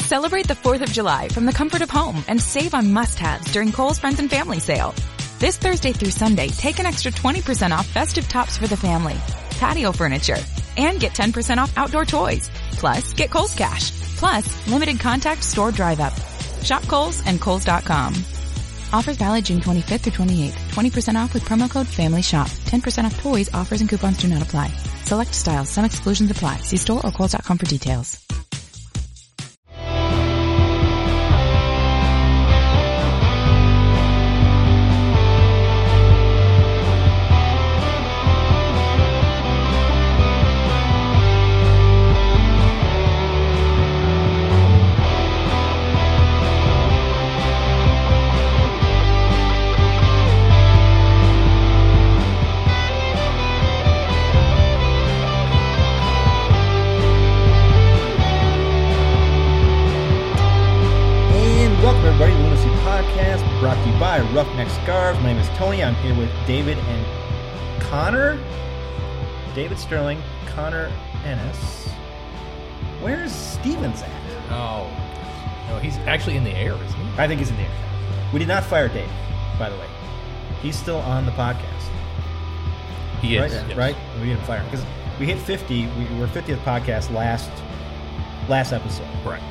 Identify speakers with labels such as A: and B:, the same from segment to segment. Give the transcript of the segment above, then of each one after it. A: Celebrate the 4th of July from the comfort of home and save on must-haves during Kohl's Friends and Family Sale. This Thursday through Sunday, take an extra 20% off festive tops for the family, patio furniture, and get 10% off outdoor toys. Plus, get Kohl's cash. Plus, limited contact store drive up. Shop Kohl's and Kohl's.com. Offers valid June 25th through 28th. 20% off with promo code FAMILYSHOP. 10% off toys, offers, and coupons do not apply. Select styles. Some exclusions apply. See store or Kohl's.com for details.
B: And welcome everybody to the Lunacy Podcast, brought to you by Roughneck Scarves. My name is Tony. I'm here with David and Connor. David Sterling, Connor Ennis. Where's Stevens at?
C: Oh. No, he's actually in the air, isn't he?
B: I think he's in the air. We did not fire Dave, by the way. He's still on the podcast.
C: He
B: right? Right? We didn't fire him because we hit 50. We were 50th podcast last last episode,
C: Right.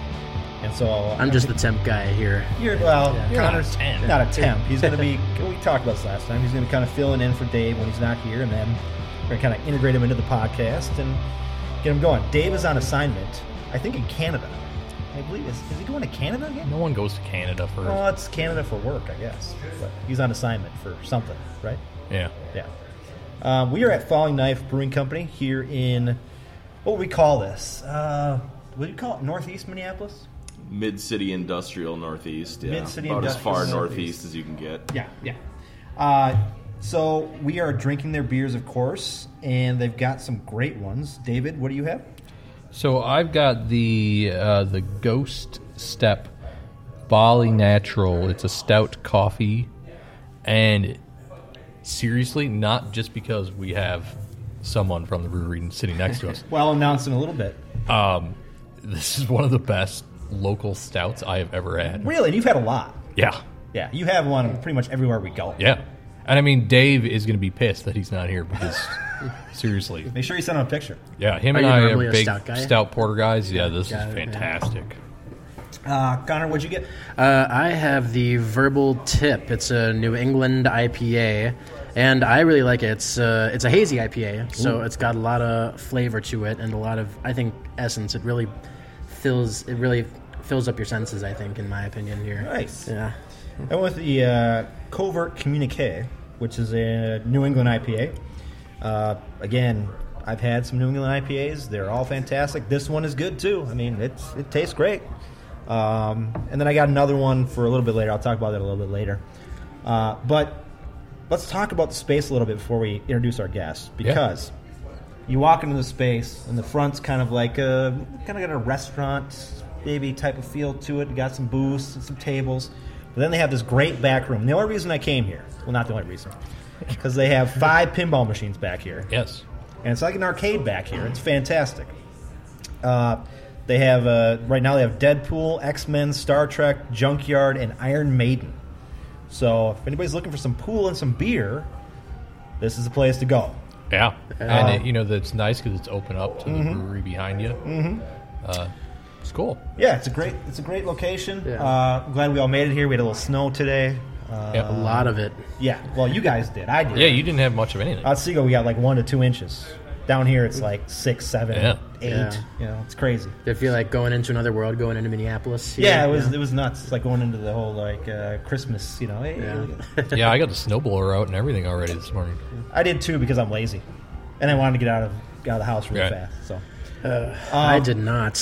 B: and so
D: I'm just the temp guy here.
B: You're, well,
D: Yeah.
B: you're
C: Connor's
B: not,
C: temp.
B: Not a temp. He's going to be. we talked about this last time. He's going to be kind of filling in for Dave when he's not here, and then we're going to kind of integrate him into the podcast and get him going. Dave is on assignment, I think, in Canada. I believe is is he going to Canada again?
C: No one goes to Canada for
B: Well, it's Canada for work, I guess. But he's on assignment for something, right?
C: Yeah.
B: Yeah. Um, we are at Falling Knife Brewing Company here in what would we call this? Uh, what do you call it? Northeast Minneapolis.
E: Mid city industrial northeast. Yeah.
B: Mid-city
E: About as
B: industrial
E: far
B: northeast.
E: northeast. as you can get.
B: Yeah, yeah. Uh, so we are drinking their beers, of course, and they've got some great ones. David, what do you have?
C: So I've got the uh, the Ghost Step Bali Natural. It's a stout coffee, and seriously, not just because we have someone from the brewery sitting next to us.
B: Well, I'll announce in a little bit.
C: This is one of the best local stouts I have ever had.
B: Really, and you've had a lot.
C: Yeah,
B: Yeah, you have one pretty much everywhere we go.
C: yeah. And I mean, Dave is going to be pissed that he's not here because seriously,
B: Make sure you send him a picture.
C: Yeah, him
D: Are
C: and
D: you
C: I
D: normally
C: are
D: a
C: big
D: stout guy?
C: porter guys. Yeah, this
D: Got
C: is
D: it, yeah.
C: fantastic.
B: Uh, Connor, what'd you get?
D: Uh, I have the Verbal Tip. It's a New England IPA, and I really like it. It's uh, it's a hazy IPA, so it's got a lot of flavor to it and a lot of I think essence. It really fills it really fills up your senses. I think, in my opinion, here.
B: Nice.
D: Yeah.
B: I went with the uh, Covert Communique, which is a New England IPA. Uh, again, I've had some New England IPAs. They're all fantastic. This one is good too. I mean, it's it tastes great. Um, and then I got another one for a little bit later. I'll talk about that a little bit later. Uh, but let's talk about the space a little bit before we introduce our guests because you walk into the space and the front's kind of like a kind of got a restaurant maybe type of feel to it. You got some booths and some tables, but then they have this great back room. The only reason I came here, well, not the only reason, because they have five pinball machines back here,
C: Yes.
B: and it's like an arcade back here. It's fantastic. Uh, they have uh, right now they have Deadpool, X Men, Star Trek, Junkyard, and Iron Maiden. So if anybody's looking for some pool and some beer, this is the place to go.
C: Yeah, and it, you know that's nice because it's open up to the brewery behind you. Mm-hmm. Uh, it's cool.
B: Yeah, it's a great it's a great location.
D: Yeah.
B: Uh, I'm glad we all made it here. We had a little snow today. Uh,
C: Yeah,
D: A lot of it.
B: yeah, well, you guys did. I did.
C: yeah. You didn't have much of anything.
B: Out Seagull, we got like one to two inches. Down here, it's like six, seven, eight.
C: Yeah.
D: Yeah.
B: You know, it's crazy.
D: I feel like going into another world, going into Minneapolis. here,
B: Yeah, it was
D: you know?
B: it was nuts. It's like going into the whole like uh, Christmas. You know, hey,
D: Yeah.
C: yeah, I got the snowblower out and everything already this morning.
B: I did too because I'm lazy, and I wanted to get out of get out of the house really
C: Right.
B: fast. So um,
D: I did not.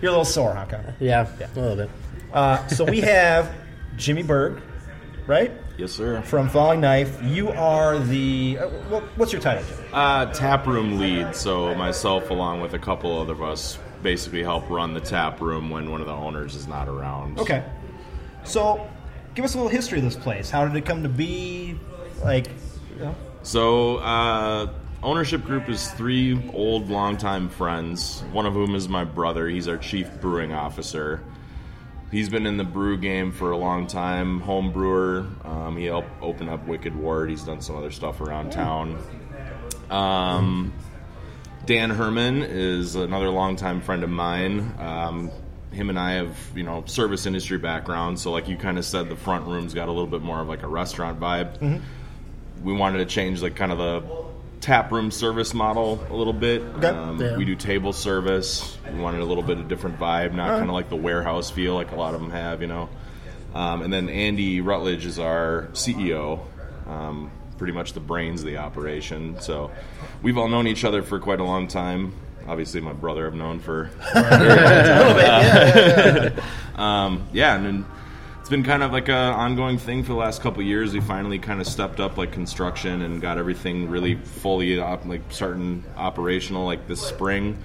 B: you're a little sore, huh, Connor?
D: yeah, a little bit.
B: Uh, so we have Jimmy Berg, right?
E: Yes, sir.
B: From Falling Knife. You are the uh, wh- what's your title? Jimmy?
E: Uh, tap room lead. So myself, along with a couple other of us, basically help run the tap room when one of the owners is not around.
B: Okay. So, give us a little history of this place. How did it come to be? Like, you know?
E: So uh, ownership group is three old, longtime friends. One of whom is my brother. He's our chief brewing officer. He's been in the brew game for a long time. Home brewer. Um, he helped open up Wicked Ward. He's done some other stuff around town. Um, Dan Herman is another longtime friend of mine. Um, him and I have, you know, service industry background. So, like you kind of said, the front room's got a little bit more of like a restaurant vibe. We wanted to change like kind of the tap room service model a little bit. Um,
D: Yeah.
E: We do table service. We wanted a little bit of different vibe, not kind of like the warehouse feel like a lot of them have, you know. Um, and then Andy Rutledge is our CEO, um, pretty much the brains of the operation. So we've all known each other for quite a long time. Obviously, my brother I've known for um, yeah, and then it's been kind of like a ongoing thing for the last couple of years. We finally kind of stepped up like construction and got everything really fully up, like starting operational like this spring.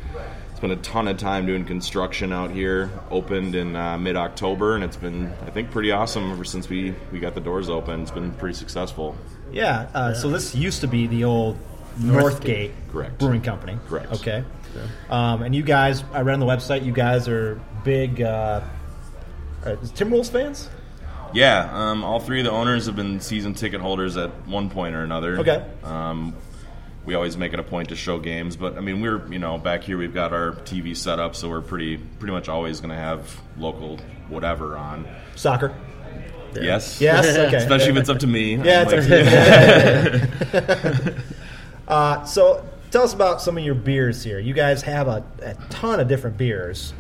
E: Spent a ton of time doing construction out here. Opened in uh, mid October, and it's been I think pretty awesome ever since we we got the doors open. It's been pretty successful.
F: Yeah, uh, so this used to be the old Northgate
E: Correct.
F: Brewing Company.
E: Correct.
F: Okay. Um, and you guys, I read on the website, you guys are big uh, uh, is Timberwolves fans?
E: Yeah, um, all three of the owners have been season ticket holders at one point or another.
F: Okay.
E: Um, we always make it a point to show games, but I mean, we're you know back here we've got our TV set up, so we're pretty pretty much always going to have local whatever on.
F: Soccer.
E: Yes.
F: Yes. Okay.
E: Especially if it's up to me.
F: Yeah, it's
E: I'm
F: up
E: like,
F: to you. uh, so tell us about some of your beers here. You guys have a, a ton of different beers.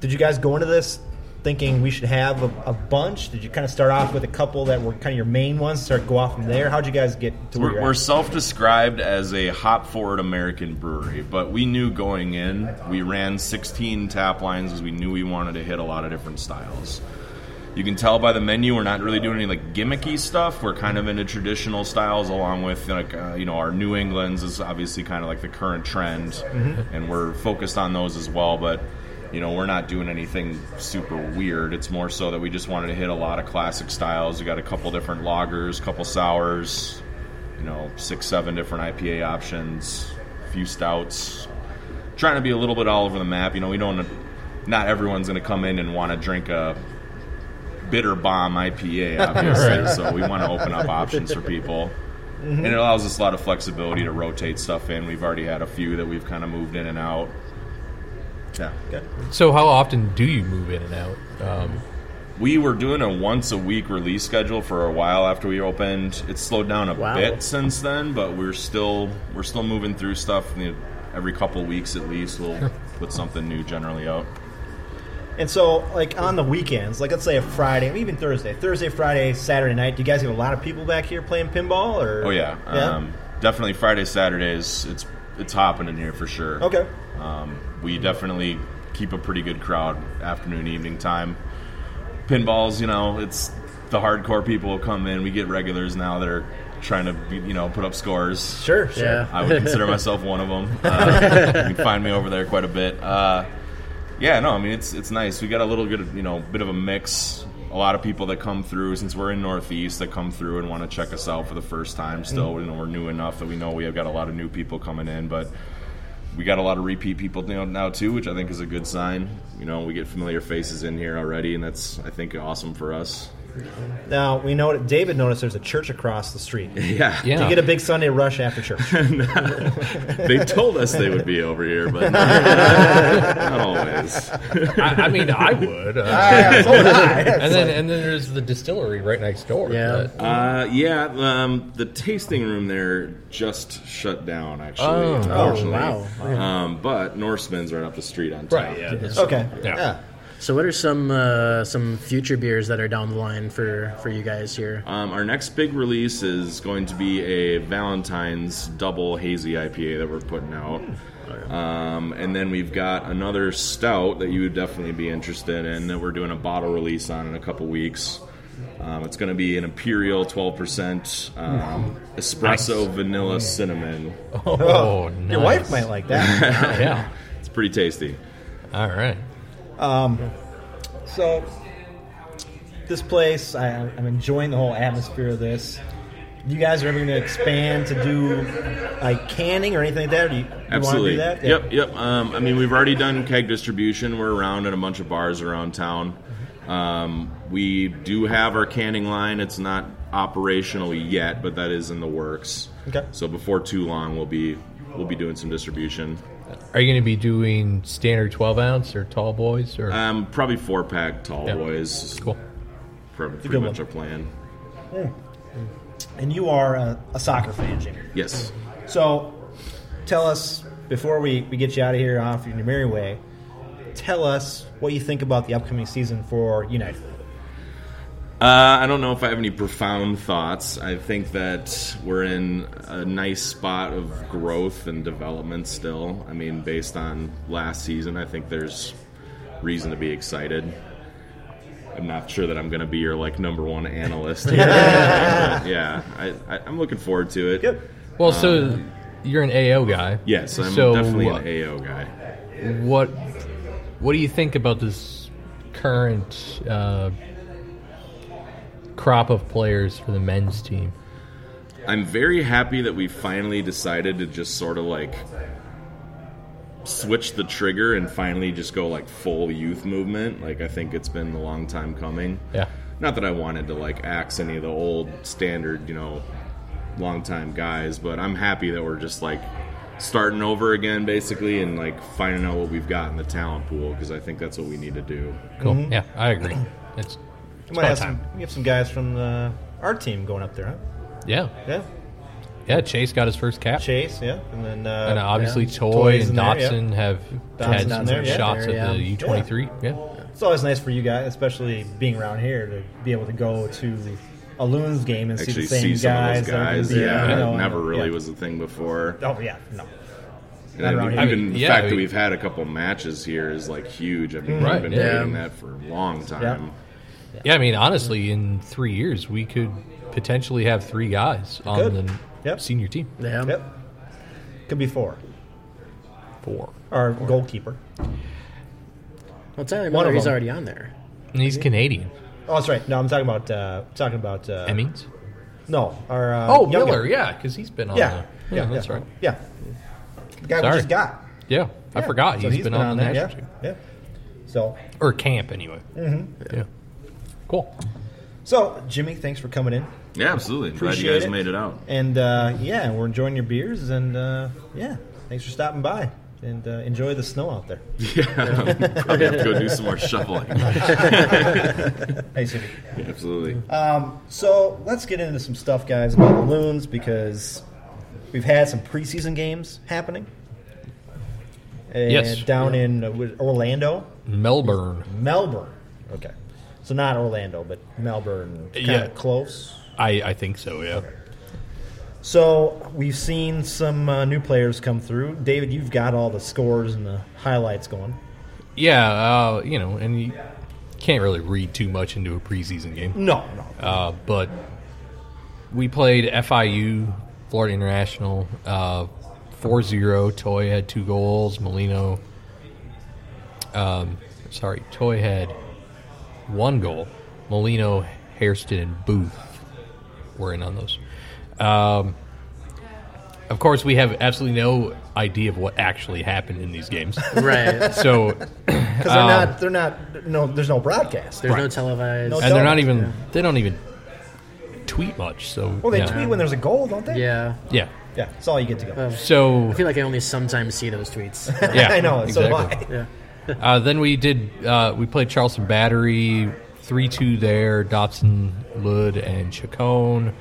F: Did you guys go into this thinking we should have a, a bunch? Did you kind of start off with a couple that were kind of your main ones, start go off from there? How'd you guys get to where
E: We're,
F: you're
E: we're
F: at?
E: self-described as a hop-forward American brewery, but we knew going in, we ran 16 tap lines because we knew we wanted to hit a lot of different styles. You can tell by the menu, we're not really doing any like gimmicky stuff. We're kind of into traditional styles, along with like uh, you know our New England's is obviously kind of like the current trend,
F: Mm-hmm.
E: and we're focused on those as well. But you know we're not doing anything super weird. It's more so that we just wanted to hit a lot of classic styles. We got a couple different lagers, couple sours, you know six seven different IPA options, a few stouts, trying to be a little bit all over the map. You know we don't. Not everyone's going to come in and want to drink a bitter bomb IPA, obviously. So we want to open up options for people. And it allows us a lot of flexibility to rotate stuff in. We've already had a few that we've kind of moved in and out. Yeah.
C: So, how often do you move in and out? Um,
E: We were doing a once a week release schedule for a while after we opened. It's slowed down a
D: Wow.
E: bit since then, but we're still we're still moving through stuff. You know, Every couple weeks at least, we'll put something new generally out.
F: And so, like on the weekends, like let's say a Friday, or even Thursday, Thursday, Friday, Saturday night. Do you guys have a lot of people back here playing pinball? Or
E: Oh yeah,
F: yeah.
E: Um, definitely Friday Saturdays. It's it's hopping in here for sure.
F: okay.
E: Um, we definitely keep a pretty good crowd afternoon, evening time. Pinballs, you know, it's the hardcore people will come in. We get regulars now that are trying to, be, you know, put up scores.
F: Sure. Sure.
D: Yeah.
E: I would consider myself one of them. Uh, you can find me over there quite a bit. Uh, yeah, no, I mean it's it's nice. We got a little good, you know, bit of a mix. A lot of people that come through since we're in Northeast that come through and want to check us out for the first time. Still, you know, we're new enough that we know we have got a lot of new people coming in, but we got a lot of repeat people now, now too, which I think is a good sign. You know, we get familiar faces in here already, and that's I think awesome for us.
F: Now we know David noticed there's a church across the street. You
E: Yeah,
C: yeah.
F: get a big Sunday rush after church.
E: they told us they would be over here, but not, not always.
C: I, I mean, I would. uh, and then, and then there's the distillery right next door.
D: Yeah.
C: that-
E: Uh, yeah, um, the tasting room there just shut down. Actually,
C: Oh.
E: unfortunately.
D: Oh,
E: Um, but Norseman's right up the street on top.
C: right. Yeah.
F: okay.
C: Yeah.
D: So, what are some uh, some future beers that are down the line for for you guys here?
E: Um, our next big release is going to be a Valentine's double hazy IPA that we're putting out.
C: Hmm. Oh,
E: Um, and then we've got another stout that you would definitely be interested in that we're doing a bottle release on in a couple weeks. Um, it's going to be an imperial 12% um, espresso vanilla cinnamon.
C: Oh, nice.
F: Your wife might like that.
C: Yeah.
E: It's pretty tasty.
C: All right.
F: so, this place, I, I'm enjoying the whole atmosphere of this.
B: you guys are ever going to expand to do like canning or anything like that? Or do you, you
E: Absolutely.
B: want to do that?
E: Yep, yep. Um, I mean, we've already done keg distribution. We're around at a bunch of bars around town.
B: Mm-hmm.
E: Um, we do have our canning line. It's not operational yet, but that is in the works.
B: Okay.
E: So before too long, we'll be we'll be doing some distribution.
C: Are you going to be doing standard 12 ounce or tall boys or
B: Uh,
E: Um, probably four pack tall
C: Yeah.
E: boys.
C: cool?
E: Probably
B: a
E: pretty
B: good
E: much
B: one.
E: our plan.
B: And you are a, a soccer fan, Jimmy.
E: Yes.
B: Mm-hmm. So, tell us before we, we get you out of here off your merry way. Tell us what you think about the upcoming season for United.
E: Uh, I don't know if I have any profound thoughts. I think that we're in a nice spot of growth and development still. I mean, based on last season, I think there's reason to be excited. I'm not sure that I'm going to be your like number one analyst. Here. But, yeah, I, I, I'm looking forward to it.
B: Good.
C: Well, so
B: um,
C: you're an AO guy.
E: Yes, I'm
C: so
E: definitely
C: what-
E: an AO guy.
C: What What do you think about this current uh, crop of players for the men's team?
E: I'm very happy that we finally decided to just sort of like switch the trigger and finally just go like full youth movement. Like I think it's been a long time coming.
C: Yeah,
E: Not that I wanted to like axe any of the old standard, you know, long time guys, but I'm happy that we're just like starting over again basically and like finding out what we've got in the talent pool because I think that's what we need to do.
C: cool.
B: Mm-hmm.
C: Yeah, I agree. It's,
B: We
C: it's
B: might
C: about
B: have
C: time.
B: some, we have some guys from the, our team going up there, huh?
C: Yeah,
B: Yeah.
C: yeah. Chase got his first cap,
B: Chase, yeah. And then uh,
C: and obviously
D: yeah.
C: Toy
B: Toy's
C: and
B: in there, yeah.
C: Dotson have had
B: Dotson's
C: some
B: in there, yeah.
C: shots
D: Yeah.
C: at the U23. Yeah.
B: It's always nice for you guys, especially being around here, to be able to go to a Loons game and
E: Actually
B: see the same
E: see some
B: guys.
E: of those guys.
B: that are gonna be,
E: Yeah,
B: you know,
E: it never
B: and-
E: really
B: yeah.
E: was a thing before.
B: Oh yeah, no.
E: And
B: Not
E: I
B: around
E: mean,
B: here.
E: even
C: I mean,
E: the
C: yeah,
E: fact
C: I
E: that
C: mean-
E: we've had a couple matches here is like huge. I mean,
C: Right,
E: we've been
D: yeah.
E: waiting that for a long time.
C: Yeah, I mean, honestly, in three years, we could potentially have three guys on
B: Good.
C: the
B: Yep.
C: senior team.
D: Yeah.
B: Yep. Could be four.
C: Four.
B: Our goalkeeper.
D: Well, Tyler
B: One
D: Miller,
B: of
D: he's
B: them.
D: already on there.
C: And he's Canadian.
B: Oh, that's right. No, I'm talking about uh, talking about. Uh,
C: That means.
B: No, our. Uh,
C: Oh,
B: young
C: Miller,
B: guy.
C: yeah, because he's been on.
B: Yeah,
C: the, yeah, that's right.
B: Yeah, the guy
C: Sorry.
B: we just got.
C: Yeah, I
B: Yeah.
C: forgot
B: So
C: he's been, on the
B: there, yeah.
C: national team
B: Yeah. So,
C: or camp anyway. Mm-hmm. Yeah, cool.
B: so Jimmy, thanks for coming in,
E: Yeah, absolutely. Glad you
B: Appreciate
E: guys
B: it.
E: made it out.
B: and uh, yeah, we're enjoying your beers, and uh, yeah, thanks for stopping by, and uh, enjoy the snow out there.
E: Yeah, probably have to go do some more shoveling.
B: Thanks, Jimmy.
E: absolutely.
B: So let's get into some stuff, guys, about the loons because we've had some preseason games happening. And
C: Yes.
B: down in uh, with Orlando,
C: Melbourne.
B: Melbourne. Okay, so not Orlando, but Melbourne, kind
C: Yeah.
B: of close.
C: I I think so. Yeah.
B: So we've seen some uh, new players come through. David, you've got all the scores and the highlights going.
C: Yeah. Uh, you know, and you can't really read too much into a preseason game.
B: No, no,
C: Uh, but we played FIU, Florida International, uh, 4-0. Toy had two goals. Molino, um, sorry, Toy had one goal. Molino, Hairston, and Booth were in on those. Um, of course, we have absolutely no idea of what actually happened in these games.
D: Right.
C: so,
B: because
C: um,
B: they're not. They're not. No, there's no broadcast.
D: There's no
C: Right.
D: televised.
B: No-
C: and they're not even. They don't even tweet much. So,
B: Well, they
C: yeah.
B: tweet when there's a goal, don't they?
D: yeah.
C: Yeah.
B: yeah. That's all you get to go.
C: So
D: I feel like I only sometimes see those tweets.
C: yeah,
B: I know. So do
C: exactly.
B: I.
D: yeah.
C: Uh, then we did. Uh, we played Charleston Battery three two there. Dobson, Lud, and Chacon,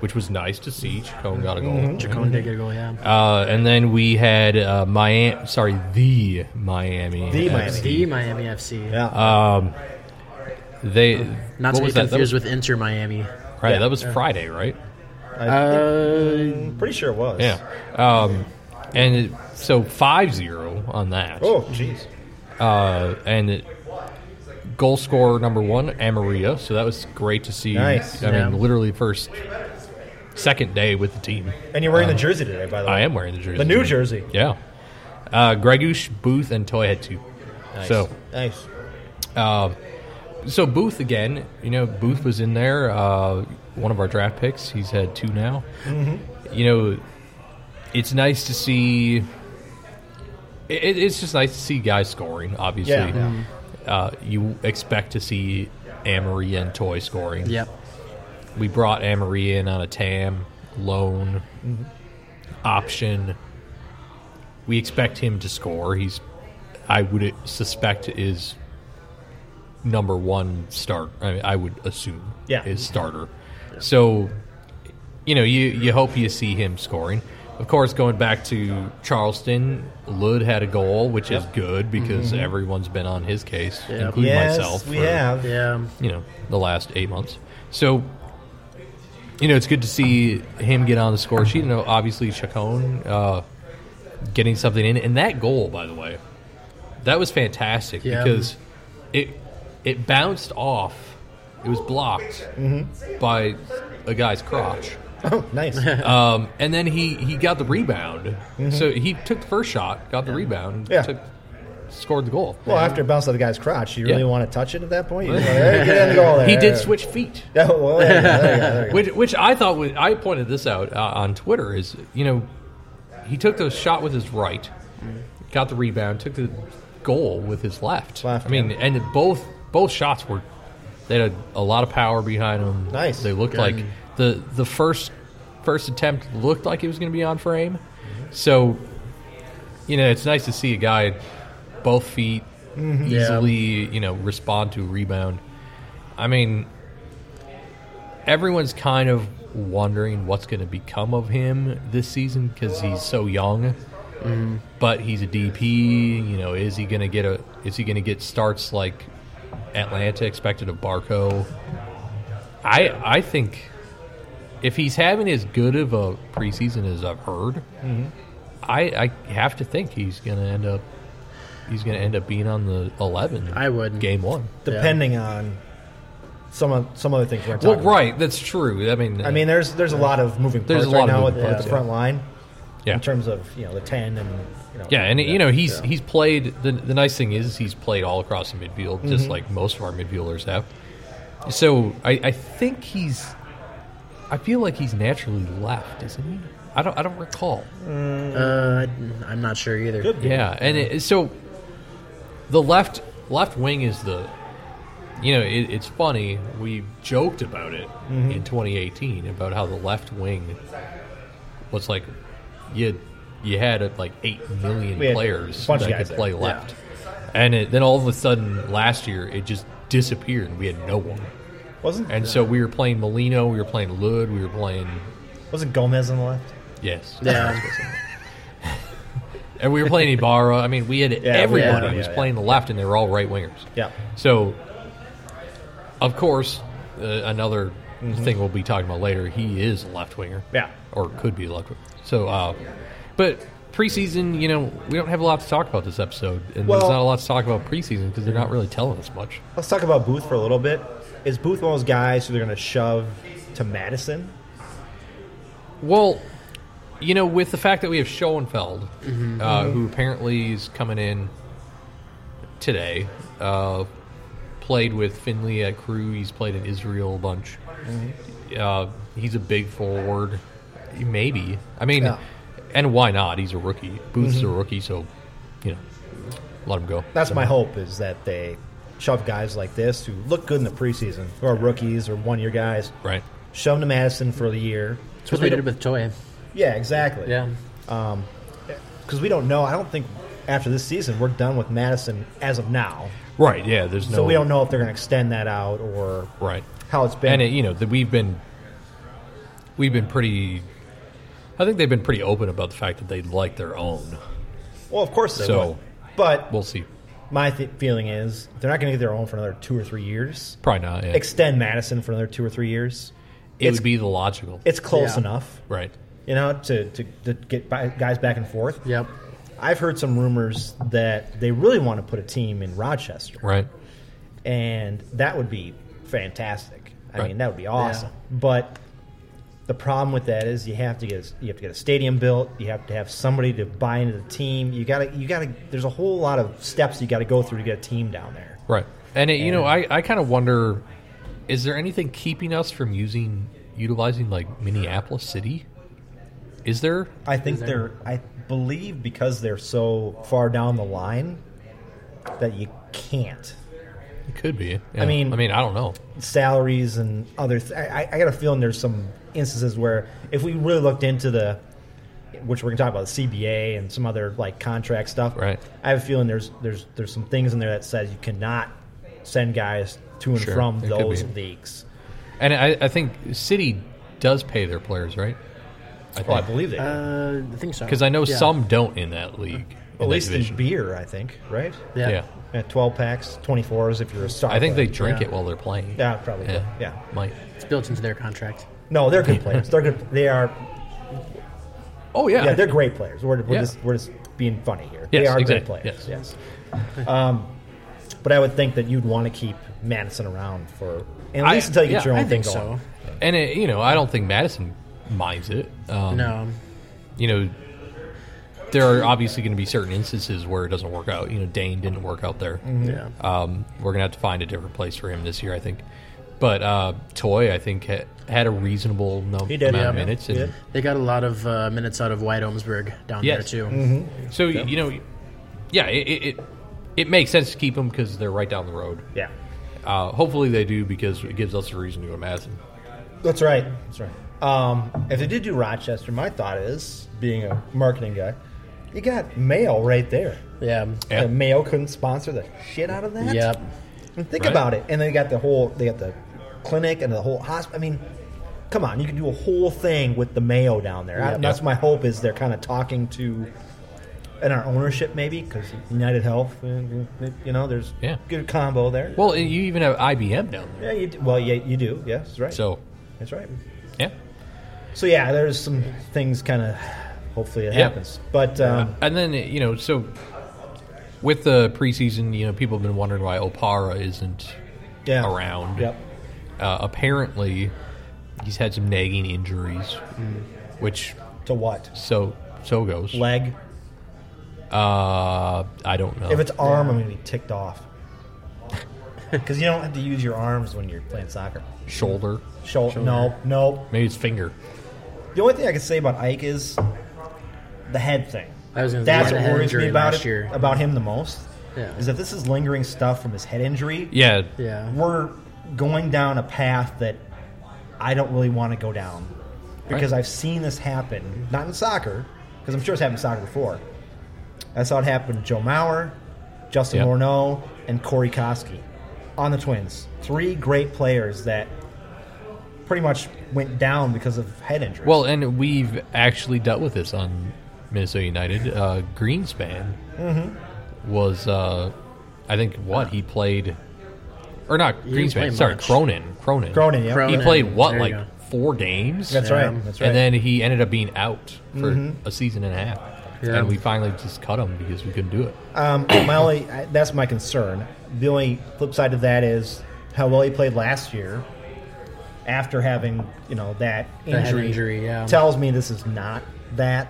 C: which was nice to see. Chacon got a goal.
B: Mm-hmm.
D: Chacon did get a goal, yeah.
C: Uh, and then we had uh, Miami. Sorry, the Miami. Uh,
B: The
C: FC.
B: Miami.
D: the Miami FC.
B: Yeah.
C: They what
D: Not to be
C: was that?
D: confused
C: That was-
D: with Inter Miami.
C: right,
B: yeah.
C: that was Friday, right?
D: Uh,
B: I'm pretty sure it was.
C: Yeah. Um, and it, so 5-0 on that.
B: Oh, jeez.
C: uh, and it, goal scorer number one, Amaria. So that was great to see.
B: Nice.
C: I
D: Yeah.
C: mean, literally first, second day with the team.
B: And you're wearing the jersey today, by the way.
C: Um, I am wearing the jersey.
B: The new jersey.
C: Yeah. Uh, Gregush, Booth, and Toy had two. So
B: Nice.
C: so Booth again. You know, Booth was in there. Uh, one of our draft picks. He's had two now. You know, it's nice to see. It, it's just nice to see guys scoring. Obviously,
B: Yeah. Mhm.
C: Uh, you expect to see Amory and Toy scoring.
D: Yep.
C: We brought Amory in on a TAM loan option. We expect him to score. He's, I would suspect, is number one start. I, mean, I would assume,
B: Yeah.
C: is starter. So, you know, you you hope you see him scoring. Of course, going back to Charleston, Lud had a goal, which is good because everyone's been on his case, including
B: Mm-hmm. yes,
C: myself.
B: we
C: for-
B: have.
D: Yeah.
C: you know the last eight months. So you know it's good to see him get on the score sheet. You know, obviously Chacon uh, getting something in, and that goal, by the way, that was fantastic
D: Yeah.
C: because it it bounced off. It was blocked
B: Mm-hmm.
C: by a guy's crotch.
B: Oh, nice.
C: Um, and then he, he got the rebound. So he took the first shot, got the rebound,
B: Mm-hmm. Yeah.
C: took, scored the goal.
B: well, after it bounced out of the guy's crotch, you really
C: Yeah.
B: want to touch it at that point? You just wanna, "Hey, get in the goal there."
C: He did switch feet.
B: Yeah, well, there you go, there you go, there you go.
C: which which I thought was, I pointed this out uh, on Twitter is you know he took the shot with his right, got the rebound, took the goal with his left.
B: Left,
C: I mean, and both both shots were they had a, a lot of power behind them.
B: Nice.
C: They looked like the the first first attempt looked like it was going to be on frame. So you know it's nice to see a guy both feet easily you know respond to a rebound. I mean, everyone's kind of wondering what's going to become of him this season because he's so young. But he's a DP. You know, is he going to get a? Is he going to get starts like Atlanta expected of Barco? I I think if he's having as good of a preseason as I've heard,
B: Mm-hmm.
C: I I have to think he's going to end up. He's going to end up being on the eleven.
D: I would.
C: game one.
B: Depending on some of, some other things we're talking
C: Well,
B: about.
C: right, that's true. I mean,
B: I mean, there's there's a lot of moving
C: There's
B: parts
C: a
B: right
C: lot of
B: now with
C: moving
B: with
D: parts,
B: the front line
C: yeah.
B: in terms of you know the ten and you know,
C: Yeah, and you know he's
B: yeah.
C: he's played. The, the nice thing is he's played all across the midfield, just like most of our midfielders have. So I, I think he's. I feel like he's naturally left, isn't he? I don't. I don't recall.
D: Uh, I'm not sure either.
B: Good.
C: Yeah, and it, so the left left wing is the. You know, it, it's funny. We joked about it
B: Mm-hmm.
C: in 2018 about how the left wing was like, you you had uh, like eight million
B: We had
C: players
B: a bunch of
C: that
B: guys
C: could
B: there.
C: play
B: Yeah.
C: left, and it, then all of a sudden last year it just disappeared and we had no one.
B: wasn't
C: And so we were playing Molino, we were playing Lud, we were playing
B: wasn't Gomez on the left?
C: yes,
D: Yeah.
C: and we were playing Ibarra. I mean, we had
B: we had
C: everybody
B: everybody,
C: was
B: yeah, yeah.
C: playing the left, and they were all right wingers.
B: Yeah,
C: So, of course, uh, another thing we'll be talking about later. He is a left winger.
B: Mm-hmm. Yeah.
C: or could be a left winger. So, uh, but preseason, you know, we don't have a lot to talk about this episode, and
B: Well-
C: there's not a lot to talk about preseason because they're not really telling us much.
B: let's talk about Booth for a little bit. Is Booth one of those guys who they're going to shove to Madison?
C: Well, you know, with the fact that we have Schoenfeld,
B: Mm-hmm.
C: uh, who apparently is coming in today, uh, played with Finley at Crew. He's played in Israel a bunch.
B: Mm-hmm.
C: Uh, he's a big forward, maybe. I mean,
B: Yeah. Mm-hmm.
C: and why not? He's a rookie. Booth's a rookie, so you know, let him go.
B: That's my hope is that they shove guys like this who look good in the preseason, who are rookies or one year guys,
C: right.
B: shove them to Madison for the year.
D: That's what we did with Toy.
B: Yeah, exactly.
D: Yeah.
B: because we don't know. I don't think after this season we're done with Madison as of now.
C: Right. Yeah. There's no.
B: So we don't know if they're going to extend that out or
C: Right.
B: how it's been.
C: And it, you know that we've been we've been pretty. I think they've been pretty open about the fact that they like their own.
B: well, of course they
C: So-
B: will. But
C: We'll see.
B: my th- feeling is they're not going to get their own for another two or three years.
C: Probably not. Yeah.
B: Extend Madison for another two or three years.
C: it
B: It's
C: would be the logical.
B: it's close
D: Yeah.
B: enough,
C: right.
B: you know, to, to, to get by, guys back and forth.
D: Yep.
B: I've heard some rumors that they really want to put a team in Rochester.
C: Right.
B: and that would be fantastic. I
C: Right.
B: mean, that would be awesome. But The problem with that is you have to get a, you have to get a stadium built. You have to have somebody to buy into the team. You got to you got to. There's a whole lot of steps you got to go through to get a team down there.
C: Right. And it, you know, I, I kind of wonder is there anything keeping us from using utilizing like Minneapolis City? Is there?
B: I think they're. I believe because they're so far down the line that you can't
C: It could be. yeah.
B: mean-
C: I mean, I don't know.
B: salaries and other. Th- I, I got a feeling there's some instances where if we really looked into the, which we're going to talk about the CBA and some other like contract stuff.
C: Right.
B: I have a feeling there's there's there's some things in there that says you cannot send guys to and
C: Sure,
B: from
C: it could
B: those
C: be.
B: leagues.
C: And I, I think City does pay their players, right? I
B: Well, Oh, I believe they. do.
D: Uh, I think so.
C: because I know
D: Yeah.
C: some don't in that league.
B: At
C: in that
B: least in
C: division.
B: beer, I think. Right.
D: Yeah.
C: yeah.
B: At twelve packs, twenty fours if you're a star.
C: I think they
B: player.
C: drink
D: Yeah.
C: it while they're playing.
B: Yeah, probably. do.
C: Yeah.
B: yeah.
C: Might.
D: It's built into their contract.
B: No, they're good players. They're good. They are.
C: Oh yeah.
B: Yeah, they're great players. We're, we're
C: Yeah.
B: just we're just being funny here. they
C: Yes,
B: are
C: exactly.
B: good players.
C: Yes.
B: Yes. Um, but I would think that you'd want to keep Madison around for at
C: I-
B: least until you get
C: yeah,
B: your
D: I
B: own thing
D: think
B: going.
D: so.
C: and it, you know, I don't think Madison minds it. Um,
D: No.
C: You know, there are obviously going to be certain instances where it doesn't work out. You know, Dane didn't work out there.
B: Mm-hmm.
D: Yeah.
C: Um, we're gonna have to find a different place for him this year, I think. But uh, Toy, I think, ha- had a reasonable no-
B: He did,
C: amount of
B: yeah.
C: minutes.
B: He
C: And
B: did.
D: They got a lot of uh, minutes out of White Ohmsburg down
C: Yes.
D: there too.
B: Mm-hmm.
C: So y you know, yeah, it, it it- it makes sense to keep them because they're right down the road.
B: Yeah,
C: Uh, hopefully, they do because it gives us a reason to go to Madison.
B: that's right. That's right. Um, if they did do Rochester, my thought is, being a marketing guy, you got Mayo right there.
D: Yeah.
C: Yeah.
B: And Mayo couldn't sponsor the shit out of that.
D: Yep.
B: And think
C: Right.
B: about it. And they got the whole they got the clinic and the whole hospital. I mean, come on, you can do a whole thing with the Mayo down there. I- that's my hope is they're kind of talking to and our ownership maybe because United Health, uh, you know, there's
C: Yeah.
B: good combo there.
C: Well, and you even have IBM down there,
B: yeah, you d well, yeah, you do. Yes, that's right.
C: so
B: that's right.
C: yeah.
B: So yeah, there's some things kind of. Hopefully it
C: Yeah.
B: happens. But um,
C: And then you know, so with the preseason, you know, people have been wondering why Opara isn't
B: yeah,
C: around.
B: Yep.
C: Uh, apparently, he's had some nagging injuries, which
B: To what?
C: so so goes.
B: Leg.
C: Uh, I don't know.
D: Oh,
B: If it's arm, I'm gonna be ticked off. Because you don't have to use your arms when you're playing soccer.
C: shoulder,
B: Shoulder? No, no.
C: maybe it's finger.
B: The only thing I can say about Ike is the head thing.
D: I was gonna say,
B: That's
D: he had a
B: what
D: head
B: worries me
D: injury
B: about
D: last
B: it-
D: year.
B: about him the most.
D: Yeah.
B: Is if this is lingering stuff from his head injury,
C: Yeah.
D: Yeah.
B: we're going down a path that I don't really want to go down because
C: Right.
B: I've seen this happen, not in soccer, because I'm sure it's happened in soccer before. I saw it happen to Joe Mauer, Justin
C: Yep.
B: Morneau, and Corey Koski on the Twins. Three great players that pretty much went down because of head injuries.
C: Well, and we've actually dealt with this on Minnesota United. Uh, Greenspan
B: Mm-hmm.
C: was, uh, I think, what he played, or not
D: didn't play
C: Greenspan. Sorry,
D: much.
C: Cronin. Cronin.
B: Cronin, yeah.
C: He
D: Cronin.
C: played what,
D: There you
C: like
D: go.
C: four games,
B: That's
D: Yeah.
B: right. That's right. Mm-hmm.
C: and then he ended up being out for a season and a half,
D: Yeah.
C: and we finally just cut him because we couldn't do it.
B: Um, my only I- that's my concern. The only flip side of that is how well he played last year. After having you know that
D: The head
B: injury,
D: injury, yeah.
B: tells me this is not that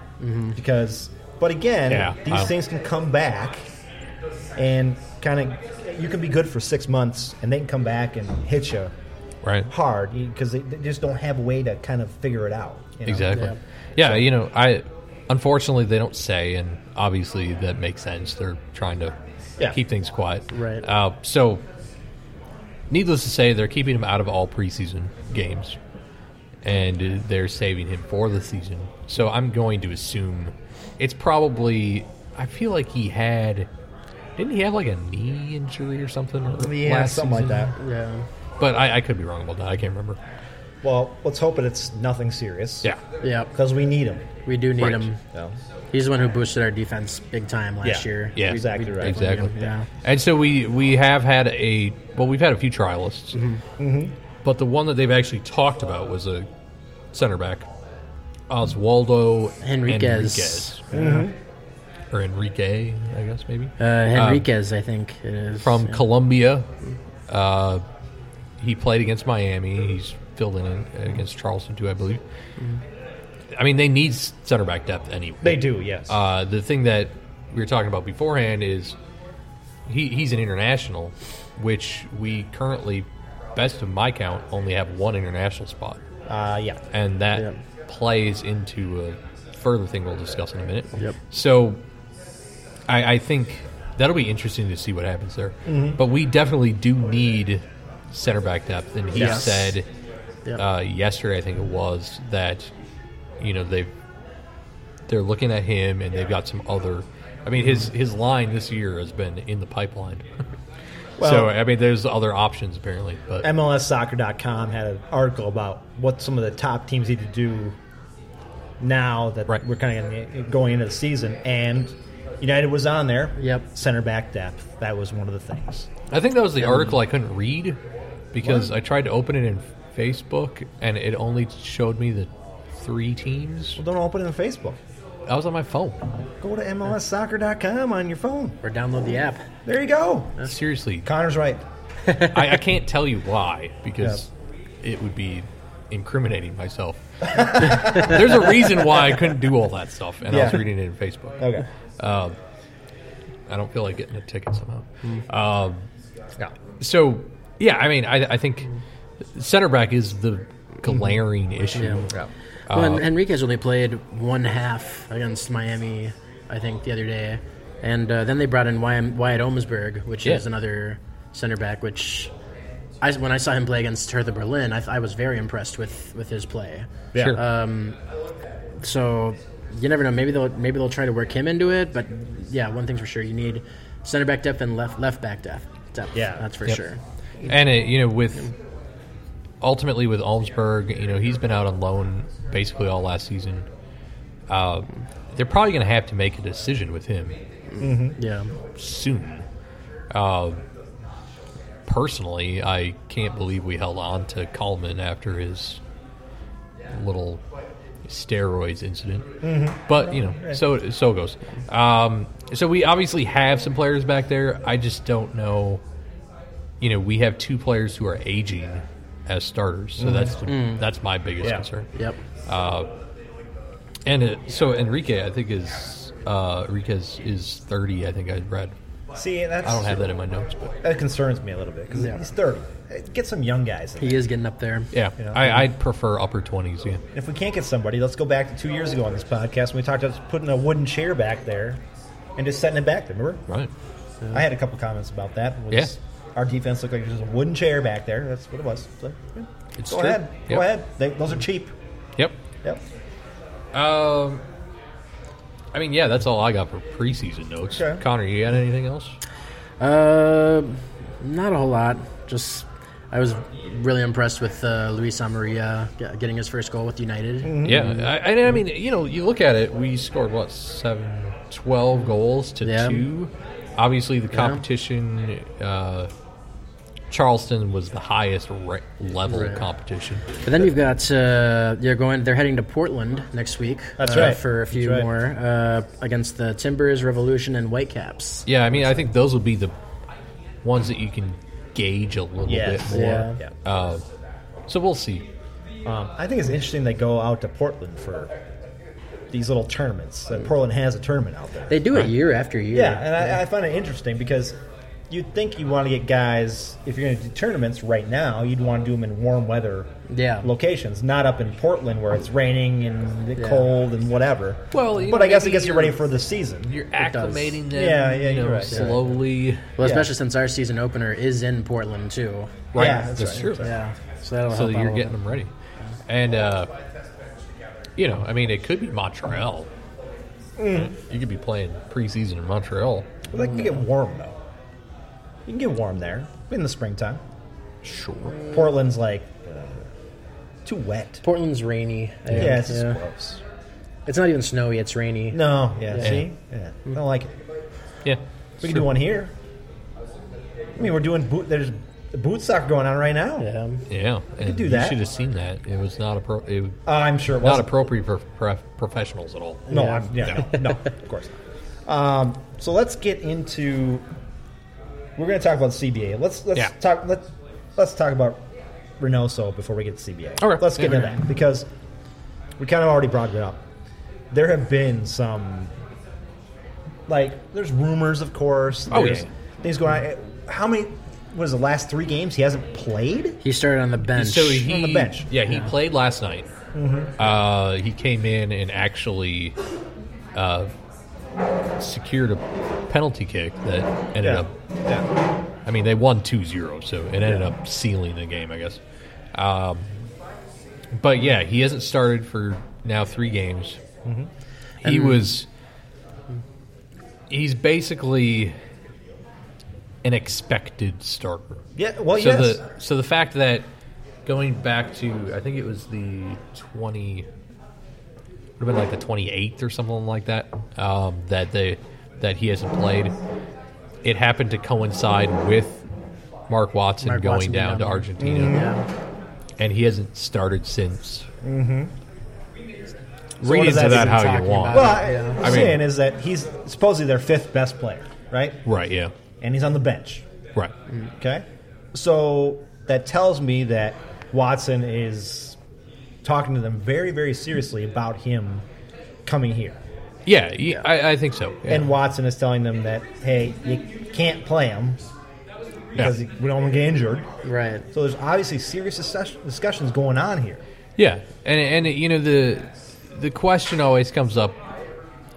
B: because. But again,
C: Yeah,
B: these
C: I'll-
B: things can come back and kind of you can be good for six months and they can come back and hit you
C: Right.
B: hard because they, they just don't have a way to kind of figure it out. you know?
C: Exactly. Yeah, you know, I unfortunately they don't say, and obviously that makes sense. They're trying to
B: Yeah.
C: keep things quiet.
D: Right.
C: Uh, so, needless to say, they're keeping him out of all preseason games, and uh, they're saving him for the season. So I'm going to assume it's probably. I feel like he had. Didn't he have like a knee injury or something?
B: Yeah,
C: last
B: something like
C: season?
B: that.
D: Yeah.
C: But I, I could be wrong about that. I can't remember.
B: Well, let's hope that it's nothing serious.
C: Yeah.
D: Yeah.
B: because we need him.
D: We do need
C: Right.
D: him.
B: So.
D: He's the one who boosted our defense big time last
B: Yeah.
D: year.
C: Yeah.
D: We-
B: Exactly
D: we
B: right.
D: definitely need
C: Exactly.
D: him, Yeah.
C: And so we we have had a well, we've had a few trialists, but the one that they've actually talked about was a center back, Oswaldo
D: Henriquez.
C: Enriquez. or Enrique, I guess maybe
D: Uh, Henriquez, I think it is.
C: from Colombia. Uh, he played against Miami. He's filled in against Charleston too, I believe. I mean, they need s- center back depth anyway.
B: They do, yes.
C: Uh, the thing that we were talking about beforehand is he, he's an international, which we currently, best of my count, only have one international spot,
B: Uh, yeah.
C: and that
D: Yeah.
C: plays into a further thing we'll discuss in a minute.
D: Yep.
C: So, I, I think that'll be interesting to see what happens there.
D: Mm-hmm.
C: But we definitely do need center back depth, and he
D: Yes.
C: said
D: Yep.
C: uh, yesterday, I think it was that you know they they're looking at him and they've got some other. I mean, his
D: Mm-hmm.
C: his line this year has been in the pipeline. so
B: Well-
C: I mean, there's other options apparently, but
B: MLSsoccer.com had an article about what some of the top teams need to do now that
C: Right.
B: we're kind of going into the season. And United was on there.
D: Yep.
B: Center back depth. That was one of the things.
C: I think that was the article I couldn't read because I tried to open it in Facebook and it only showed me the three teams.
B: Well, don't open it on Facebook.
C: I was on my phone.
B: Go to MLSsoccer.com on your phone.
D: or download the app.
B: There you go.
C: Seriously,
B: Connor's right.
C: I, I can't tell you why because it would be incriminating myself. There's a reason why I couldn't do all that stuff, and I was
B: Yeah.
C: reading it in Facebook.
B: Okay.
C: I don't feel like getting a ticket somehow.
B: Mm-hmm.
C: Um, So, yeah, I mean, I, I think center back is the glaring
B: Mm-hmm.
C: issue. Uh,
D: well, and Enriquez only played one half against Miami, I think, the other day, and uh, then they brought in Wyatt, Wyatt Olmsberg, which
C: Yeah.
D: is another center back. Which I, when I saw him play against Hertha Berlin, I, I was very impressed with with his play.
B: Yeah.
C: Sure.
D: So you never know. Maybe they'll maybe they'll try to work him into it. But yeah, one thing's for sure: you need center back depth and left left back depth. depth.
B: Yeah.
D: that's for
C: Yep.
D: sure.
C: and it, you know with ultimately with Almsberg, you know he's been out on loan basically all last season. Uh, they're probably going to have to make a decision with him
D: Yeah,
C: soon. Uh, personally, I can't believe we held on to Coleman after his little steroids incident. But you know, so so it goes. Um, so we obviously have some players back there. I just don't know. You know, we have two players who are aging as starters, so that's the, that's my biggest
B: Yeah.
C: concern.
D: yep.
C: And it, so Enrique, I think is uh, Enriquez is thirty. I think I read.
B: See, that's,
C: I don't have that in my notes, but
B: that concerns me a little bit because
D: Yeah.
B: he's 30. Get some young guys in
D: He is getting up there.
C: Yeah,
B: You know?
C: I, I'd prefer upper twenties. Yeah,
B: And If we can't get somebody, let's go back to two years ago on this podcast when we talked about putting a wooden chair back there and just setting it back there. Remember?
C: right.
B: I had a couple comments about that. Was
C: Yeah.
B: Our defense looked like there's a wooden chair back there. That's what it was. So, yeah.
C: It's
B: go
C: true.
B: ahead.
C: Yep.
B: Go ahead. They, those are cheap.
C: Yep.
B: Yep.
C: Um, I mean, yeah, that's all I got for preseason notes.
B: Okay.
C: Connor, you got anything else?
D: Uh, not a whole lot. Just I was really impressed with uh, Luis Amaria ge- getting his first goal with United.
C: Mm-hmm.
B: Mm-hmm.
C: Yeah, I, I, I mean, you know, you look at it, we scored what seven, 12 goals to
D: Yeah.
C: two. Obviously, the competition, uh, Charleston was the highest ra- level
D: Right.
C: competition.
D: But then you've got uh, you're going. They're heading to Portland next week.
B: That's
D: uh,
B: right.
D: for a few
B: That's right.
D: more uh, against the Timbers, Revolution, and Whitecaps.
C: Yeah, I mean, I think those will be the ones that you can gauge a little
B: Yes.
C: bit more.
D: Yeah.
B: Yeah.
C: Uh, so we'll see.
B: Um, I think it's interesting they go out to Portland for these little tournaments. That Portland has a tournament out there.
D: They do it year after year.
B: Yeah, and I, I find it interesting because you'd think you want to get guys if you're going to do tournaments right now, you'd want to do them in warm weather
D: Yeah.
B: locations, not up in Portland where it's raining and the cold and whatever.
C: Well, you
B: but
C: know,
B: I guess
C: maybe
B: it gets you
C: you're-
B: ready for the season.
C: You're
D: does.
C: acclimating them,
B: Yeah, yeah,
C: you
B: you're
C: know,
B: right.
C: slowly.
B: Yeah.
D: Well, especially since our season opener is in Portland too.
C: Right,
B: Yeah, Uh-huh.
C: that's,
B: that's right.
C: true.
D: Yeah. So that'll
C: So
D: help
C: that
D: out
C: you're
D: a
C: getting
D: little
C: them ready, and uh, you know, I mean, it could be Montreal.
B: Mm.
C: You could be playing preseason in Montreal.
B: Well, they can get warm though. You can get warm there in the springtime.
C: Sure.
B: Portland's like uh, too wet.
D: bit. Portland's rainy. I think.
B: Yeah, it's just
D: Yeah.
B: gross.
D: It's not even snowy. It's rainy.
B: No, yeah, see, yeah, I don't like it.
C: Yeah.
B: We can do one here. I mean, we're doing boot. There's boot soccer going on right now.
D: Yeah.
C: Yeah, and
B: do
C: you
B: that.
C: should have seen that. It was not appro- it was
B: Uh, I'm sure it
C: not
B: wasn't.
C: appropriate for prof- professionals at all.
B: no, I'm, yeah, no, no, of course not. Um, so let's get into. We're going to talk about CBA. Let's let's
C: Yeah.
B: talk let's let's talk about Reynoso before we get to CBA.
C: Okay.
B: Let's get
C: Yeah,
B: into
C: okay.
B: that because we kind of already brought it up. There have been some, like, there's rumors, of course.
C: Oh, yeah.
B: there's Things going on. How many was the last three games he hasn't played?
D: He started on the bench.
C: So he
B: on the bench. Mm-hmm.
C: Yeah, he played last night. Uh, he came in and actually uh, secured a penalty kick that ended
B: Yeah.
C: up. I mean, they won 2-0, so it ended up sealing the game, I guess. Um, but yeah, he hasn't started for now three games.
B: Mm-hmm.
C: He was. He's basically an expected starter
B: Yeah. Well,
C: so
B: yes.
C: the so the fact that going back to I think it was the twenty would have been like the twenty eighth or something like that um, that they that he hasn't played. It happened to coincide with Mark Watson
D: Mark
C: going
D: Watson being
C: down
D: down
C: to
D: there.
C: Argentina,
D: Yeah.
C: and he hasn't started since. Mm-hmm.
B: what
C: Read
B: does
C: into
B: that
C: that
B: even
C: how
D: talk
C: you want,
D: about?
B: well, I,
D: Yeah.
B: what I'm
C: I mean-
B: saying is that he's supposedly their fifth best player, right?
C: right? Yeah,
B: And he's on the bench.
C: right.
B: Okay. So that tells me that Watson is talking to them very, very seriously about him coming here.
C: Yeah, yeah I, I think so. Yeah.
B: And Watson is telling them that, hey, you can't play him because
C: Yeah.
B: we don't want to get injured.
D: Mm-hmm. Right.
B: So there's obviously serious discuss- discussions going on here.
C: Yeah, and and you know the the question always comes up.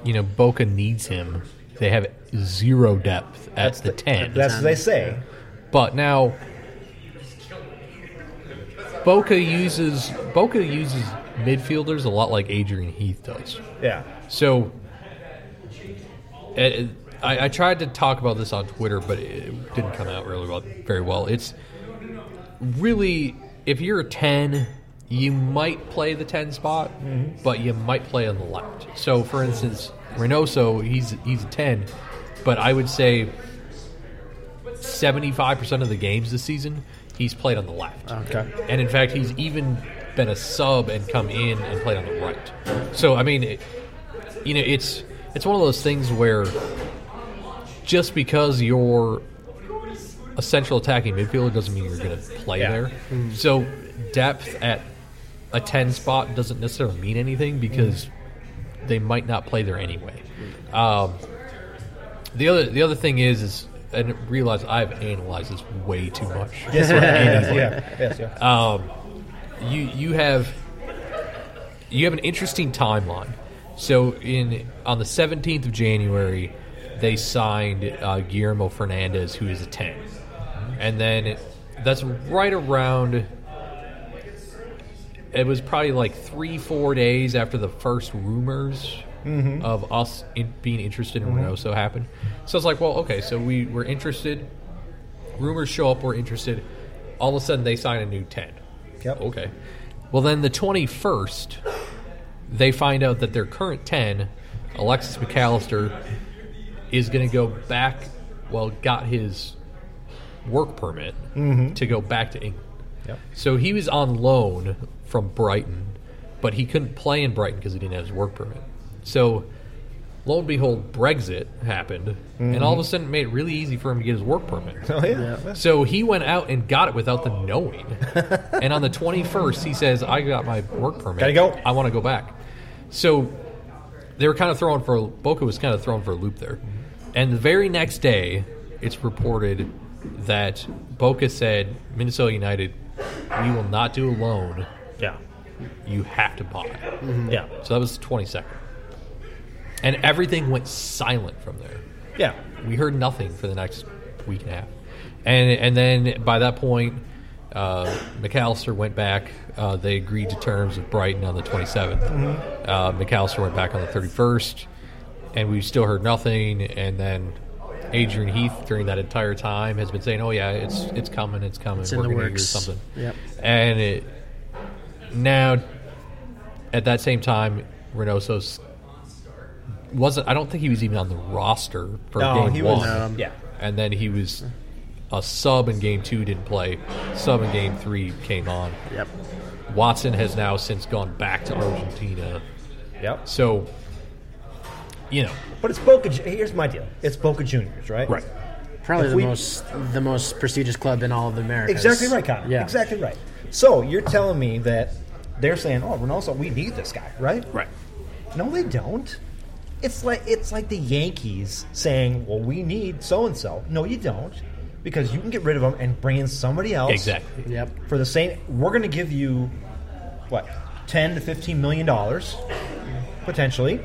C: You know, Boca needs him. They have zero depth at the, ten,
B: That's what they say.
C: but now Boca uses Boca uses midfielders a lot like Adrian Heath does.
B: Yeah.
C: So, eh, I, I tried to talk about this on Twitter, but it didn't come out really well, very well. It's really if you're a ten, you might play the ten spot, but you might play on the left. So, for instance, Reynoso, he's he's a ten, but I would say seventy five percent of the games this season he's played on the left.
B: Okay.
C: And in fact, he's even been a sub and come in and played on the right. So I mean, it, you know, it's it's one of those things where just because you're a central attacking midfielder doesn't mean you're going to play
B: Yeah.
C: there. So depth at a ten spot doesn't necessarily mean anything because they might not play there anyway. Um, the other the other thing is is and realize I've analyzed this way too much.
B: Yes, yeah. yeah. Yes, yeah.
C: Uh, you you have you have an interesting timeline. So in on the seventeenth of January, they signed uh, Guillermo Fernandez, who is a ten, and then it, that's right around. It was probably like three four days after the first rumors of us in, being interested in Reynoso happened. So it's like, well, okay, so we were interested. Rumors show up, we're interested. All of a sudden, they sign a new ten.
B: Yep.
C: Okay. Well, then the 21st, they find out that their current 10, Alexis McAllister, is going to go back, well, got his work permit to go back to England.
B: Mm-hmm. Yep.
C: So he was on loan from Brighton, but he couldn't play in Brighton because he didn't have his work permit. So, lo and behold, Brexit happened, and all of a
B: Mm-hmm.
C: sudden it made it really easy for him to get his work permit.
B: Oh, yeah.
C: So he went out and got it without them knowing. and on the 21st, he says, I got my work permit.
B: Gotta go.
C: I want to go back. So they were kind of thrown for, Boca was kind of thrown for a loop there. And the very next day, it's reported that Boca said, Minnesota United, we will not do a loan.
B: Yeah.
C: You have to buy.
B: Yeah.
C: So that was the 22nd. And everything went silent from there
B: Yeah.
C: we heard nothing for the next week and a half. And and then by that point, uh, McAllister went back. Uh, they agreed to terms with Brighton on the 27th. Uh, McAllister went back on the 31st, and we still heard nothing. And then Adrian Heath during that entire time has been saying, "Oh yeah, it's it's coming, it's coming,
D: It's
C: we're
D: in the
C: gonna do
D: works."
C: something."
D: Yep.
C: And it now at that same time, Reynoso's wasn't. I don't think he was even on the roster for
B: No,
C: game
B: he
C: one.
B: was. um, yeah.
C: and then he was a sub in game two, didn't play. Sub in game three came on.
D: Yep.
C: Watson has now since gone back to Argentina.
B: Yep.
C: So, you know,
B: But it's Boca. Ju- Here's my deal. It's Boca Juniors, right?
C: Right.
D: Probably
B: If
D: the
B: we-
D: most the most prestigious club in all of America.
B: Exactly right, Connor.
D: Yeah.
B: Exactly right. So you're telling me that they're saying, "Oh, Reynoso, we need this guy," right?
D: Right.
B: No, they don't. It's like it's like the Yankees saying, "Well, we need so and so." No, you don't, because you can get rid of them and bring in somebody else.
C: Exactly.
D: Yep.
B: For the same, we're going to give you what ten to fifteen million dollars potentially.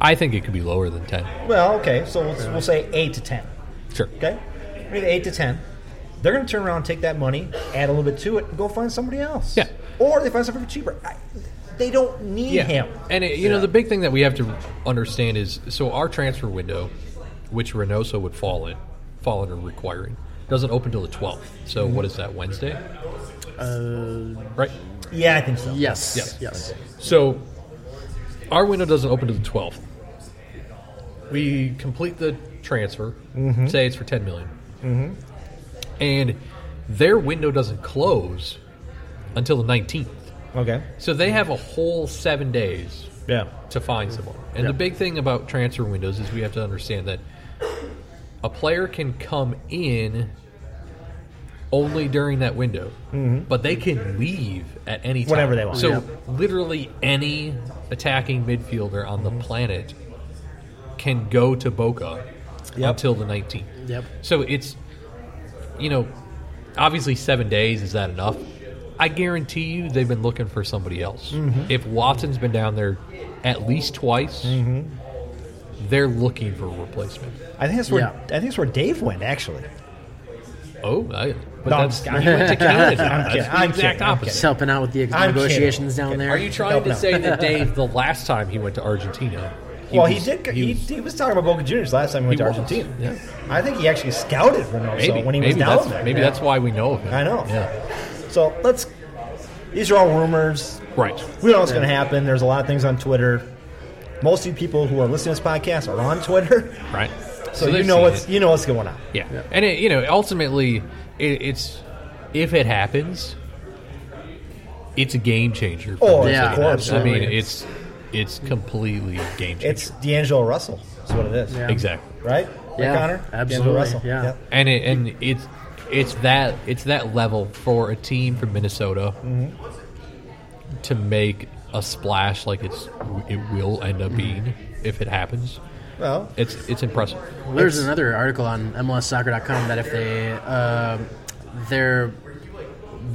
C: I think it could be lower than 10.
B: Well, okay, so we'll, we'll say eight to ten.
C: Sure.
B: Okay, maybe eight to ten. They're going to turn around, and take that money, add a little bit to it, and go find somebody else.
C: Yeah.
B: Or they find somebody cheaper. I, they don't need him.
C: And it, you know the big thing that we have to understand is so our transfer window, which Reynoso would fall in, fall under requiring, doesn't open till the 12th. So what is that Wednesday? Uh, right.
B: Yeah, I think so.
D: Yes.
C: Yes.
D: Yes. yes.
C: So our window doesn't open to the 12th. We complete the transfer. Say it's for 10 Mm-hmm. And their window doesn't close until the 19th.
B: Okay.
C: So they have a whole seven days
B: Yeah.
C: to find someone. And the big thing about transfer windows is we have to understand that a player can come in only during that window, but they can leave at any time.
B: Mm-hmm. Whenever they want.
C: So
B: Yeah.
C: literally any attacking midfielder on the planet can go to Boca
B: Yep.
C: until the 19th.
D: Yep.
C: So it's, you know, obviously seven days is that enough? I guarantee you they've been looking for somebody else.
B: Mm-hmm.
C: If Watson's been down there at least twice,
B: Mm-hmm.
C: they're looking for a replacement.
B: I think that's where
D: Yeah.
B: I think that's where Dave went actually.
C: Oh, I, but
B: No, I'm
C: that's
B: kidding.
C: he went to Canada.
B: I'm
C: That's
B: kidding.
C: the
B: I'm
C: exact
B: kidding. I'm
C: opposite.
D: Just helping out with the
B: I'm
D: negotiations
B: kidding.
D: down
B: Okay.
D: there.
C: Are you trying
B: Nope,
C: to
B: no.
C: say that Dave, the last time he went to Argentina?
B: well,
C: was-
B: he did.
C: he
B: He,
C: was-
B: he was talking about Boca Juniors last time he went
C: He
B: to
C: was,
B: Argentina.
C: yeah.
B: I think he actually scouted Reynoso
C: maybe
B: when he
C: maybe
B: was down
C: that's,
B: there.
C: maybe that's why we know of him.
B: I know.
C: Yeah.
B: So let's. These are all rumors.
C: Right.
B: We don't know what's going to happen. There's a lot of things on Twitter. Most of you people who are listening to this podcast are on Twitter,
C: Right.
B: so, you
C: they've
B: know
C: seen
B: what's
C: it.
B: you know what's going on.
C: Yeah. And it, you know, ultimately, it, it's if it happens, it's a game changer. for
B: Oh,
C: Brazil.
D: yeah,
B: of course.
C: I mean,
D: absolutely.
C: it's it's completely a game changer.
B: It's D'Angelo Russell. That's what it is,
D: Yeah.
C: exactly.
B: right?
D: Yeah,
B: right Connor?
D: absolutely,
B: D'Angelo Russell.
D: yeah.
B: Yep.
C: And it, and it's it's that it's that level for a team from Minnesota to make a splash like it's it will end up being if it happens.
B: Well,
C: It's it's impressive.
D: Well, there's another article on MLSsoccer.com that if they uh, they're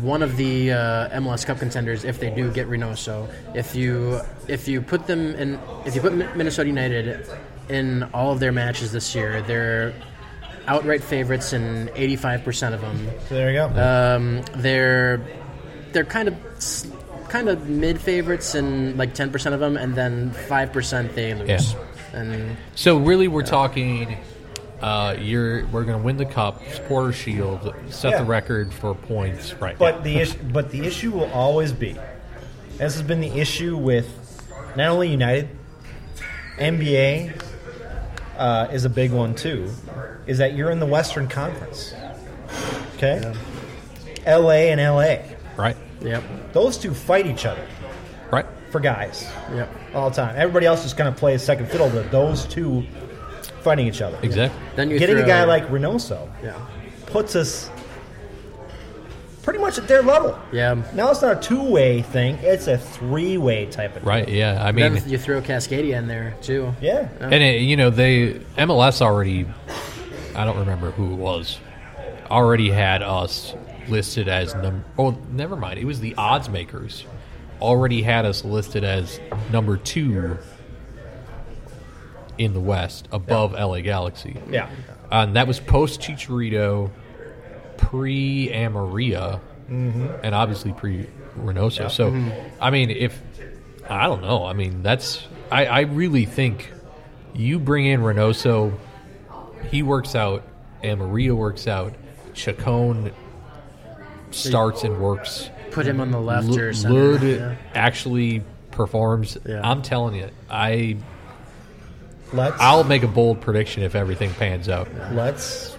D: one of the uh, MLS Cup contenders, if they do get Reynoso, if you if you put them in, if you put Mi- Minnesota United in all of their matches this year, they're outright favorites in 85% of them.
B: so there you go.
D: Um, they're they're kind of s- kind of mid favorites in like 10% of them, and then 5% they lose. And
C: So really, we're talking. Uh, you're we're going to win the cup, supporter shield, set
B: Yeah.
C: the record for points, right?
B: But the issue, but the issue will always be. This has been the issue with not only United, NBA uh, is a big one too. Is that you're in the Western Conference? Okay, LA and LA.
C: right,
D: yep,
B: Those two fight each other
C: right,
B: for guys
D: yep.
B: all the time. Everybody else just kind of plays second fiddle, but those two fighting each other.
C: exactly.
D: Then you
B: Getting a
D: throw-
B: guy like Reynoso
D: yeah,
B: puts us pretty much at their level.
D: yeah.
B: Now it's not a two-way thing; it's a three-way type of
C: Right, yeah. I mean,
D: Then you throw Cascadia in there too.
B: Yeah,
C: and it, you know they MLS already. I don't remember who it was. Already had us listed as number. Oh, never mind. It was the odds makers. Already had us listed as number two in the West, above LA Galaxy.
B: yeah.
C: Um, that was post Chicharito, pre Amaria, and obviously pre Reynoso. So,
D: Mm-hmm.
C: I mean, if I don't know, I mean, that's I, I really think you bring in Reynoso, he works out, Amaria works out, Chacon starts and works.
D: Put him on the left or
C: L-
D: center.
C: Lud
D: yeah.
C: actually performs.
D: Yeah.
C: I'm telling you, I
B: Let's
C: I'll make a bold prediction if everything pans out.
B: let's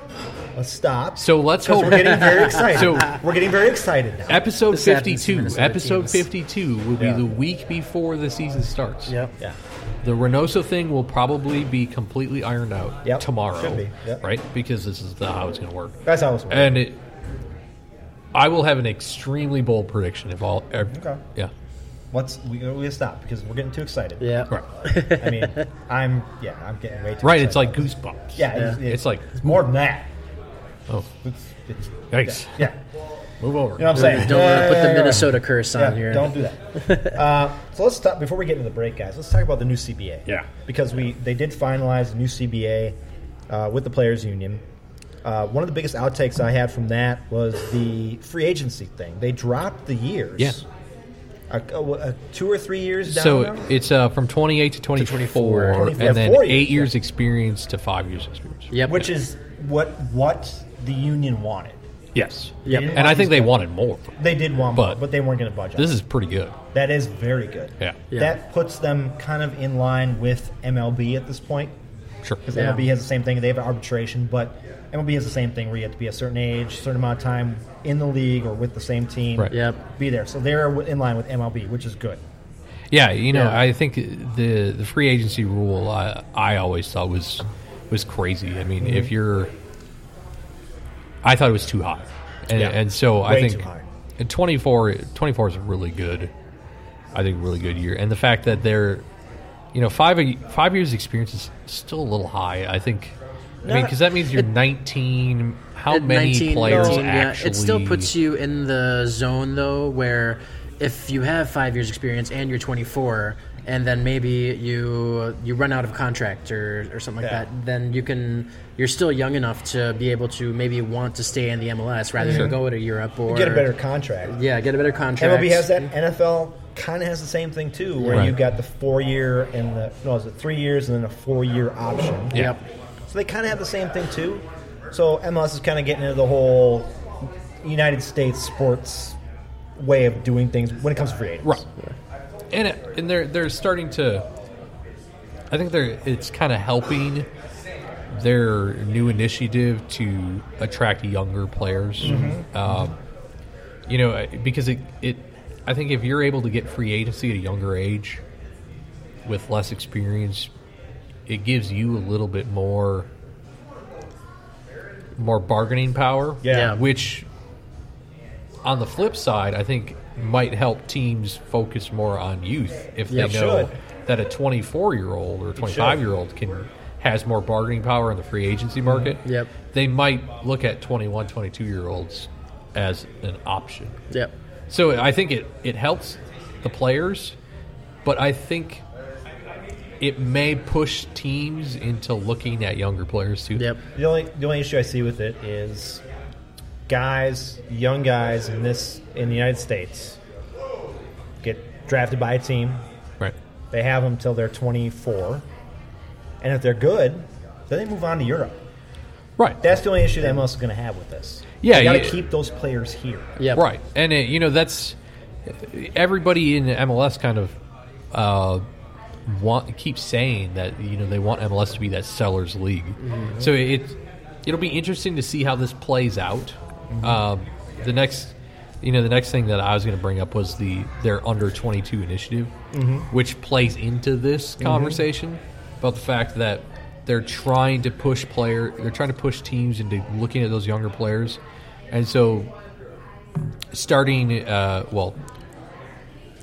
B: let's stop.
C: So let's
B: 'Cause
C: hope
B: we're getting very excited.
C: So-
B: we're getting very excited now.
C: Episode
D: sadness of
C: 52.
D: Minnesota
C: Episode
D: teams.
C: 52 will be
B: Yeah.
C: the week before the season starts.
D: Yep.
B: Yeah,
C: The Reynoso thing will probably be completely ironed out
B: Yep,
C: tomorrow,
B: should be, yep.
C: right? Because this is the, how it's going to work.
B: That's how it's working.
C: And it, I will have an extremely bold prediction if all. ev-
B: Okay.
C: Yeah.
B: Let's we we gotta stop because we're getting too excited.
D: Yeah.
C: Right.
B: I mean, I'm yeah, I'm getting way too
C: Right. It's
B: excited.
C: like goosebumps.
B: yeah, It's,
C: It's like
B: it's more than that.
C: oh,
B: It's- it's-
C: yikes!
B: yeah,
C: Move over.
B: you know what I'm saying.
D: Don't want to put the
B: Yeah,
D: Minnesota curse on
B: yeah,
D: here.
B: Don't do that. uh, so let's talk before we get into the break, guys. Let's talk about the new CBA.
C: Yeah.
B: because we they did finalize the new CBA uh, with the players' union. Uh, one of the biggest outtakes I had from that was the free agency thing. They dropped the years.
C: Yeah.
B: A, a, a two or three years down.
C: So
B: now?
C: it's uh, from 28 to 2024,
B: 24.
C: and then
B: Four years,
C: eight years
B: yeah.
C: experience to five years experience.
D: Yep.
B: which is what what the union wanted.
C: Yes.
D: Yep.
C: And I think they wanted more.
B: They did want,
C: But-
B: more, but they weren't going to budge. on
C: This
B: it.
C: is pretty good.
B: that is very good.
C: Yeah.
D: Yeah.
B: That puts them kind of in line with MLB at this point
C: Sure.
B: because
D: Yeah.
B: MLB has the same thing. They have arbitration, but MLB has the same thing where you have to be a certain age, certain amount of time in the league or with the same team.
C: Right.
D: Yep.
B: Be there. So they're w- in line with MLB, which is good.
C: Yeah, you know,
D: Yeah.
C: I think the the free agency rule I I always thought was was crazy. I mean,
D: Mm-hmm.
C: if you're I thought it was too high. And,
B: Yeah.
C: and so I
B: Way
C: think
B: too high.
C: at 24 24 is a really good I think really good year. And the fact that they're you know, 5 a- 5 years experience is still a little high. I think I mean,
B: Not-
C: because that means you're 19. How
D: At
C: many
D: 19,
C: players
D: 19, yeah,
C: actually?
D: it still puts you in the zone though, where if you have five years experience and you're 24, and then maybe you you run out of contract or, or something like
B: Yeah.
D: that, then you can you're still young enough to be able to maybe want to stay in the MLS rather than go to Europe or
B: You get a better contract.
D: yeah get a better contract.
B: MLB has that. NFL kind of has the same thing too, where
C: Right.
B: you've got the four year and the no, is it three years and then a four year option.
C: Yeah.
D: Yep.
B: So they kind of have the same thing too. So MLS is kind of getting into the whole United States sports way of doing things when it comes to free agents.
C: Right. And it, and they're they're starting to. I think they're it's kind of helping their new initiative to attract younger players. Um, you know, uh, because it it I think if you're able to get free agency at a younger age with less experience, it gives you a little bit more more bargaining power.
D: Yeah.
C: Which, on the flip side, I think might help teams focus more on youth if
D: Yep.
C: they know
B: Should.
C: that a 24 year old or 25 year old can has more bargaining power in the free agency market.
D: Mm-hmm. Yep.
C: They might look at 21, 22 year olds as an option.
D: Yep.
C: So I think it, it helps the players, but I think it may push teams into looking at younger players too.
D: Yep.
B: The only the only issue I see with it is guys, young guys in this in the United States get drafted by a team.
C: Right.
B: They have them till they're 24, and if they're good, then they move on to Europe.
C: Right.
B: That's the only issue that MLS is going to have with this.
C: Yeah,
B: you got to
C: you-
B: keep those players here.
D: Yep.
C: Right. And, it, you know, that's everybody in MLS kind of uh, want keeps saying that, you know, they want MLS to be that seller's league. So it, it'll be interesting to see how this plays out. Um, the next. You know, the next thing that I was going to bring up was the their under twenty two initiative, which plays into this conversation about the fact that they're trying to push player, they're trying to push teams into looking at those younger players, and so starting uh, well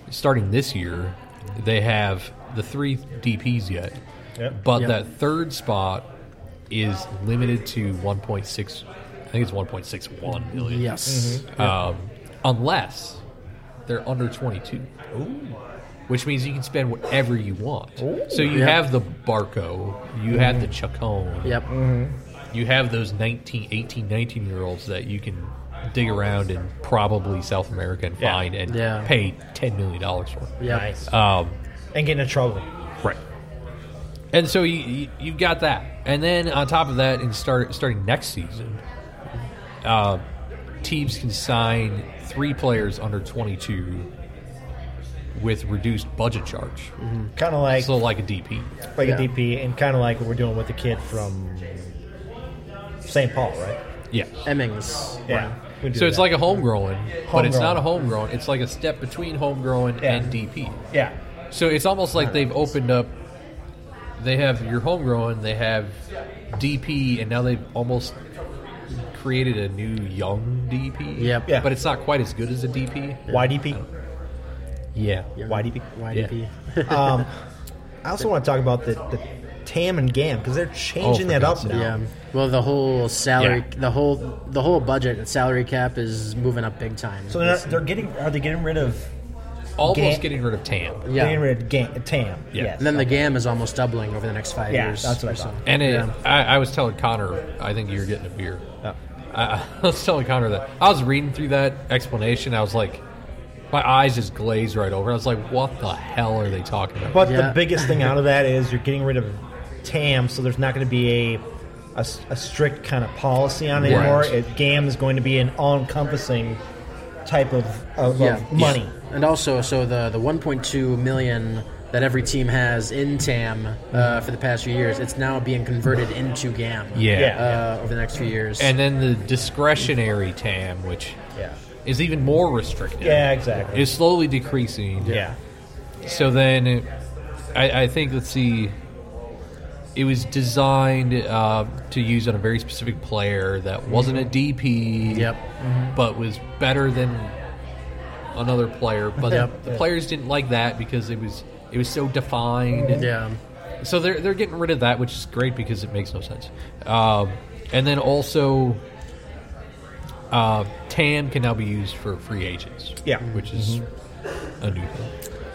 C: starting this year they have the three dps yet
B: Yep.
C: but
D: Yep.
C: that third spot is limited to 1.6 i think it's 1.61 million
D: Yes.
C: um, unless they're under 22 which means you can spend whatever you want so you
D: Yep.
C: have the barco you have the chacon
D: Yep.
C: you have those 19 18 19 year olds that you can dig around in probably south america and
B: Yeah.
C: find and
D: Yeah.
C: pay 10 million dollars for
D: Yep.
B: Nice.
C: um,
B: and get into trouble.
C: right and so you, you you've got that and then on top of that in start starting next season uh, teams can sign three players under 22 with reduced budget charge
B: Kind of like
C: so like a dp
B: like
D: Yeah.
B: a DP, and kind of like what we're doing with the kid from St. Paul, right?
C: yeah
D: Emmings.
B: Yeah. we do
C: so it's
B: that.
C: like a homegrown, but it's
B: Homegrown.
C: not a homegrown. It's like a step between homegrown
B: Yeah.
C: and DP.
B: yeah,
C: So it's almost like they've opened up they have your homegrown, they have DP, and now they've almost created a new young DP.
D: Yep.
B: Yeah.
C: But it's not quite as good as a DP.
B: YDP.
C: Yeah.
B: YDP.
D: YDP.
B: Um, I also want to talk about the, the Tam and Gam because they're changing
C: Oh, for
B: that
C: God's
B: up
C: sake.
B: now.
D: Yeah. Well, the whole salary,
C: Yeah.
D: the whole the whole budget and salary cap is moving up big time.
B: So they're, not, they're getting are they getting rid of
C: Almost
B: Ga-
C: getting rid of Tam.
B: they're
D: yeah.
B: getting rid of Gam, Tam?
C: Yeah.
B: Yes.
D: And then the GAM is almost doubling over the next five
B: Yeah,
D: years.
B: that's what I
D: or so.
B: thought.
C: And it,
D: Yeah.
C: I, I was telling Connor, I think you're getting a beer.
B: Yeah.
C: I, I was telling Connor that I was reading through that explanation. I was like, my eyes just glazed right over. I was like, what the hell are they talking about?
B: But
D: Yeah.
B: the biggest thing out of that is you're getting rid of TAM, so there's not going to be a, a s- a strict kind of policy on it
C: Right.
B: anymore. It, GAM is going to be an all-encompassing type of, of,
D: Yeah.
B: of money.
D: And also, so the the 1.2 million that every team has in TAM uh, for the past few years, it's now being converted into GAM.
C: Mm-hmm. yeah.
B: Yeah.
D: Uh, over the next few years.
C: And then the discretionary TAM, which
B: Yeah.
C: is even more restrictive,
B: Yeah, exactly.
C: is slowly decreasing.
B: yeah.
C: So then, it, I, I think let's see. It was designed uh, to use on a very specific player that wasn't a DP,
D: Mm-hmm. Yep. Mm-hmm.
C: but was better than another player. But
D: Yep.
C: the players didn't like that because it was it was so defined. and-
D: yeah.
C: so they're they're getting rid of that, which is great because it makes no sense. Um, and then also, uh, TAM can now be used for free agents.
B: Yeah.
C: which is
D: Mm-hmm.
C: a new thing,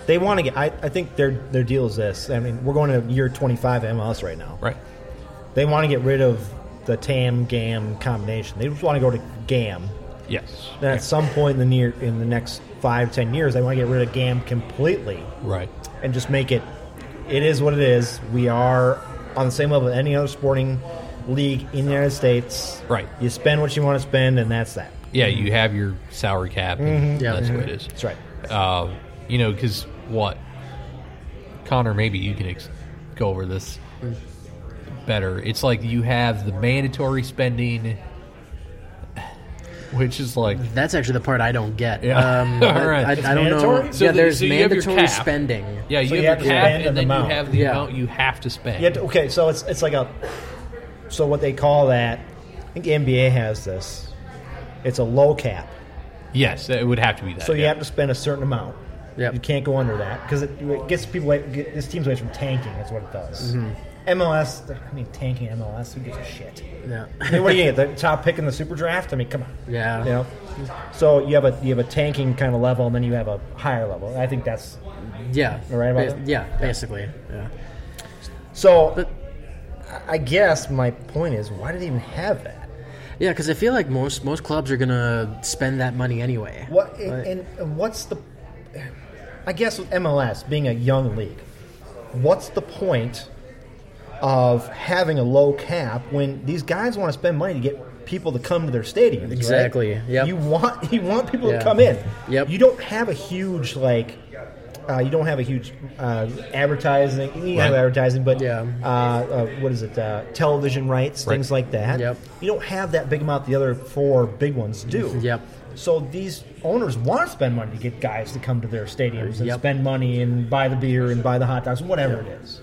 B: They want to get. I, I think their their deal is this. I mean, we're going to year 25 MLS right now.
C: right?
B: They want to get rid of the TAM GAM combination. They just want to go to GAM.
C: Yes,
B: Then at some point in the near in the next five ten years, they want to get rid of GAM completely.
C: right.
B: and just make it it is what it is. We are on the same level as any other sporting league in the United States.
C: Right.
B: You spend what you want to spend and that's that.
C: Yeah, you have your salary cap. and
B: Mm-hmm.
D: Yeah.
C: that's what it is.
B: That's right.
C: Um, you know, because what, Connor? Maybe you can ex- go over this better. It's like you have the mandatory spending, which is like
D: That's actually the part I don't get.
C: Yeah.
D: Um,
C: All right.
D: I, I,
C: It's
D: I don't know.
B: mandatory?
C: So
D: yeah,
C: the-
D: there's
C: so you have your
D: mandatory
C: cap.
D: spending.
C: Yeah, you,
B: So
C: have,
B: you have
C: the
B: to
C: cap,
B: spend
C: and
B: an
C: then
B: amount.
C: you have the
D: Yeah.
C: amount you have to spend.
B: You have to, okay, so it's it's like a so what they call that I think the NBA has this. It's a low cap.
C: yes, it would have to be that.
B: So you
C: yeah.
B: have to spend a certain amount.
D: Yep.
B: You can't go under that because it, it gets people away, get this team's away from tanking. That's what it does. MLS, I mean, tanking MLS, who gives a shit?
D: Yeah.
B: I mean, what do you get? The top pick in the super draft? I mean, come on.
D: Yeah.
B: You know? So you have a you have a tanking kind of level, and then you have a higher level. I think that's
D: Yeah.
B: Am I right about
D: Ba-
B: that?
D: yeah, basically. Yeah.
B: so.
D: But-
B: I guess my point is, why did they even have that?
D: Yeah, because I feel like most most clubs are gonna spend that money anyway.
B: What and, and what's the? I guess with MLS being a young league, what's the point of having a low cap when these guys want to spend money to get people to come to their stadium?
D: Exactly,
B: Right?
D: yep.
B: You want you want people
D: Yeah.
B: to come in.
D: Yep.
B: You don't have a huge like. Uh, you don't have a huge uh, advertising, you have
C: Right.
B: advertising, but
D: Yeah.
B: uh, uh, what is it? Uh, television rights,
C: Right.
B: things like that.
D: Yep.
B: You don't have that big amount the other four big ones do.
D: Yep.
B: So these owners want to spend money to get guys to come to their stadiums and
D: Yep.
B: spend money and buy the beer and buy the hot dogs, whatever it is.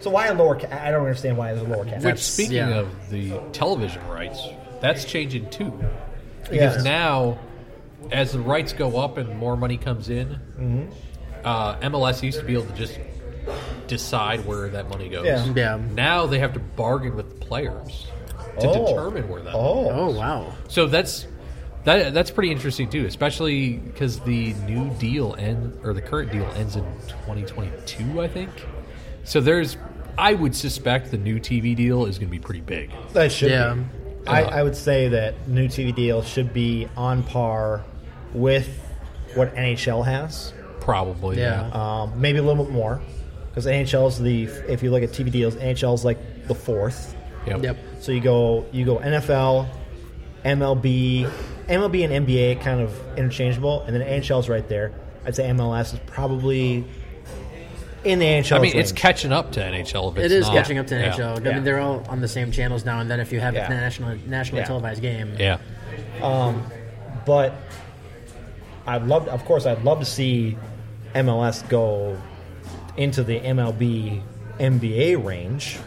B: So why a lower cap? I don't understand why there's a lower cap.
C: Which,
D: That's-
C: speaking
D: yeah.
C: of the television rights, that's changing too.
B: Yes.
C: Because now, as the rights go up and more money comes in,
B: Mm-hmm.
C: uh, MLS used to be able to just decide where that money goes.
B: Yeah.
D: Yeah.
C: Now they have to bargain with the players to
B: Oh.
C: determine where that.
B: oh,
D: Oh wow.
C: So that's that. That's pretty interesting too, especially because the new deal end or the current deal ends in 2022, I think. So there's, I would suspect the new TV deal is going to be pretty big.
B: that should.
D: Yeah.
B: Be. I, I would say that new TV deal should be on par with what NHL has,
C: Probably, yeah.
D: Yeah.
B: um, maybe a little bit more, because NHL's the if you look at TV deals, NHL's like the fourth.
C: Yep.
D: Yep.
B: So you go you go NFL, MLB, MLB and NBA kind of interchangeable, and then NHL's right there. I'd say MLS is probably in the NHL.
C: I mean, it's catching up to NHL. If it's
D: It is
C: not.
D: catching up to
C: Yeah.
D: NHL. I
B: Yeah.
D: mean, they're all on the same channels now. And then if you have
B: Yeah.
D: a national nationally
B: Yeah.
D: televised game,
C: Yeah.
B: but I'd love, of course, I'd love to see MLS go into the MLB NBA range,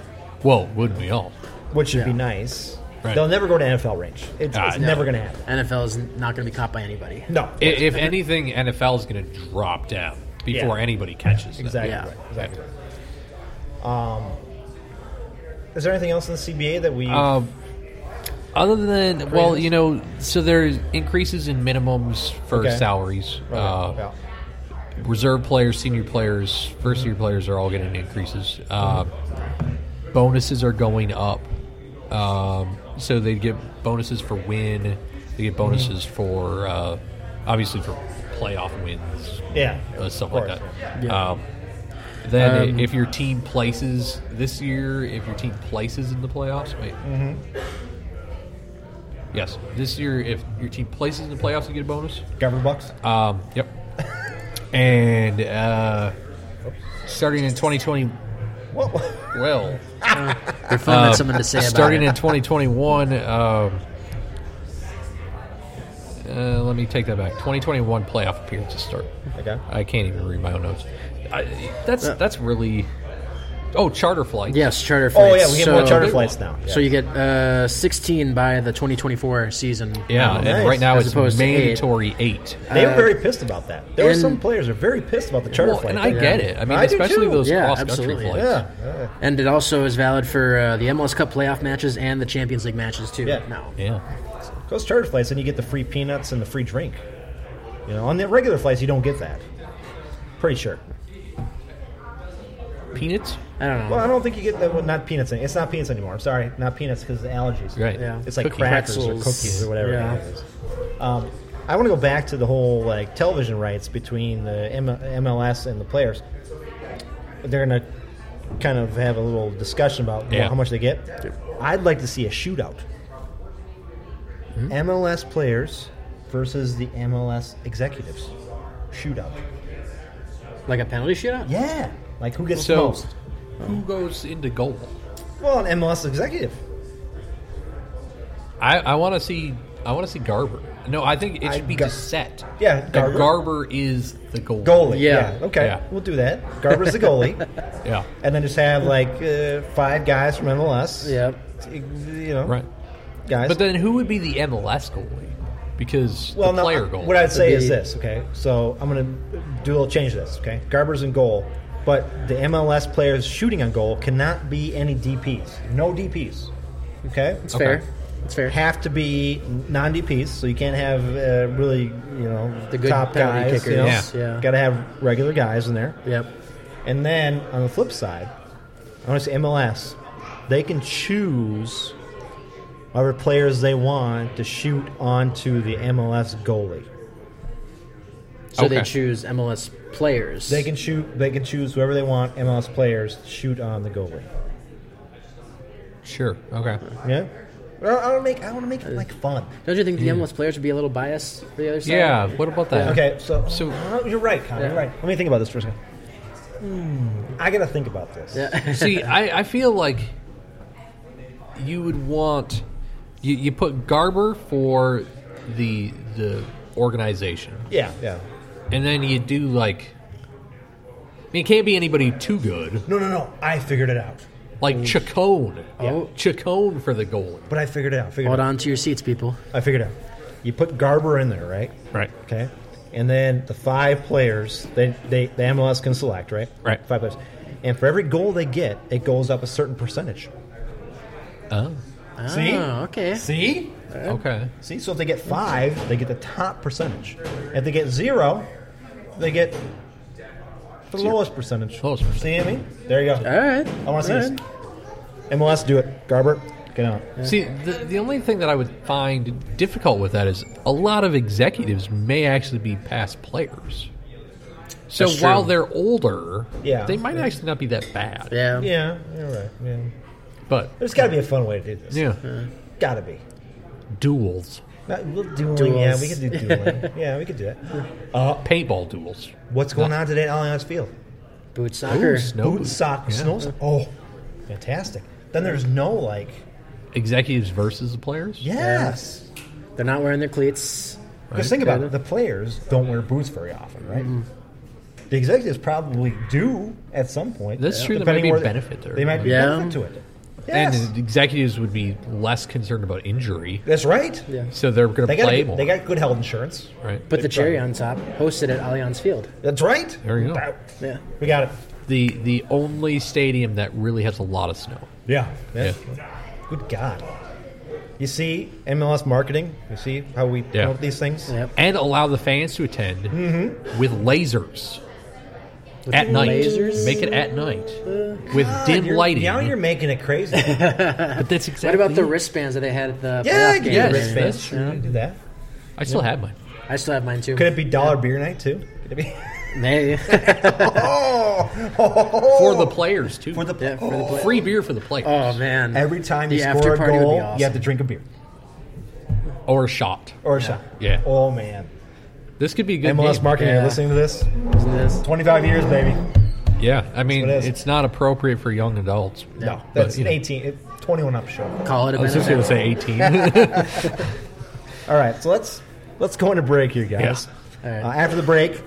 C: Well, would we all?
B: which would be nice.
C: Right.
B: They'll never go to NFL range. It's,
C: Ah,
B: it's
C: no.
B: never going to happen.
D: NFL is not going to be caught by anybody.
B: No.
C: I- If anything, NFL is going to drop down before
B: Yeah.
C: anybody catches them.
B: exactly.
D: Yeah.
B: Right, exactly. Right. Um, is there anything else in the CBA that we?
C: Um, other than well, you know, so there's increases in minimums for
B: Okay.
C: salaries.
B: Okay,
C: Uh,
B: yeah.
C: Reserve players, senior players, first year players are all getting increases. Uh, bonuses are going up. Um, so they get bonuses for win. They get bonuses
B: Mm-hmm.
C: for uh, obviously for playoff wins,
B: yeah.
C: uh, stuff
B: Of
C: like that.
B: course, Um,
C: Um, then if your team places this year, if your team places in the playoffs, wait.
B: Mm-hmm.
C: Yes, this year if your team places in the playoffs, you get a bonus.
B: Governor Bucks.
C: Um, yep. and uh, starting in 2020,
B: Whoa.
C: well,
D: They're fun
C: uh,
D: that's something to say about
C: starting
D: it.
C: in 2021. Um, uh, let me take that back. 2021 playoff appearances start.
B: Okay.
C: I can't even read my own notes. I, that's that's really. Oh, charter flight.
D: yes, charter flights.
B: Oh yeah, we get
D: so,
B: more charter
C: big
B: flights
C: one.
B: now. Yeah.
D: So you get uh, 16 by the 2024 season.
C: Yeah, and
B: nice.
C: right now
D: As
C: it's
D: opposed to eight.
C: mandatory eight.
B: they were very pissed about that. There were
D: and-
B: some players who were very pissed about the charter
C: uh, Well,
B: flight.
C: and I
B: thing.
C: get it. I mean,
B: I do
C: especially
B: too.
C: those
D: Yeah,
C: cross country
D: absolutely.
C: flights.
B: yeah. yeah.
D: And it also is valid for uh, the MLS Cup playoff matches and the Champions League matches too.
B: Yeah.
D: Now,
C: Yeah.
B: Those charter flights, and you get the free peanuts and the free drink. You know, on the regular flights, you don't get that. Pretty sure.
C: Peanuts.
D: I don't know.
B: Well, I don't think you get that. Well, not peanuts. any- It's not peanuts anymore. I'm sorry, not peanuts because the allergies.
C: Right.
D: Yeah.
B: It's like
C: Cookie
B: crackers or
D: pretzels.
B: cookies or whatever.
D: Yeah.
B: It is. Um, I want to go back to the whole like television rights between the M- MLS and the players. They're gonna kind of have a little discussion about
C: Yeah.
B: how much they get. I'd like to see a shootout. Hmm? MLS players versus the MLS executives. Shootout.
D: like a penalty shootout.
B: Yeah. Like who gets the
C: So,
B: most?
C: who goes into goal?
B: Well, an MLS executive.
C: I, I want to see. I want to see Garber. No, I think it
B: I
C: should be
B: got-
C: just set.
B: Yeah,
C: That
B: Garber.
C: Garber. is the goal.
B: Goalie.
D: Yeah.
B: Yeah. Okay.
C: Yeah.
B: We'll do that. Garber's the goalie.
C: Yeah.
B: and then just have like uh, five guys from MLS.
D: Yep.
B: you know,
C: Right.
B: guys.
C: But then who would be the MLS goalie? Because
B: well,
C: the
B: no,
C: player
B: I-
C: goalie.
B: what I'd say
D: It'd
B: is
D: be-
B: this. Okay, so I'm gonna do a little change to this. Okay, Garber's in goal, but the MLS players shooting on goal cannot be any DPS. No DPS. Okay,
D: It's fair. It's fair.
B: have to be non DPS, so you can't have uh, really you know
D: The good
B: top
D: penalty
B: guys. You know?
D: kickers, Yeah. yeah.
B: got to have regular guys in there.
D: Yep.
B: And then on the flip side, I want to say MLS, they can choose whatever players they want to shoot onto the MLS goalie.
D: So they
C: Okay.
D: choose MLS players.
B: They can shoot. They can choose whoever they want. MLS players to shoot on the goalie.
C: Sure. Okay.
B: Yeah. Well, I want to make. I want to make it like fun.
D: Don't you think the MLS players would be a little biased for the other side?
C: Yeah. What about that?
B: Okay, so,
C: So-
B: Uh, you're right, Connor. You're right. Let me think about this for a second. Hmm, I gotta think about this.
D: Yeah.
C: See, I, I feel like you would want you, you put Garber for the the organization,
B: Yeah, yeah.
C: and then you do like. I mean, it can't be anybody too good.
B: No, no, no. I figured it out.
C: Like
B: Mm.
C: Chacon,
D: Oh.
C: Chacon for the goalie,
B: But I figured it out. Figured
D: Hold
B: it
D: on to your seats, people.
B: out. I figured it out. You put Garber in there, right?
C: right?
B: Okay. And then the five players they, they the MLS can select, right?
C: Right.
B: Five players. And for every goal they get, it goes up a certain percentage.
C: Oh,
B: See?
D: Oh, okay.
B: See?
C: okay.
B: See? So if they get five, they get the top percentage. If they get zero, they get the lowest percentage.
C: Lowest percentage.
B: See what I mean? There you
D: All
B: go.
D: right.
B: I want to see
D: All
B: this.
D: right.
B: MLS, do it. Garber, get on.
C: See, the, the only thing that I would find difficult with that is a lot of executives may actually be past players. So
D: That's true.
C: while they're older,
B: Yeah.
C: they might actually not be that bad.
D: Yeah.
B: Yeah, you're right. Yeah.
C: But
B: There's got to be a fun way to do this.
C: yeah,
B: Got to be.
C: duels,
B: Not- We'll dueling. Yeah,
D: Duels.
B: we could do dueling. yeah, we could do that.
C: paintball duels,
B: What's going on today at Allianz Field?
D: Boot soccer.
C: snow
B: boot sock
C: Yeah.
B: snow sock. Oh, fantastic. Then there's no like
C: executives versus the players.
B: yes.
D: They're not wearing their cleats.
C: Mm-hmm.
B: Because think about it, the players don't wear boots very often, right? The executives probably do at some point.
C: That's
B: yeah.
C: true, there
B: Depending
C: might be
B: where they-
C: benefit there.
B: They might be
D: Yeah.
B: benefit to it.
C: And
B: Yes.
C: the executives would be less concerned about injury,
B: that's right. Yeah.
C: so they're going
B: They
C: to
B: got
C: play
B: a,
C: more.
B: they got good health insurance.
C: right.
D: Put the cherry on top. Hosted at Allianz Field.
B: That's right.
C: There you go.
B: Wow.
D: Yeah.
B: We got it.
C: the the only stadium that really has a lot of snow.
B: Yeah.
C: Yeah.
B: Good God. You see MLS marketing. You see how we
C: Yeah.
B: promote these things.
D: Yep.
C: And allow the fans to attend
B: Mm-hmm.
C: with lasers at night.
D: lasers?
C: Make it at night with dim
B: Uh, You're-
C: lighting.
B: Now you're making it crazy.
C: but that's exactly.
D: What about the wristbands that they had at the
B: yeah,
D: playoff
B: you
D: game?
B: get
C: yes,
B: a wristband.
C: that's true.
B: You can Do that.
C: I still have mine.
D: I still have mine too.
B: Could it be dollar beer night too? Could it be?
D: Maybe.
B: oh,
C: For the players too.
B: for the
D: Yeah, for the play-
C: free beer for the players
D: oh man.
B: every time
D: the
B: you
D: after
B: score a
D: party would be
B: goal,
D: awesome.
B: you have to drink a beer
C: or a shot.
B: or a shot.
C: Yeah.
B: Oh man,
C: This could be a good
B: MLS
C: game.
B: marketing. Are you
D: Yeah.
B: listening to this?
D: This-
B: 25 years, baby.
C: Yeah, I mean
B: what it is.
C: it's not appropriate for young adults.
B: No,
C: But,
B: that's
C: you know.
B: 18, it, 21 up show.
D: Call it a
C: I was just going to
D: benefit.
C: say eighteen.
B: All right, so let's let's go into break here, guys.
D: Yeah. All right.
B: Uh, after the break,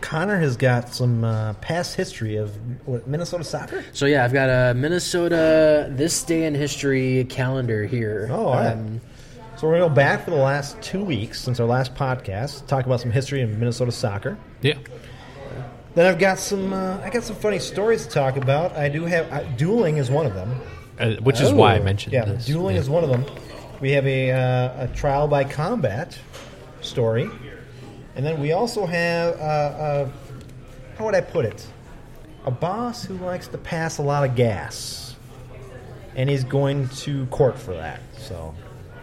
B: Connor has got some uh, past history of what, Minnesota soccer.
D: So yeah, I've got a Minnesota this day in history calendar here. Um,
B: Oh, all right. so we're going to go back for the last two weeks since our last podcast, talk about some history in Minnesota soccer.
C: yeah,
B: Then I've got some uh, I got some funny stories to talk about. I do have uh, dueling is one of them.
C: Uh, which is why I mentioned
B: Oh, yeah,
C: this.
B: dueling
C: Yeah.
B: is one of them. We have a, uh, a trial by combat story, and then we also have uh, uh, how would I put it? A boss who likes to pass a lot of gas, and he's going to court for that. So,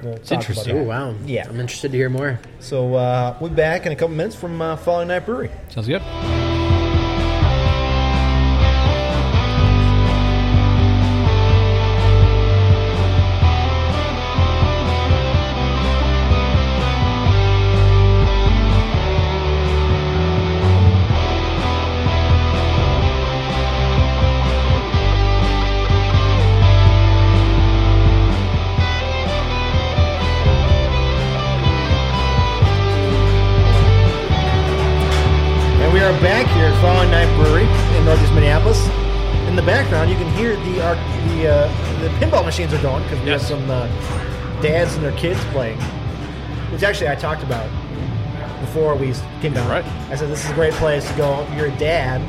B: we'll talk about
C: interesting.
B: that.
D: Oh wow.
B: Yeah.
D: I'm interested to hear more.
B: So uh, we'll be back in a couple minutes from uh, Falling Night Brewery.
C: Sounds good.
B: And we are back here at Fallen Knife Brewery in Northeast Minneapolis. In the background, you can hear the arc the uh, the pinball machines are going because we
C: Yes.
B: have some uh, dads and their kids playing, which actually I talked about before we came down.
C: Right.
B: I said this is a great place to go. If you're a dad,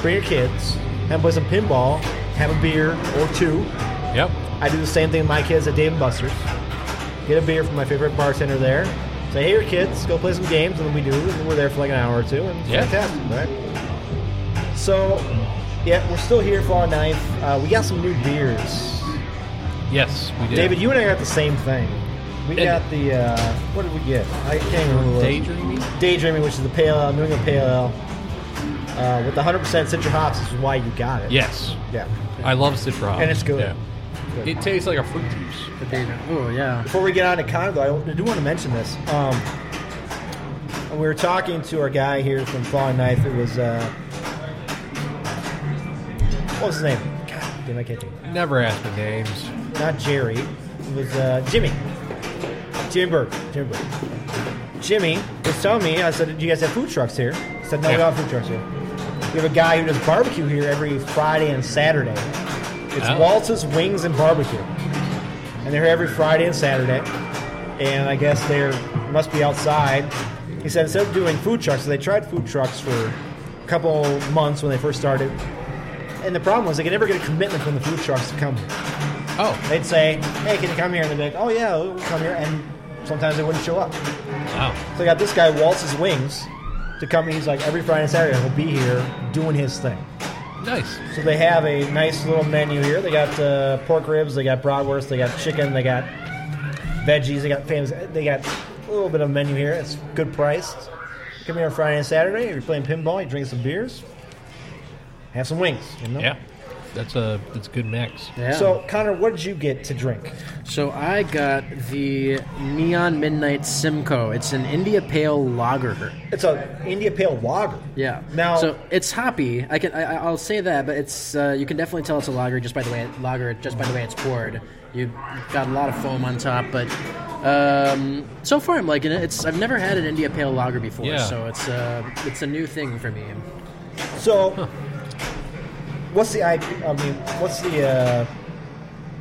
B: bring your kids, have them play some pinball, have a beer or two.
C: Yep.
B: I do the same thing with my kids at Dave and Buster's. Get a beer from my favorite bartender there. Say, hey, your kids, go play some games, and then we do, and then we're there for like an hour or two, and it's
C: Yeah.
B: fantastic, right? So, yeah, we're still here for our ninth. Uh, we got some new beers.
C: Yes, we did.
B: David, you and I got the same thing. We
C: And-
B: got the, uh, what did we get? I can't even remember. what it was.
C: daydreaming.
B: Daydreaming, which is the pale ale, New England pale ale, uh, with 100% citra hops, is why you got it.
C: Yes,
B: Yeah.
C: I love Citra,
B: And it's good. Good.
C: It tastes like a fruit juice.
D: But they- oh yeah.
B: Before we get on to Connor, though, I do want to mention this. Um, we were talking to our guy here from Fallen Knife. It was uh, what was his name? God damn, I can't think.
C: Never ask me names.
B: Not Jerry. It was uh, Jimmy. Jimmy Burke. Jimmy Burke. Jimmy was telling me. I said, "Do you guys have food trucks here?" He said, "No, we
C: Yeah.
B: don't have food trucks here. We have a guy who does barbecue here every Friday and Saturday. It's
C: Oh.
B: Waltz's Wings and Barbecue." and they're here every Friday and Saturday. And I guess they must be outside. He said instead of doing food trucks, so they tried food trucks for a couple months when they first started. And the problem was they could never get a commitment from the food trucks to come.
C: Oh,
B: They'd say, "Hey, can you come here?" And they'd be like, "Oh yeah, we'll come here." And sometimes they wouldn't show up.
C: wow.
B: So I got this guy Waltz's Wings to come. and He's like every Friday and Saturday he'll be here doing his thing.
C: Nice.
B: So they have a nice little menu here. They got uh, pork ribs, they got bratwurst, they got chicken, they got veggies, they got famous, they got a little bit of menu here. It's good priced. Come here on Friday and Saturday. If you're playing pinball, you drink some beers, have some wings. You know?
C: Yeah, that's a that's a good mix.
D: Yeah.
B: So Connor, what did you get to drink?
D: So I got the Neon Midnight Simcoe. It's an India Pale Lager.
B: It's a India Pale Lager.
D: Yeah.
B: Now,
D: so it's hoppy. I can I, I'll say that, but it's uh, you can definitely tell it's a lager just by the way lager just by the way it's poured. You've got a lot of foam on top, but um, so far I'm liking it. It's I've never had an India Pale Lager before,
C: Yeah.
D: so it's uh, it's a new thing for me.
B: So, what's the I, I mean, what's the uh,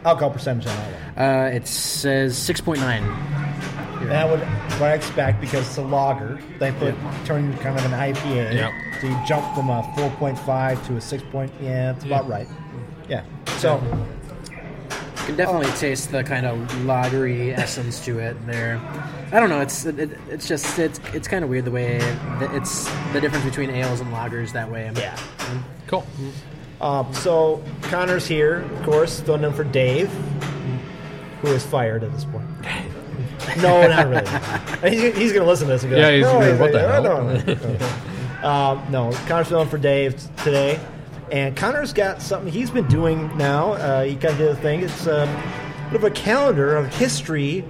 B: alcohol percentage on that one?
D: Uh, it says six point nine.
B: That would what I expect because it's a lager. They put turn into kind of an IPA.
C: Yeah.
B: So you jump from a 4.5 to a 6. Point, yeah, that's about
C: Yeah.
B: right. Yeah. So
D: You can definitely taste the kind of lagery essence to it there. I don't know. It's it, it- it's just it's it's kind of weird the way that it's the difference between ales and lagers that way.
B: yeah.
C: Cool.
B: Um, so Connor's here, of course, filling in for Dave, who is fired at this point. no, not really. He's, he's going to listen to this and "Oh, go,
C: Yeah, he's
B: no,
C: gonna be like, "What the
B: no, no." um, no, Connor's filling for Dave t- today. And Connor's got something he's been doing now. Uh, he kind of did a thing. It's um, a bit of a calendar of history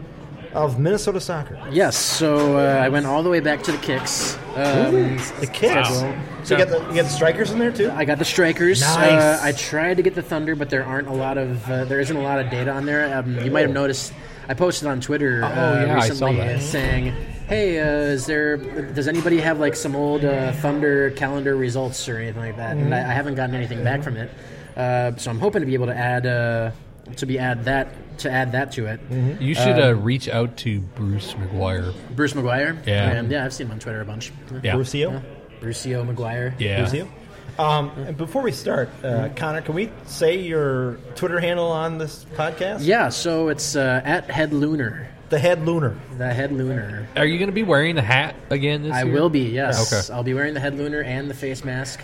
B: of Minnesota soccer.
D: Yes. So uh, I went all the way back to the kicks. Um,
B: The kicks.
C: Wow.
B: So you got, the, you got the strikers in there, too?
D: I got the strikers.
B: Nice.
D: Uh, I tried to get the Thunder, but there aren't a lot of uh, there isn't a lot of data on there. Um, you might have noticed I posted on Twitter uh,
C: Oh. yeah, I saw
D: recently
C: that.
D: saying, "Hey, uh, is there? Does anybody have like some old uh, Thunder calendar results or anything like that?" And I,
C: Mm-hmm.
D: I haven't gotten anything back from it, uh, so I'm hoping to be able to add uh, to be add that to add that to it.
C: You should uh,
B: Um,
C: reach out to Bruce McGuire.
D: Bruce McGuire.
C: Yeah.
D: Um, yeah, I've seen him on Twitter a bunch.
C: Yeah.
B: Ruscio?
D: Brucio McGuire.
C: Yeah.
B: Here's you. Um, and before we start, uh, Connor, can we say your Twitter handle on this podcast?
D: Yeah, so it's uh, at Head Lunar.
B: The Head Lunar.
D: The Head Lunar.
C: Are you going to be wearing the hat again this
D: I
C: year?
D: will be, yes.
C: Okay.
D: I'll be wearing the head lunar and the face mask.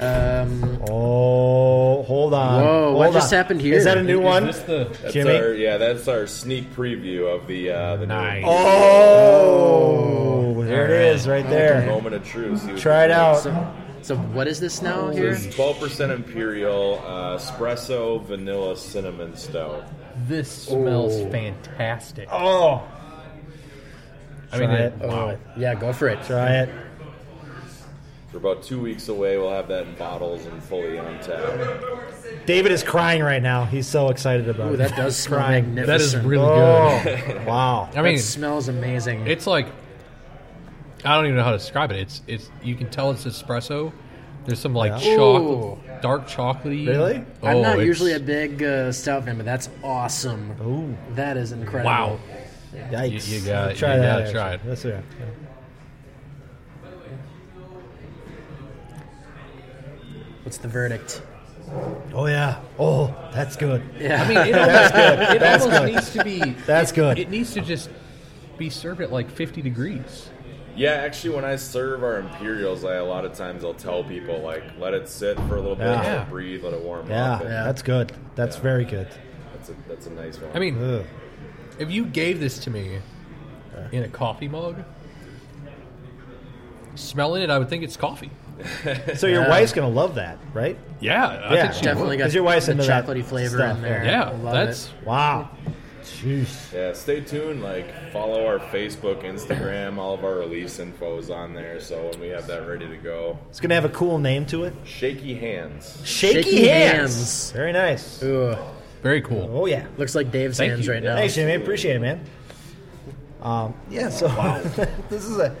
D: Um,
B: Oh, hold on.
D: Whoa, what
B: Hold
D: just
B: on.
D: happened here?
B: Is that a new
D: Is
B: one?
E: That's
B: Jimmy?
E: our yeah, that's our sneak preview of the uh, the
C: Nice.
E: new
B: Oh, there it is right there.
E: moment of truth. See what
B: Try it
E: you
B: out.
D: so, so what is this
C: Oh,
D: now
E: think.
D: here?
E: This is 12% imperial uh, espresso vanilla cinnamon stout.
C: This smells fantastic.
B: Oh,
C: I mean,
B: Try
C: it-
B: it.
C: wow.
D: Yeah, go for it.
B: try it.
E: We're about two weeks away. We'll have that in bottles and fully on tap.
B: David is crying right now. He's so excited about
D: Ooh,
B: it.
D: that does smell
B: crying.
D: magnificent.
C: That is really
B: Oh,
C: good.
B: wow.
C: I mean,
D: that smells amazing.
C: it's like I don't even know how to describe it. It's it's you can tell it's espresso. There's some like
D: Ooh.
C: chocolate, dark chocolatey.
B: Really?
D: I'm
C: Oh,
D: not
C: it's-
D: usually a big uh, stout fan, but that's awesome.
B: Ooh,
D: That is incredible.
C: wow.
B: yikes.
C: You- you gotta-
B: I'll try
C: you
B: that.
C: gotta try
B: actually. That's it.
D: What's the verdict?
B: Oh, yeah. Oh, that's good.
D: Yeah.
C: I mean, it almost, It
B: That's
C: almost
B: good.
C: needs to be.
B: That's
C: it-
B: good.
C: It needs to just be served at like 50 degrees.
E: Yeah, actually, when I serve our imperials, I a lot of times I'll tell people like, let it sit for a little bit, let
B: Yeah.
E: it breathe, let it warm
B: Yeah,
E: up. and
B: that's good. That's very good.
E: That's a that's a nice one.
C: I mean,
B: Ugh.
C: if you gave this to me in a coffee mug, smelling it, I would think it's coffee.
B: So your wife's gonna love that, right?
C: Yeah, I
B: Yeah.
C: think she
D: Definitely
C: would.
D: got
B: Is your wife's
D: the
B: into that
D: chocolatey flavor
B: stuff?
D: in there. I
C: Yeah,
D: love
C: that's
D: it.
B: Wow. Jeez.
E: Yeah, stay tuned. Like, follow our Facebook, Instagram. All of our release info is on there. So when we have that ready to go,
B: It's gonna have a cool name to it.
E: shaky hands.
B: Shaky,
D: Shaky
B: hands.
D: Hands.
B: Very nice.
D: Ooh,
C: very cool.
B: Oh yeah.
D: looks like Dave's
C: Thank
D: hands
C: you.
D: right now.
B: Thanks, Jimmy. Appreciate it, man. Um, yeah. So this is a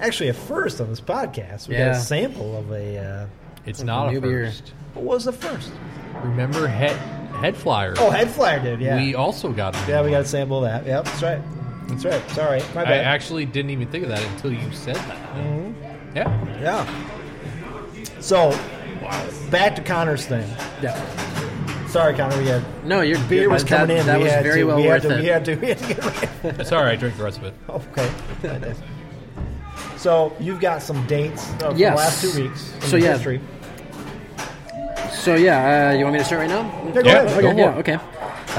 B: actually a first on this podcast. We got
D: Yeah.
B: a sample of a. Uh,
C: It's not a
D: New beer.
C: first.
B: what was the first?
C: Remember head head flyer?
B: Oh, head flyer, dude. Yeah.
C: We also got a new
B: yeah, we got
C: one.
B: a sample of that. Yep, that's right. That's right. Sorry, my
C: I
B: bad.
C: actually didn't even think of that until you said that.
B: Mm-hmm.
C: Yeah.
B: yeah. So, back to Connor's thing.
D: Yeah.
B: Sorry, Connor. We had
D: No, your
B: beer was
D: that-
B: coming in.
D: That
B: we
D: was
B: had
D: very
B: to,
D: well
B: we
D: worth
B: had to,
D: it.
B: We had to. We had to get rid of it.
C: Sorry, I drank the rest of it.
B: Okay. so you've got some dates uh, from
D: Yes.
B: the last two weeks. in
D: So, yeah.
B: history.
D: So yeah, uh, you want me to start right now?
B: Yeah, go
C: Yeah.
B: ahead.
C: Go
D: Okay,
C: for
D: yeah, okay.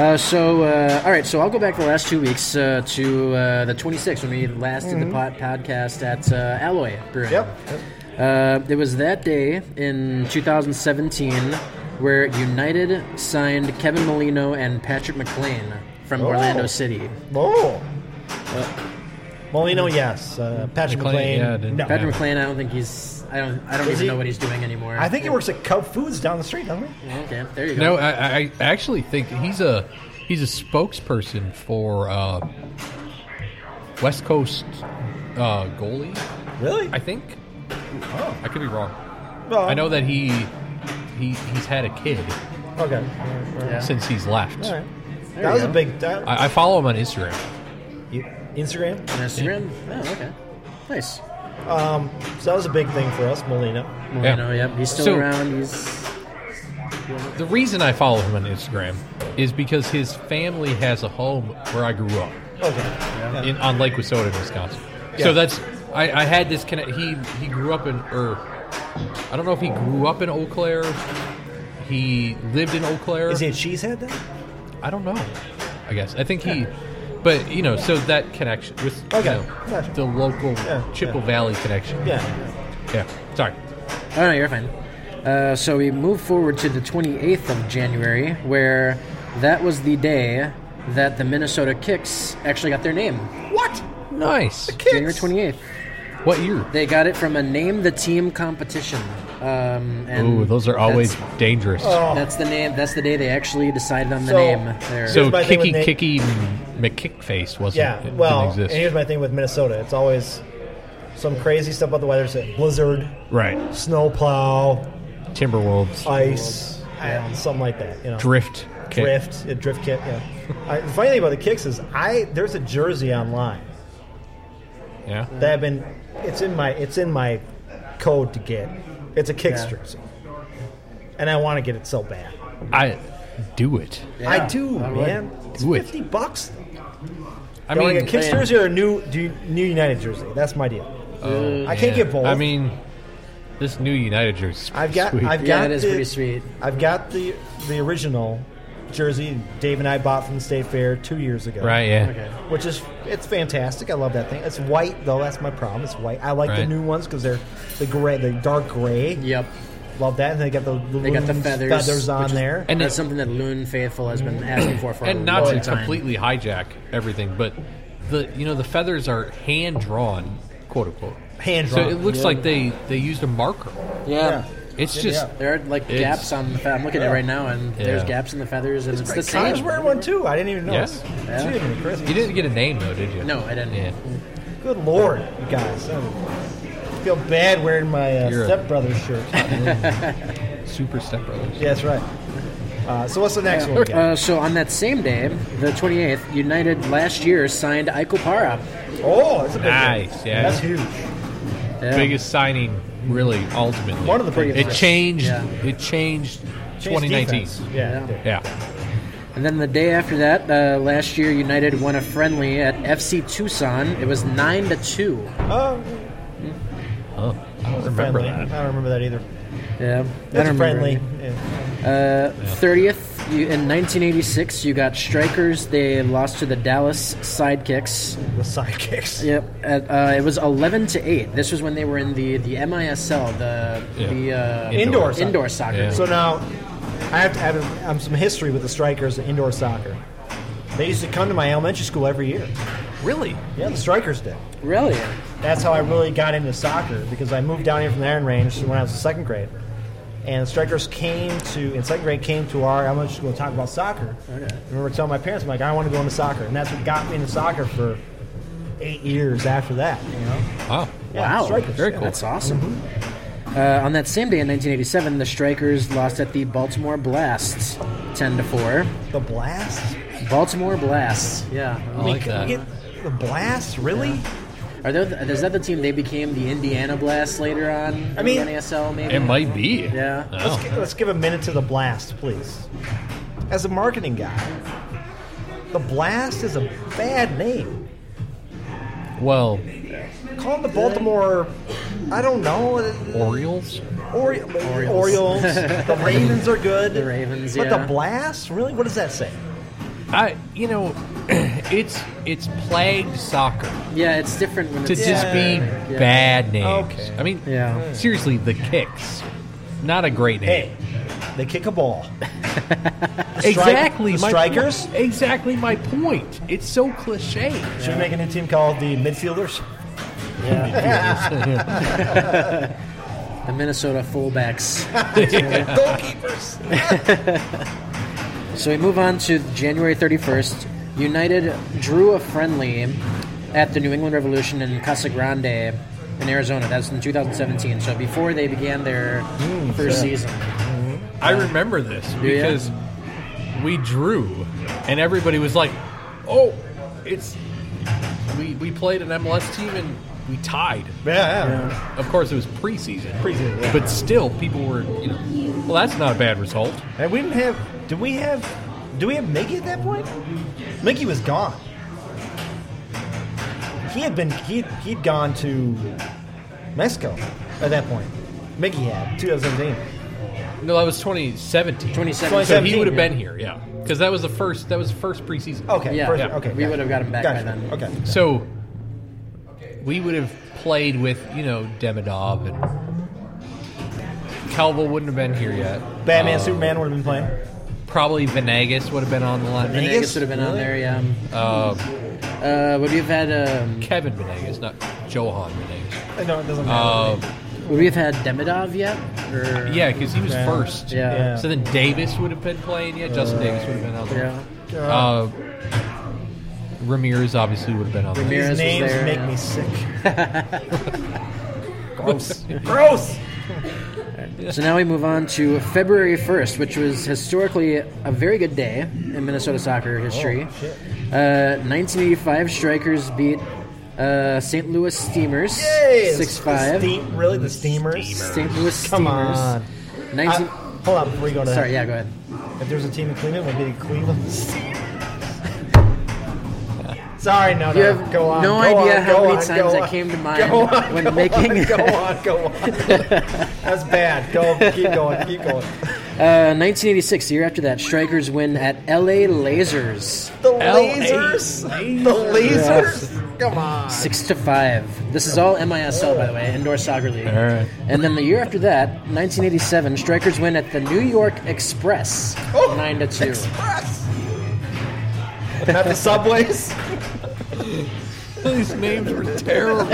D: Uh, so, uh, all right, so I'll go back the last two weeks uh, to uh, the 26th when we last did the pod- podcast at uh, Alloy Brewing.
B: Mm-hmm. Yep.
D: Uh, it was that day in 2017 where United signed Kevin Molino and Patrick McLean from Orlando City.
B: Oh. Uh, Molino, yes. Uh, Patrick
C: McLean,
B: McLean.
C: yeah, didn't-
B: no.
D: Patrick
C: Yeah.
D: McLean, I don't think he's. I don't. I don't
B: Is
D: even
B: he-
D: know what he's doing anymore.
B: I think he works at Cub Foods down the street, doesn't he?
D: Okay, there you go.
C: No, I, I I actually think he's a He's a spokesperson for uh, West Coast uh, goalie,
B: Really?
C: I think.
B: oh.
C: I could be wrong.
B: Well,
C: I know that he he he's had a kid
B: Okay.
D: Yeah.
C: since he's left.
B: All right.
D: There
B: that
D: you
B: was a
D: go.
B: big. That,
C: I, I follow him on Instagram.
B: you- Instagram.
D: On Instagram? Oh, okay. Nice.
B: So that was a big thing for us, Molina.
D: Well,
C: Yeah.
D: you know, yep. He's still
C: So-
D: around. He's
C: The reason I follow him on Instagram is because his family has a home where I grew up
B: Okay.
C: in on Lake Wissota, Wisconsin.
B: Yeah.
C: So that's I, I had this connect. He he grew up in or I don't know if he grew up in Eau Claire. He lived in Eau Claire.
B: Is he a cheesehead then?
C: I don't know. I guess I think he, but you know, so that connection with you
B: Okay.
C: know,
B: Gotcha.
C: the local
B: Yeah,
C: Chippewa
B: yeah.
C: Valley connection.
B: Yeah.
C: yeah. Sorry.
D: Oh no, you're fine. Uh, so we move forward to the 28th of January, where that was the day that the Minnesota Kicks actually got their name.
B: What?
C: Nice.
D: January 28th.
C: What year?
D: They got it from a name the team competition. Um, and
C: Ooh, those are always
D: That's,
C: dangerous.
B: Oh,
D: that's the name. That's the day they actually decided on the
B: So-
D: name. There.
C: so
B: Here's my thing
C: Kicky
B: with
C: Kicky McKickface wasn't.
B: Yeah.
C: It
B: Well,
C: didn't
B: and
C: exist.
B: here's my thing with Minnesota. It's always some crazy stuff about the weather. So blizzard,
C: right.
B: snowplow,
C: Timberwolves
B: ice, and something like that. You know.
C: drift. kick.
B: drift, a drift kit. Yeah. I, the funny thing about the kicks is I there's a jersey online
C: Yeah.
B: that I've been. It's in my it's in my code to get. It's a kicks
D: Yeah.
B: jersey, and I want to get it so bad.
C: I do it.
D: Yeah,
B: I do,
D: I would.
B: man. It's
C: Do it.
B: fifty bucks.
C: I
B: Do I
C: mean,
B: get kicks
D: man.
B: jersey or a new do you- new United jersey? That's my deal. I can't
C: yeah.
B: get both.
C: Oh, I mean, this new United jersey.
B: I've got
C: Sweet.
B: I've
D: Yeah,
B: got
D: it is
B: the-
D: pretty sweet.
B: I've got the the original jersey Dave and I bought from the state fair two years ago.
C: right. Yeah.
D: Okay.
B: which is it's fantastic. I love that thing. It's white though. That's my problem. It's white. I like the
C: Right.
B: new ones because they're the gray, the dark gray.
D: Yep.
B: Love that. And they got the, the
D: They got the
B: loons
D: feathers,
B: on
D: which is-
B: there.
C: And
D: that's
C: it-
D: something that Loon Faithful has been asking for for a
C: and not
D: long
C: to
D: time.
C: completely hijack everything, but the you know the feathers are hand drawn, quote unquote.
B: Hand-drawn,
C: So it looks
B: yeah.
C: like they they used a marker.
D: Yeah.
C: It's just
B: yeah.
D: There are like
C: It's-
D: gaps on the. Fe- I'm looking at it right now, and there's
C: Yeah.
D: gaps in the feathers, and it's, the
B: I was
D: same.
B: wearing one too. I didn't even know.
C: Yes.
B: It's
D: Yeah.
B: even Christmas.
C: you didn't get a name though, did you?
D: No, I didn't.
C: Yeah.
B: Good lord, you guys. I feel bad wearing my uh,
C: You're a-
B: stepbrother's shirt.
C: Super Step Brothers.
B: yeah, that's right. Uh, so what's the next one? we got?
D: Uh, so on that same day, the 28th, United last year signed Aiko Para.
B: oh, that's a big
C: Nice,
B: one.
C: yeah.
B: That's huge.
D: Yeah.
C: Biggest signing, really, ultimately.
B: One of the
D: Pretty
B: biggest.
C: It
D: much.
C: changed.
D: Yeah.
C: It changed.
B: Changed
C: 2019.
B: defense. Yeah.
D: Yeah.
C: Yeah.
D: And then the day after that, uh, last year United won a friendly at FC Tucson. It was nine to two.
B: Oh,
C: Oh, I don't remember
B: friendly. I
C: that.
B: don't remember that either.
D: Yeah,
B: That's friendly. Yeah.
D: Thirtieth in 1986, you got Strikers. They lost to the Dallas Sidekicks.
B: The sidekicks.
D: Yep, at, uh, it was 11 to eight. This was when they were in the the MISL, the
C: Yeah.
D: the uh,
B: Indoor. soccer.
D: indoor soccer.
C: Yeah.
B: So now, I have to add um, some history with the Strikers and indoor soccer. They used to come to my elementary school every year.
C: Really?
B: Yeah, the Strikers did.
D: Really?
B: That's how I really got into soccer because I moved down here from the Iron Range when I was in second grade. And the Strikers came to, in second grade, came to our elementary school to talk about soccer. I remember telling my parents, I'm like, I want to go into soccer. And that's what got me into soccer for eight years after that. You know?
C: Wow.
B: Yeah,
D: Wow,
B: Strikers,
C: very
B: yeah.
C: cool.
D: That's awesome. Uh, on that same day in 1987, the Strikers lost at the Baltimore Blasts, 10 to 4.
B: The Blast?
D: Baltimore Blasts. Yeah.
C: I like that.
B: Get the Blast? Really?
D: Are there, is that the team they became the Indiana Blasts later on? in
B: I mean-
D: the NASL maybe.
C: It might be. Oh.
D: Yeah.
C: I don't
B: Let's, gi- let's give a minute to the blast, please. As a marketing guy, the blast is a bad name.
C: know. Well,
B: Call them the Baltimore, I don't know,
C: Orioles.
B: Ori- Orioles. the Ravens are good.
D: The Ravens,
B: But
D: yeah.
B: the blast, really? What does that say?
C: I, you know, it's it's plagued soccer
D: Yeah, it's different when
C: to
D: it's
C: just be
D: Yeah.
C: bad names.
B: Okay.
C: I mean,
D: Yeah.
C: seriously, the kicks, not a great name.
B: Hey, they kick a ball.
C: exactly,
B: the
C: my-
B: strikers?
C: exactly my point. It's so cliche.
B: Should we make a new team called the Midfielders?
D: the Minnesota fullbacks.
B: Goalkeepers.
D: So we move on to January 31st. United drew a friendly at the New England Revolution in Casa Grande in Arizona. That's in 2017. So before they began their first season.
C: Hmm, I remember this
D: ya?
C: because we drew, and everybody was like, "Oh, it's we we played an MLS team and we tied."
B: Yeah, yeah.
D: Yeah.
C: Of course, it was preseason,
B: Preseason, yeah.
C: but still, people were you know, well, that's not a bad result.
B: And we didn't have. Did we have? Do we have Mickey at that point? Mickey was gone. He had been. He he'd gone to Mexico at that point. Mickey had 2017.
C: No, that was 2017.
D: 2017.
C: So he
B: 2017,
C: would have
B: yeah.
C: been here, yeah, because that was the first that was the first preseason.
B: Okay.
D: Yeah,
B: first-
D: yeah.
B: Okay.
D: We
B: gotcha.
D: would have got him back by
B: Gotcha.
D: then.
B: Okay.
C: So we would have played with, you know, Demidov and Calvo wouldn't have been here yet.
B: Batman,
C: Uh,
B: Superman would have been playing.
C: Probably Venegas would have been on the line.
D: Venegas would have been on
B: Really?
D: there, yeah.
C: Uh,
D: Uh, would we have had um,
C: Kevin Venegas, not Johan Venegas.
B: Uh, No, it doesn't matter.
C: Uh,
D: would we have had Demidov yet? Or
C: yeah, because he was
B: Yeah. Uh,
C: first.
D: Yeah.
C: So then Davis would have been playing. Yeah, Justin Davis would have been on there.
D: Yeah.
C: Uh, Ramirez obviously would have been on there.
D: Ramirez
B: These
D: was
B: names
D: there,
B: make
D: yeah.
B: me sick. Gross. Gross.
D: So now we move on to February 1st, which was historically a very good day in Minnesota soccer history.
B: Oh,
D: Uh, 1985 Strikers beat uh, St. Louis Steamers
B: Hey,
D: 6
B: the
D: 5.
B: Steam, really, the steamers.
D: St. Louis
B: Come
D: Steamers.
B: on.
D: 19
B: Uh, hold on before we go to
D: Sorry,
B: that.
D: yeah, go ahead.
B: If there's a team in Cleveland, would be the Cleveland. Steamers. Sorry, no, no.
D: You have
B: go on.
D: Uh, no
B: go
D: idea
B: on,
D: how
B: go
D: many
B: on,
D: times
B: go
D: that
B: on.
D: came to mind
B: Go on,
D: when
B: go
D: making-
B: On, go on, go on. That's bad. Go, keep going, keep going.
D: Uh, 1986, the year after that, Strikers win at LA Lasers
B: The
C: LA
B: lasers. The lasers. Come on.
D: 6 to 5. This is all MISL, by the way, Indoor Soccer League.
C: right.
D: And then the year after that, 1987, Strikers win at the New York Express,
B: Oh,
D: nine to two.
B: Express. Not the subways.
C: These names were terrible.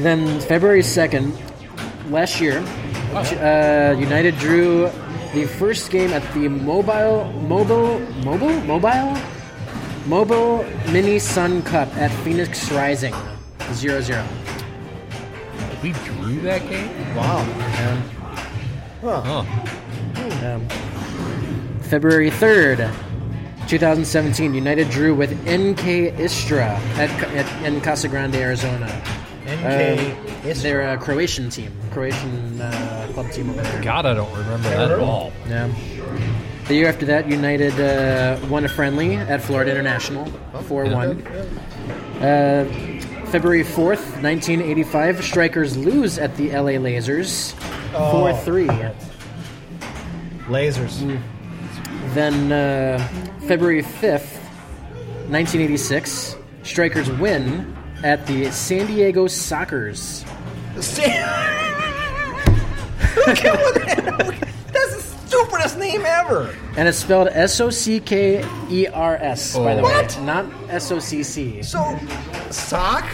D: Then February second, last year, uh, United drew the first game at the Mobile Mobile Mobile Mobile Mobile Mini Sun Cup at Phoenix Rising, 0-0.
C: we drew that game?
B: Wow.
C: Huh.
D: Um, February 3rd, 2017, United drew with NK Istra at, at, in Casa Grande, Arizona.
B: NK
D: Um,
B: Istra.
D: They're a Croatian team, Croatian uh, club team over there.
C: God, I don't remember that at all.
D: Yeah. The year after that, United uh, won a friendly at Florida International, 4 1. Uh, February 4th, 1985, Strikers lose at the LA Lasers, 4 3.
B: Lasers.
D: Mm. Then uh, February 5th, 1986, Strikers win at the San Diego Sockers.
B: That's the stupidest name ever.
D: And it's spelled S O C K E R S, by the
B: What?
D: way, not S O C C.
B: So, sock,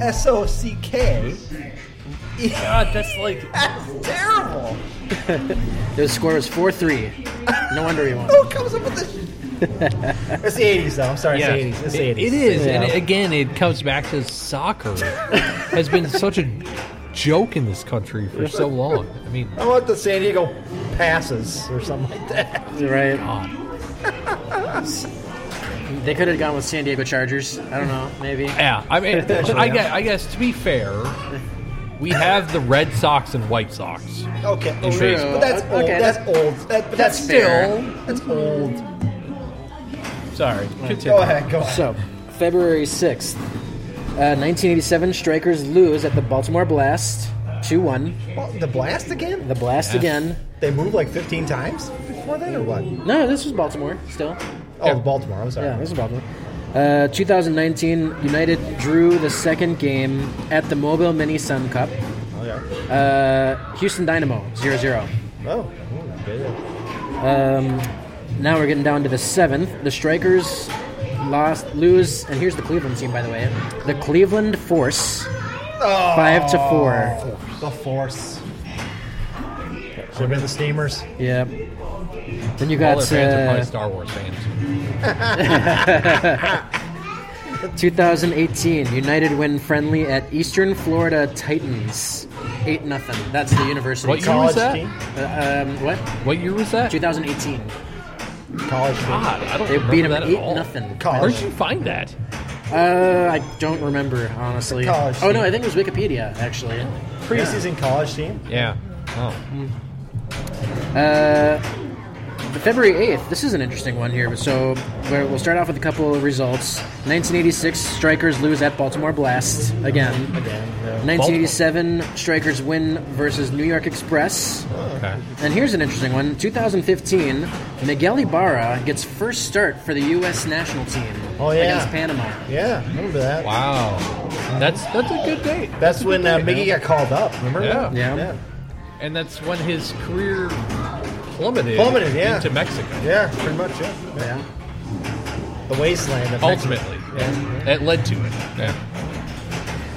B: S O C K.
C: God, that's like
B: That's terrible.
D: The score was 4 3. No wonder he won.
B: Who comes up with this? it's the 80s, though. I'm sorry, it's the 80s. It's the 80s.
C: It- it is, and
D: Yeah.
C: it- again, it comes back to soccer has been such a joke in this country for so long. I mean,
B: I want the San Diego passes or something like that.
D: Right.
C: God.
D: They could have gone with San Diego Chargers. I don't know, maybe.
C: yeah. I mean, I guess, I guess to be fair, we have the Red Sox and White Sox.
B: Okay,
C: baseball.
B: but that's old.
D: Oh, Okay,
B: that's old. That, but that's,
D: that's
B: still
D: fair.
B: that's old.
C: Sorry,
B: Go
C: continue.
B: ahead, go ahead.
D: So, February 6th, uh, 1987, Strikers lose at the Baltimore Blast 2 1.
B: Well, the blast again?
D: The Blast again.
B: They moved like 15 times before then, or what?
D: No, this was Baltimore still.
B: Oh, Baltimore. I'm sorry.
D: Yeah, this is Baltimore. Uh, 2019, United drew the second game at the Mobile Mini Sun Cup.
B: Oh, yeah.
D: Uh, Houston Dynamo 0 0.
B: Oh, ooh, good.
D: Um, now we're getting down to the seventh. The Strikers lost, lose, and here's the Cleveland team, by the way. The Cleveland Force,
B: Oh,
D: five to four.
B: The force. Should have been the steamers.
D: Yeah. Then you
C: All
D: got
C: their fans are
D: uh,
C: probably Star Wars fans.
D: 2018 United win friendly at Eastern Florida Titans, eight nothing. That's the university.
C: What year was that?
B: team.
D: Uh, um, what?
C: What year was that?
D: 2018.
B: College team.
C: God, I don't
D: They
C: remember
D: beat him
C: that at
D: eight
C: all.
D: nothing.
C: Where'd
B: College.
C: Ah, you find that?
D: Uh, I don't remember honestly.
B: College
D: Oh no, I
B: team.
D: think it was Wikipedia actually.
B: Preseason college team.
C: Yeah. Oh.
D: Uh, February 8th, this is an interesting one here. So we're- we'll start off with a couple of results. 1986, Strikers lose at Baltimore Blast again.
B: Again, yeah.
D: 1987, Strikers win versus New York Express.
C: Okay.
D: And here's an interesting one 2015, Miguel Ibarra gets first start for the U.S. national team
B: Oh, yeah.
D: against Panama.
B: Yeah, remember that.
C: Wow. That's that's a good date.
B: That's when uh,
C: Yeah.
B: Miggy got called up. Remember
C: Yeah.
B: that?
D: Yeah.
B: Yeah.
C: And that's when his career plummeted,
B: Plummeted, yeah.
C: into Mexico.
B: Yeah, pretty much. Yeah.
D: Yeah.
B: The wasteland. of
C: Ultimately,
B: Yeah.
C: that led to it. Yeah.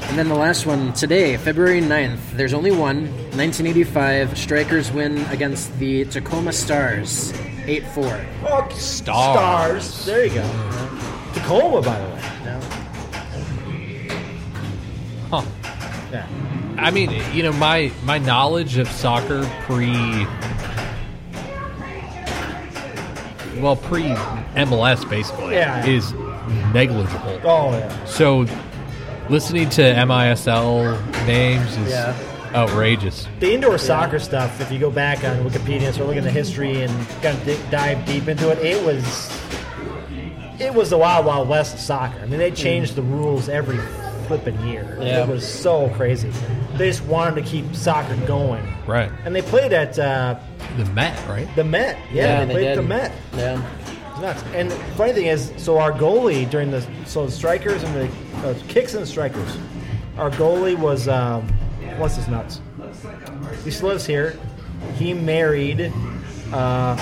D: And then the last one today, February 9th. There's only one. 1985, Strikers win against the Tacoma Stars, 8 4.
B: Fuck
C: Stars. Mm-hmm.
B: stars. There you go. Tacoma, by the way.
C: Huh.
B: Yeah.
C: I mean, you know, my my knowledge of soccer pre well pre MLS basically
B: Yeah.
C: is negligible.
B: Oh yeah.
C: So listening to MISL names is
D: Yeah.
C: outrageous.
B: The indoor soccer stuff. If you go back on Wikipedia and start looking at the history and kind of di- dive deep into it, it was it was the wild wild west of soccer. I mean, they changed the rules every flipping year.
D: Yeah.
B: It was so crazy. They just wanted to keep soccer going,
C: Right.
B: and they played at uh,
C: The Met, right?
B: the Met. Yeah, they, played at the Met.
D: Yeah.
B: It's nuts. And funny thing is, so our goalie during the so the strikers and the uh, kicks and strikers, our goalie was um, what's his nuts? He still lives here. He married uh,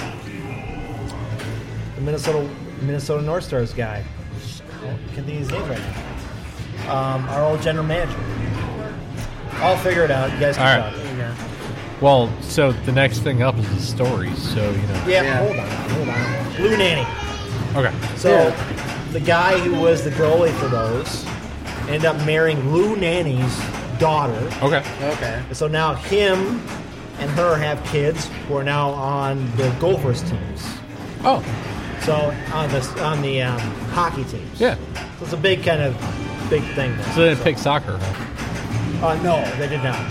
B: the Minnesota Minnesota North Stars guy. I can't think of his name right now. Um, our old general manager. I'll figure it out. You guys
C: All
B: can
C: right.
B: talk.
C: Well, so the next thing up is the stories. So you know.
B: Yeah,
D: Yeah.
B: hold on, hold on. Blue Nanny.
C: Okay.
B: So the guy who was the goalie for those ended up marrying Lou Nanny's daughter.
C: Okay.
D: Okay.
B: And so now him and her have kids who are now on the Gophers teams.
C: Oh,
B: So on the on the um, hockey teams.
C: yeah.
B: So it's a big kind of big thing. there.
C: So they didn't pick soccer. Huh?
B: Uh, no, they did not.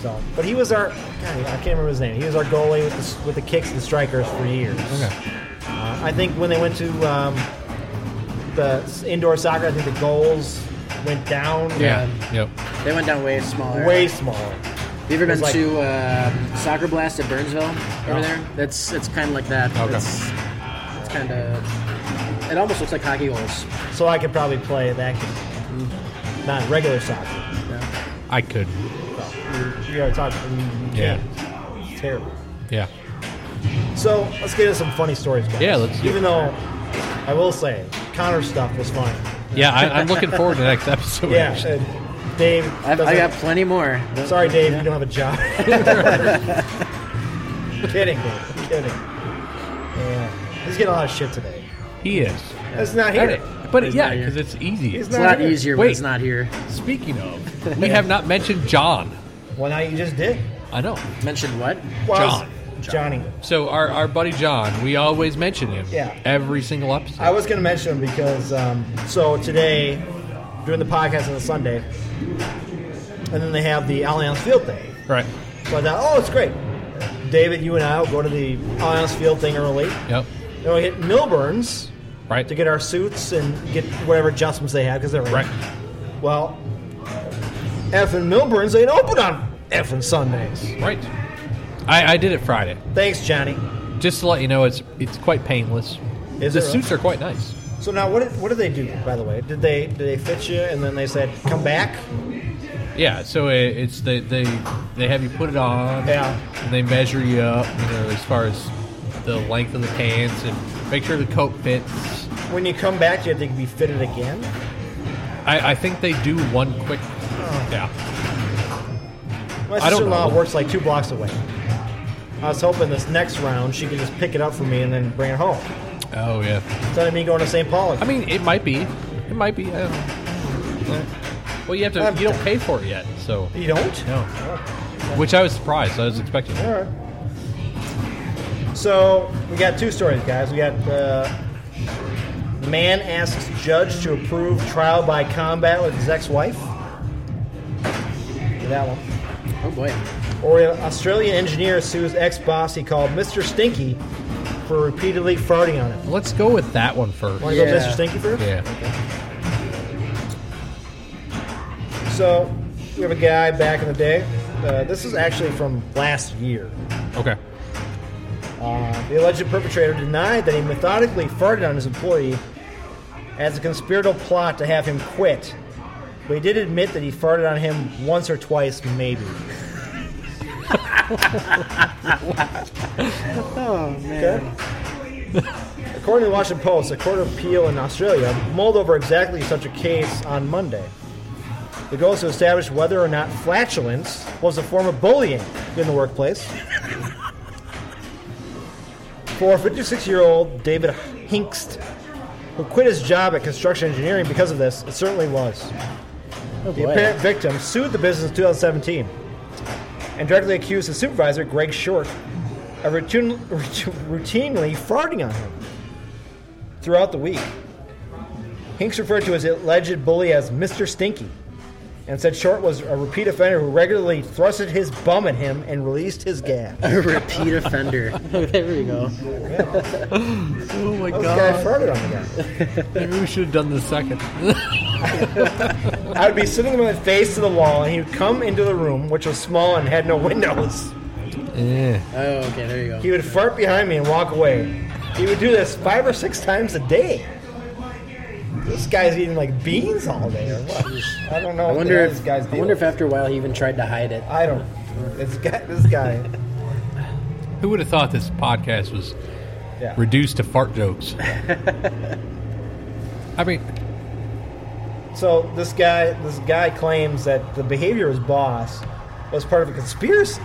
B: So, but he was our. God, I can't remember his name. He was our goalie with the, s- with the kicks and strikers for years.
C: Okay.
B: Uh, I think when they went to um, the s- indoor soccer, I think the goals went down.
C: Yeah. Yep.
D: They went down way smaller.
B: Way smaller.
D: Have you ever been
B: was like-
D: to uh, Soccer Blast at Burnsville over
B: No.
D: there? That's it's kind of like that.
C: Okay.
D: It's, it's kind of. It almost looks like hockey goals.
B: So I could probably play that game. Not regular soccer.
C: I could.
B: So you, you already talked. You, you
C: Yeah.
B: can't. It's terrible.
C: Yeah.
B: So let's get into some funny stories, guys.
C: Yeah, let's do
B: Even though I will say, Connor stuff was funny.
C: Yeah. I, I'm looking forward to the next episode.
B: Yeah.
C: actually.
B: and Dave.
D: I've, I
B: doesn't-
D: got plenty more.
B: Sorry, Dave, you don't have a job. kidding, Dave. Kidding. Yeah. He's getting a lot of shit today.
C: He is.
B: That's not here.
C: But yeah,
D: not here.
C: because it's easy.
B: He's
D: It's a
B: not
D: lot
B: here.
D: easier when
C: Wait.
D: it's not here.
C: Speaking of, we have not mentioned John.
B: Well, now you just did.
C: I know.
D: Mentioned what?
B: Well,
C: John.
B: I was- Johnny.
C: So our, our buddy John, we always mention him.
B: Yeah.
C: Every single episode.
B: I was going to mention him because, um, so today, doing the podcast on a Sunday, and then they have the Allianz Field thing.
C: right.
B: So I thought, oh, it's great. David, you and I will go to the Allianz Field thing early.
C: Yep.
B: Then we hit Milburn's
C: Right.
B: to get our suits and get whatever adjustments they have because they're
C: Right.
B: Well, F and Milburn's ain't open on F and Sundays.
C: Right. I, I did it Friday.
B: Thanks, Johnny.
C: Just to let you know, it's it's quite painless.
B: Is
C: the
B: it really?
C: suits are quite nice.
B: So now, what did, what did they do? By the way, did they did they fit you and then they said come back?
C: Yeah, so it, it's they they they have you put it on.
B: Yeah.
C: And they measure you up, you know, as far as the length of the pants and make sure the coat fits.
B: When you come back, do you have to be fitted again? Oh.
C: I, I think they do one quick. Yeah.
B: My
C: I don't
B: sister-in-law
C: know.
B: works like two blocks away. I was hoping this next round she could just pick it up for me and then bring it home.
C: Oh yeah.
B: Instead of me going to St. Paul.
C: I mean, it might be. It might be. I don't know. Well, you have to. You don't pay for it yet, so.
B: you don't?
C: No. Which I was surprised. I was expecting.
B: All right. So we got two stories, guys. We got uh, man asks judge to approve trial by combat with his ex-wife. That one.
D: Oh boy.
B: Or an Australian engineer sues ex-boss he called Mr. Stinky for repeatedly farting on him.
C: Let's go with that one first.
B: Want to go
D: Yeah.
B: Mr. Stinky first?
C: Yeah.
B: So we have a guy back in the day. Uh, this is actually from last year.
C: Okay.
B: Uh, the alleged perpetrator denied that he methodically farted on his employee as a conspiratorial plot to have him quit. But he did admit that he farted on him once or twice, maybe. Okay? According to the Washington Post, a court of appeal in Australia mulled over exactly such a case on Monday. The goal is to establish whether or not flatulence was a form of bullying in the workplace. For 56 year old David Hinkst, who quit his job at construction engineering because of this, it certainly was.
D: Oh
B: The apparent victim sued the business in 2017 and directly accused his supervisor, Greg Short, of routine, routinely farting on him throughout the week. Hinks referred to his alleged bully as Mr. Stinky and said Short was a repeat offender who regularly thrusted his bum at him and released his gas.
D: A repeat offender. there we go.
C: Oh my
B: This guy farted on the guy.
C: we should have done the second.
B: I would be sitting with my face to the wall, and he would come into the room, which was small and had no windows.
C: yeah.
D: Oh, okay, there you go.
B: He would fart behind me and walk away. He would do this five or six times a day. This guy's eating like beans all day. Or what? I don't know.
D: I
B: what the
D: wonder
B: hell
D: if
B: this guy's
D: I wonder if
B: deal is.
D: after a while he even tried to hide it.
B: I don't. This guy. This guy.
C: Who would have thought this podcast was
B: Yeah.
C: reduced to fart jokes? I mean,
B: So this guy, this guy claims that the behavior of his boss was part of a conspiracy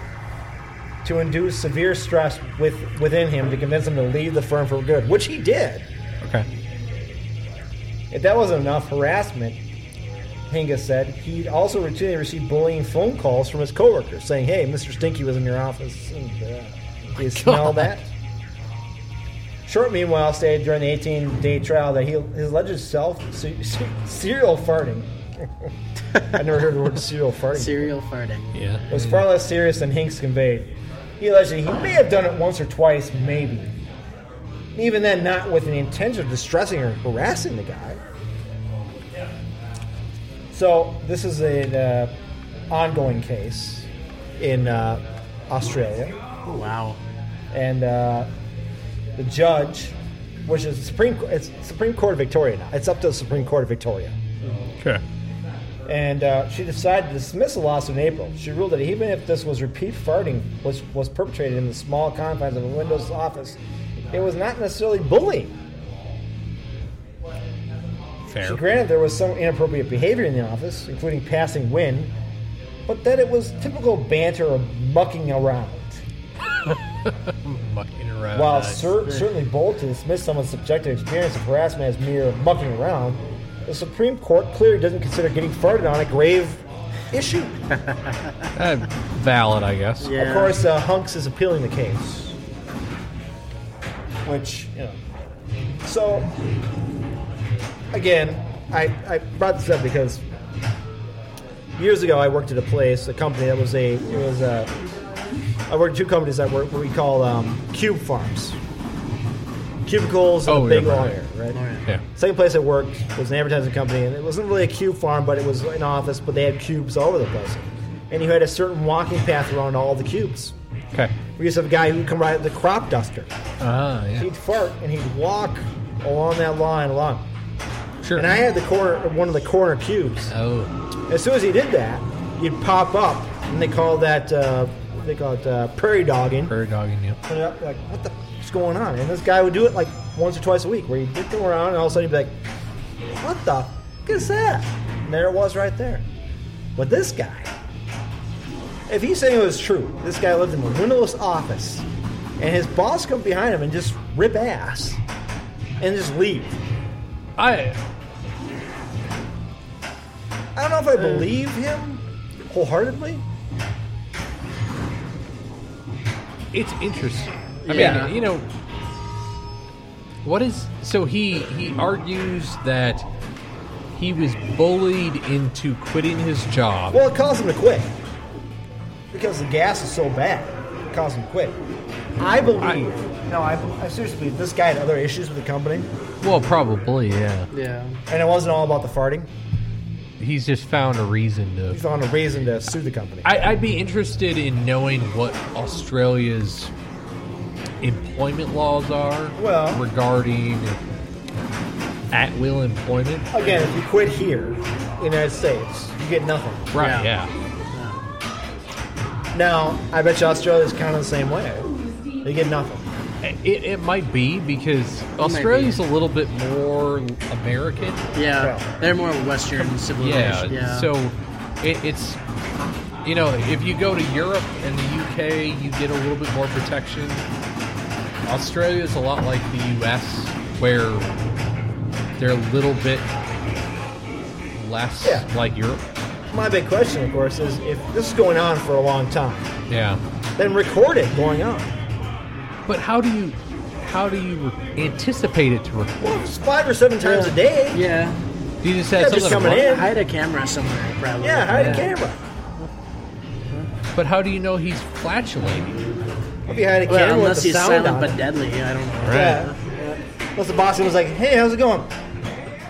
B: to induce severe stress with, within him to convince him to leave the firm for good, which he did.
C: okay.
B: If that wasn't enough harassment, Hinga said, he also routinely received bullying phone calls from his coworkers saying, hey, Mr. Stinky was in your office. And, uh, do you smell that? Short, meanwhile, stated during the 18 day trial that he, his alleged self se- se- serial farting. I never heard the word serial farting.
D: Serial farting.
C: Yeah.
B: was far less serious than Hinks conveyed. He alleged that he may have done it once or twice, maybe. Even then, not with an intention of distressing or harassing the guy. So this is an uh, ongoing case in uh, Australia,
D: Oh, wow.
B: and uh, the judge, which is the Supreme, Co- it's Supreme Court of Victoria now. It's up to the Supreme Court of Victoria
C: Okay.
B: and uh, she decided to dismiss the lawsuit in April. She ruled that even if this was repeat farting was was perpetrated in the small confines of a Windows office, it was not necessarily bullying. She
C: Fair.
B: granted there was some inappropriate behavior in the office, including passing wind, but that it was typical banter or mucking around.
C: Mucking around.
B: While
C: Nice.
B: cer- certainly bold to dismiss someone's subjective experience of harassment as mere mucking around, the Supreme Court clearly doesn't consider getting farted on a grave issue.
C: Uh, valid, I guess.
D: Yeah.
B: Of course, uh, Hunks is appealing the case, which you know. So again, I, I brought this up because years ago I worked at a place, a company that was a it was a I worked at two companies that were what we call um, cube farms, cubicles and
C: Oh,
B: a big
C: yeah, right.
B: lawyer, right?
C: Yeah.
B: Second place I worked was an advertising company, and it wasn't really a cube farm, but it was an office, but they had cubes all over the place. And you had a certain walking path around all the cubes.
C: Okay.
B: We used to have a guy who'd come right the crop duster.
C: Ah, yeah.
B: He'd fart and he'd walk along that line along.
C: Sure.
B: And I had the corner, one of the corner cubes.
C: oh.
B: As soon as he did that, he'd pop up, and they call that uh, they call it uh, prairie dogging.
C: Prairie dogging you.
B: Put it up, like what the f- is going on? And this guy would do it like once or twice a week, where he'd go around, and all of a sudden he'd be like, "What the f- is that?" And there it was right there. But this guy if he's saying it was true, this guy lived in a windowless office, and his boss come behind him and just rip ass, and just leave.
C: I
B: I don't know if I believe him wholeheartedly.
C: it's interesting. I
D: Yeah.
C: mean, you know, what is so he he argues that he was bullied into quitting his job.
B: Well, it caused him to quit because the gas is so bad. It caused him to quit. I believe. no, I, I seriously believe this guy had other issues with the company,
C: Well, probably, yeah.
D: Yeah.
B: and it wasn't all about the farting.
C: He's just found a reason
B: He
C: to.
B: found a reason to sue the company.
C: I, I'd be interested in knowing what Australia's employment laws are
B: Well-
C: regarding at will employment.
B: Again, if you quit here, in the United States, you get nothing.
C: Right,
D: Yeah.
C: yeah.
B: Now, I bet you Australia's kind of the same way. They get nothing.
C: It, it might be because Australia's a little bit more American.
D: Yeah, they're more Western
C: Yeah.
D: civilization. Yeah.
C: So it, it's, you know, if you go to Europe and the UK, you get a little bit more protection. Australia's a lot like the US, where they're a little bit less
B: Yeah.
C: like Europe.
B: My big question, of course, is if this is going on for a long time,
C: Yeah.
B: then record it going on.
C: But how do you, how do you anticipate it to record?
B: Well, it's five or seven times a day. Yeah,
D: yeah,
C: Do you just have
B: Yeah, just
C: something
B: coming
C: run-
B: in.
D: hide a camera somewhere. Probably.
B: hide a camera.
C: But how do you know he's flatulating?
B: I'll be hiding a
D: Well,
B: camera
D: unless
B: with the
D: he's
B: sound
D: silent
B: on.
D: but deadly, I don't know.
B: Yeah. Unless the boss was like, "Hey, how's it going?" All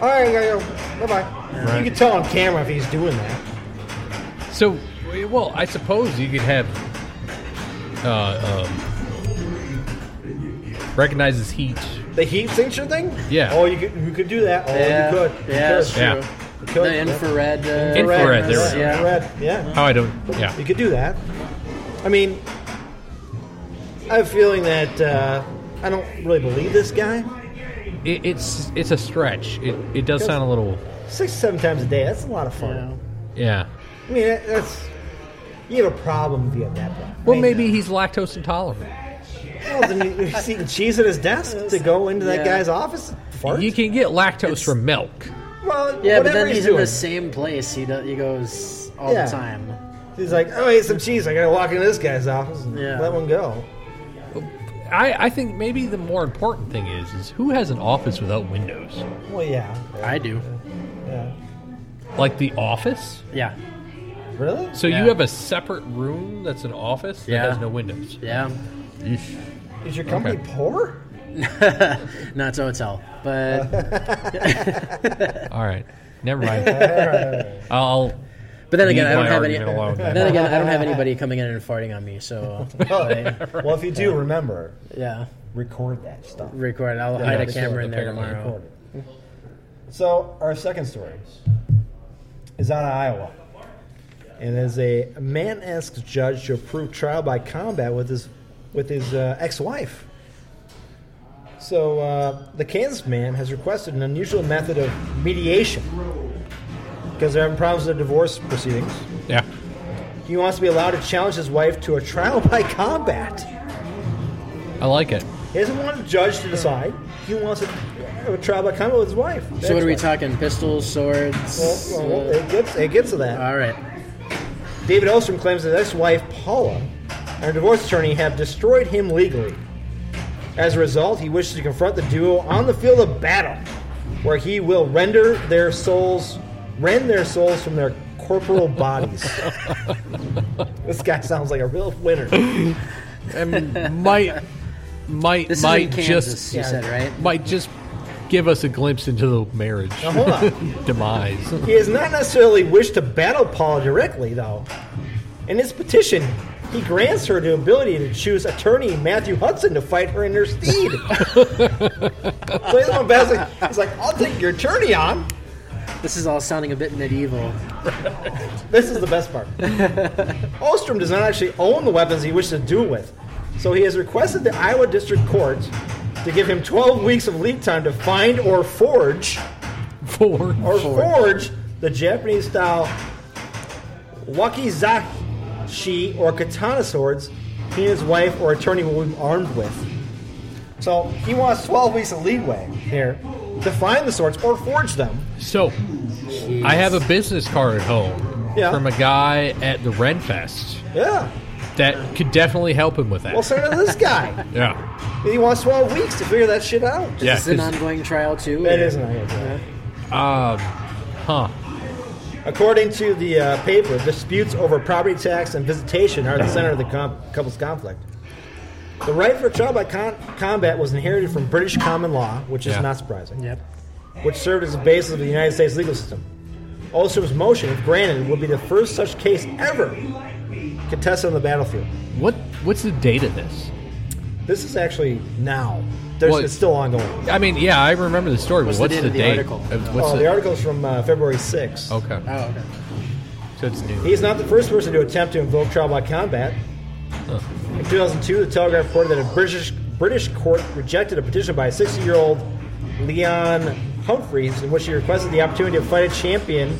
B: right, I gotta go. Bye bye. You can tell on camera if he's doing that.
C: So, well, I suppose you could have uh, um, recognizes heat.
B: The heat signature thing.
C: Yeah.
B: Oh, you could you could do that. Oh,
D: Yeah,
B: you could. You
D: yeah,
B: could.
D: that's true.
C: Yeah.
B: You could.
D: The infrared.
C: Infrared,
D: Uh,
B: Infrared.
C: there we
D: go.
B: Infrared. Yeah.
C: How Oh, I don't. Yeah.
B: You could do that. I mean, I have a feeling that uh, I don't really believe this guy.
C: It, it's it's a stretch. It it does sound a little.
B: Six, seven times a day. That's a lot of fun.
D: Yeah.
C: Yeah.
B: I mean, that, that's you have a problem if you have that. Problem.
C: Well, maybe he's lactose intolerant.
B: Well, then you- he's eating cheese at his desk to go into that
D: Yeah.
B: guy's office. Fart.
C: You can get lactose
D: It's-
C: from milk.
B: well,
D: Yeah, but
B: whatever
D: then
B: he's,
D: he's in
B: doing.
D: the same place. He does, he goes all
B: Yeah.
D: the time.
B: He's like, oh, I ate some cheese. I gotta walk into this guy's office and
D: Yeah.
B: let one go.
C: I, I think maybe the more important thing is is who has an office without windows?
B: Well, yeah,
D: I do.
B: yeah.
C: Like the office.
D: Yeah.
B: Really?
C: So
D: Yeah.
C: you have a separate room that's an office that
D: Yeah.
C: has no windows.
D: Yeah.
B: Is your company
C: Okay.
B: poor?
D: Not to hotel, but
C: All right. Never
B: Oh,
C: mind. I'll.
D: but then
C: Leave
D: again, I don't
C: my
D: have any.
C: argument alone, man.
D: Then again, I don't have anybody coming in and farting on me. So like,
B: Well, if you do, remember
D: yeah,
B: record that stuff.
D: record. I'll hide a
B: that's
D: camera in there
C: apparently
D: tomorrow.
B: Record it. So our second story is out of Iowa, and as a a man asks judge to approve trial by combat with his with his uh, ex-wife. So uh, the Kansas man has requested an unusual method of mediation because they're having problems with their divorce proceedings.
C: Yeah.
B: He wants to be allowed to challenge his wife to a trial by combat.
C: I like it.
B: He doesn't want a judge to decide. He wants a, a trial by combat with his wife.
D: So what are we
B: That's why.
D: talking? Pistols,
B: Well,
D: swords.
B: well, well,
D: uh,
B: it, gets, it gets to that.
D: all right.
B: David Ostrom claims that his wife, Paula, and her divorce attorney have destroyed him legally. As a result, he wishes to confront the duo on the field of battle, where he will render their souls, rend their souls from their corporal bodies. this guy sounds like a real winner.
C: and might might
D: This
C: might
D: is in Kansas.
C: just
D: you
B: yeah.
D: said right.
C: might just give us a glimpse into the marriage
B: Now, hold on.
C: demise.
B: He has not necessarily wished to battle Paula directly, though. In his petition, he grants her the ability to choose attorney Matthew Hudson to fight her in her stead. so he's, one bad, he's like- he's like, I'll take your attorney on.
D: This is all sounding a bit medieval.
B: This is the best part. Ostrom does not actually own the weapons he wishes to duel with, so he has requested the Iowa District Court to give him 12 weeks of lead time to find or forge
C: For
B: or forge the Japanese style wakizaki she, or katana swords he and his wife or attorney will be armed with. So he wants 12 weeks of leeway here to find the swords or forge them.
C: So, I have a business card at home
B: Yeah.
C: from a guy at the Ren Fest
B: Yeah.
C: that could definitely help him with that.
B: Well, so does this guy.
C: yeah,
B: He wants 12 weeks to figure that shit out.
C: yeah.
D: Is this an
C: 'cause,
D: ongoing trial too?
B: That
D: or-
B: is an idea.
C: um, huh?
B: According to the uh, paper, disputes over property tax and visitation are the center of the com- couple's conflict. The right for trial by con- combat was inherited from British common law, which is
C: Yeah.
B: not surprising,
D: Yep.
B: which served as the basis of the United States legal system. Ulster's motion, if granted, would be the first such case ever contested on the battlefield.
C: What? What's the date of this?
B: This is actually now. There's,
C: Well,
B: it's still ongoing.
C: I mean, yeah, I remember the story,
D: What's
C: but what's
D: the date
C: the
D: of the
C: date?
D: article?
C: Uh, What's
B: Oh,
C: the,
B: the article's from uh, February 6th.
C: Okay,
D: Oh, okay.
C: so it's new.
B: He's not the first person to attempt to invoke trial by combat. In 2002, the Telegraph reported that a British British court rejected a petition by a 60-year-old Leon Humphreys in which he requested the opportunity to fight a champion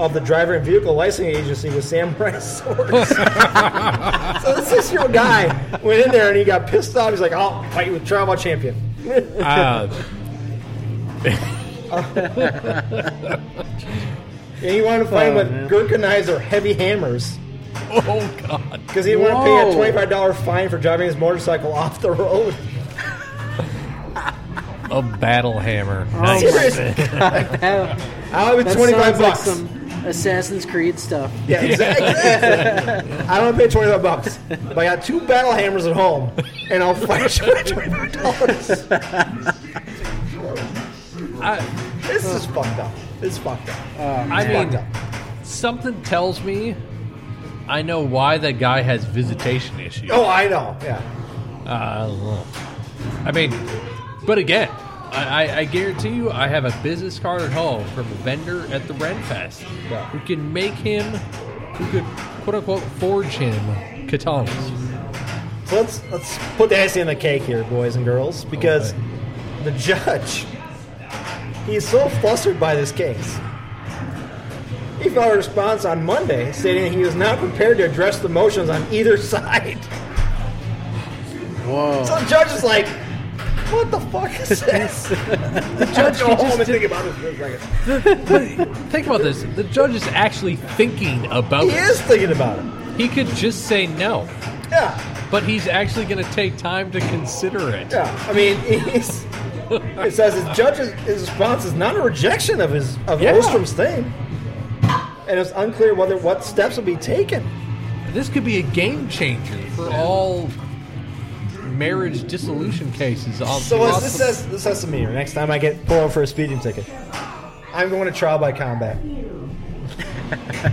B: of the driver and vehicle licensing agency with samurai swords. so this six-year-old guy went in there and he got pissed off. He's like, "I'll fight you with trial by champion."
C: Uh,
B: And he wanted to fight him with Gurkha knives or heavy hammers.
C: oh God!
B: Because he didn't want to pay a
D: Whoa.
B: twenty-five dollar fine for driving his motorcycle off the road.
C: A battle hammer.
B: Oh
C: Nice.
B: Seriously, I would
D: That
B: pay twenty-five
D: sounds like
B: bucks.
D: some Assassin's Creed stuff.
B: yeah, exactly. I don't pay twenty-five bucks, but I got two battle hammers at home, and I'll fight you for twenty-five dollars.
C: I,
B: This is fucked up. It's fucked up.
C: I
B: Fucked
C: mean,
B: up.
C: something tells me I know why that guy has visitation issues.
B: Oh, I know. Yeah.
C: Uh, I mean, but again, I, I, I guarantee you, I have a business card at home from a vendor at the Ren Fest
B: Yeah.
C: who can make him, who could quote unquote forge him katanas.
B: So let's let's put the icing on the cake here, boys and girls, because
C: Okay.
B: the judge he's so flustered by this case. He filed a response on Monday stating he was not prepared to address the motions on either side.
D: Whoa.
B: So the judge is like, "What the fuck is this?" the judge go home and think about this for a second.
C: Think about this: the judge is actually thinking about
B: He
C: this.
B: is thinking about it.
C: He could just say no,
B: Yeah,
C: but he's actually going to take time to consider it.
B: yeah. I mean, he's, it says his judge's his response is not a rejection of his of
C: Yeah.
B: Ostrom's thing, and it's unclear whether what steps will be taken.
C: This could be a game changer for all marriage dissolution cases. On
B: So what this says this says to me. Next time I get pulled over for a speeding ticket, I'm going to trial by combat.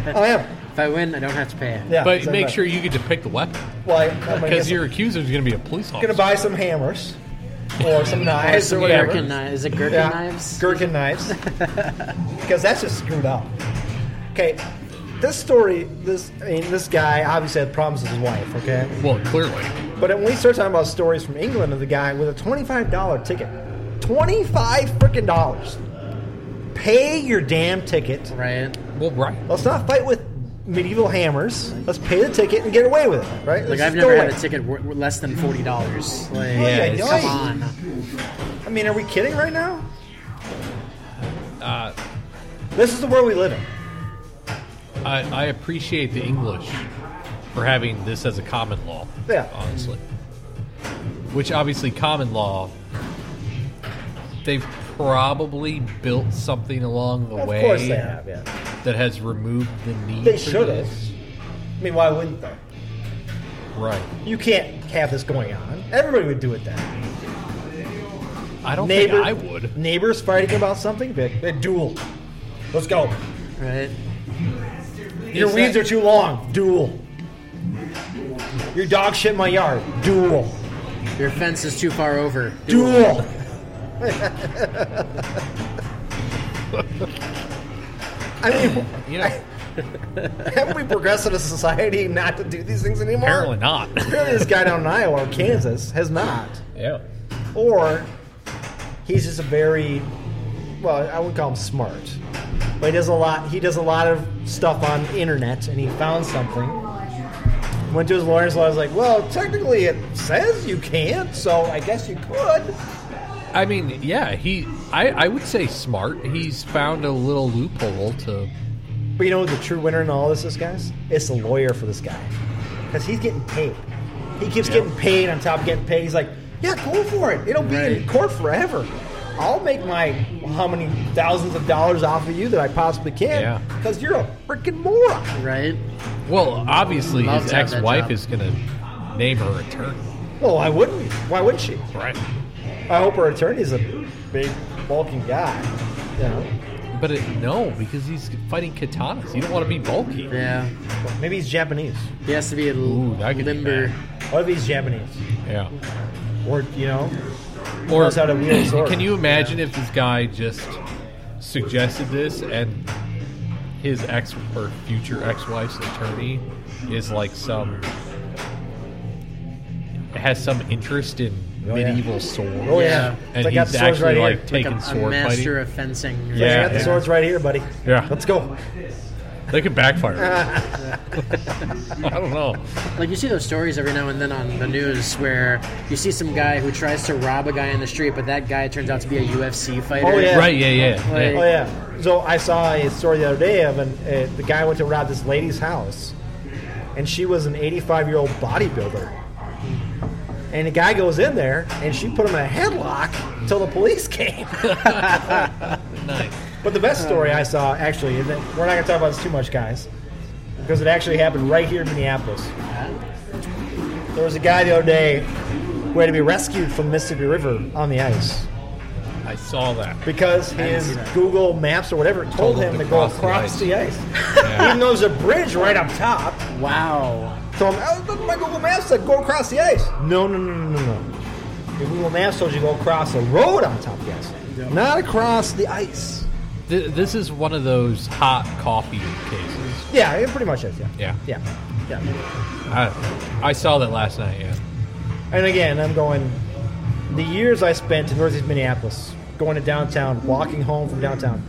B: I am.
D: If I win, I don't have to pay.
B: Yeah,
C: But
B: so
C: make
B: I'm-
C: sure you get to pick the weapon
B: Well, I- I'm gonna get
C: because
B: some-
C: your accuser is going to be a police officer.
B: gonna buy some hammers or some knives or
D: Some
B: whatever.
D: Gherkin knives. Is it Gherkin
B: Yeah,
D: knives?
B: Gherkin knives. Because that's just screwed up. Okay, this story, this I mean, this guy obviously had problems with his wife. Okay,
C: Well, clearly.
B: but when we start talking about stories from England of the guy with a twenty-five dollar ticket, twenty-five freaking dollars. Pay your damn ticket.
D: right.
C: Well, right.
B: Let's not fight with medieval hammers. Let's pay the ticket and get away with it, right?
D: Like
B: Let's
D: I've
B: just go
D: never had
B: away.
D: a ticket wor- wor- less than forty dollars. Like,
B: yeah,
C: it's-
B: nice.
D: come on.
B: I mean, are we kidding right now? This is the world we live in.
C: I, I appreciate the English for having this as a common law.
B: Yeah.
C: Honestly. Which obviously, common law, they've probably built something along the
B: Of
C: way
B: course they have, yeah.
C: that has removed the need
B: They
C: for
B: should have.
C: this.
B: I mean, why wouldn't they?
C: Right.
B: You can't have this going on. Everybody would do it then.
C: I don't
B: Neighbor-
C: think I would.
B: Neighbors fighting about something, they, they duel. Let's go.
D: Right.
B: Your
C: Is
B: weeds
C: that-
B: are too long. Duel. Your dog shit in my yard. Duel.
D: Your fence is too far over.
B: Duel. I mean,
C: You know,
B: haven't we progressed as a society not to do these things anymore?
C: apparently not.
B: Apparently, this guy down in Iowa or Kansas has not.
C: yeah.
B: Or he's just a very, well, I wouldn't call him smart, but he does a lot. He does a lot of stuff on the internet, and he found something went to his lawyer's law. I was like, well, technically it says you can't, so I guess you could.
C: I mean, yeah, he. I, I would say smart. He's found a little loophole to.
B: But you know what the true winner in all this is, guys? It's the lawyer for this guy. Because he's getting paid. He keeps getting paid on top of getting paid. He's like, yeah, go for it. It'll be in
D: Right.
B: court forever. I'll make my how many thousands of dollars off of you that I possibly
C: Yeah.
B: can because you're a freaking moron.
D: right?
C: Well, obviously,
D: Love
C: his
D: to have that
C: ex-wife
D: job.
C: is going to name her attorney,
B: Well, why wouldn't you? Why wouldn't she?
C: right?
B: I hope her attorney's a big, bulking guy. You know,
C: But it, no, because he's fighting katanas. You don't want to be bulky.
D: Yeah.
B: maybe he's Japanese.
D: He has to be a l-
C: Ooh, that could be
D: limber.
B: What if he's Japanese?
C: Yeah.
B: Or you know,
C: Or
B: knows how to wield a sword.
C: can you imagine if this guy just suggested this and his ex or future ex-wife's attorney is like some has some interest in
B: Oh, yeah.
C: medieval swords.
B: Oh yeah,
C: And
B: I got
C: he's
B: the swords
C: actually
B: right
C: like
B: here.
C: taking
D: like a, a
C: sword
D: master
C: fighting.
D: of fencing. or
C: Yeah,
B: I got the
C: yeah.
B: swords right here, buddy.
C: Yeah.
B: let's go.
C: They could backfire. I don't know.
D: Like you see those stories every now and then on the news where you see some guy who tries to rob a guy in the street, but that guy turns out to be a UFC fighter.
B: Oh, yeah.
C: Right? Yeah, yeah. yeah.
D: Like-
B: Oh yeah. So I saw a story the other day of an, uh, the guy went to rob this lady's house, and she was an 85 year old bodybuilder. And the guy goes in there, and she put him in a headlock until the police came.
C: Nice.
B: But the best story I saw, actually, and that- we're not going to talk about this too much, guys, because it actually happened right here in Minneapolis. There was a guy the other day who had to be rescued from the Mississippi River on the ice
C: I saw that.
B: because
D: didn't
B: his
D: see that.
B: Google Maps or whatever told him to go across the ice. Even though there's a bridge right up top,
D: Wow.
B: told him, oh, look, my Google Maps said go across the ice. No, no, no, no, no, no. Your Google Maps told you to go across the road on top of the ice, not across the ice.
C: Th- this is one of those hot coffee cases.
B: Yeah, it pretty much is, yeah.
C: Yeah.
B: Yeah. Yeah.
C: I, I saw that last night. Yeah.
B: And again, I'm going. The years I spent in Northeast Minneapolis, going to downtown, walking home from downtown,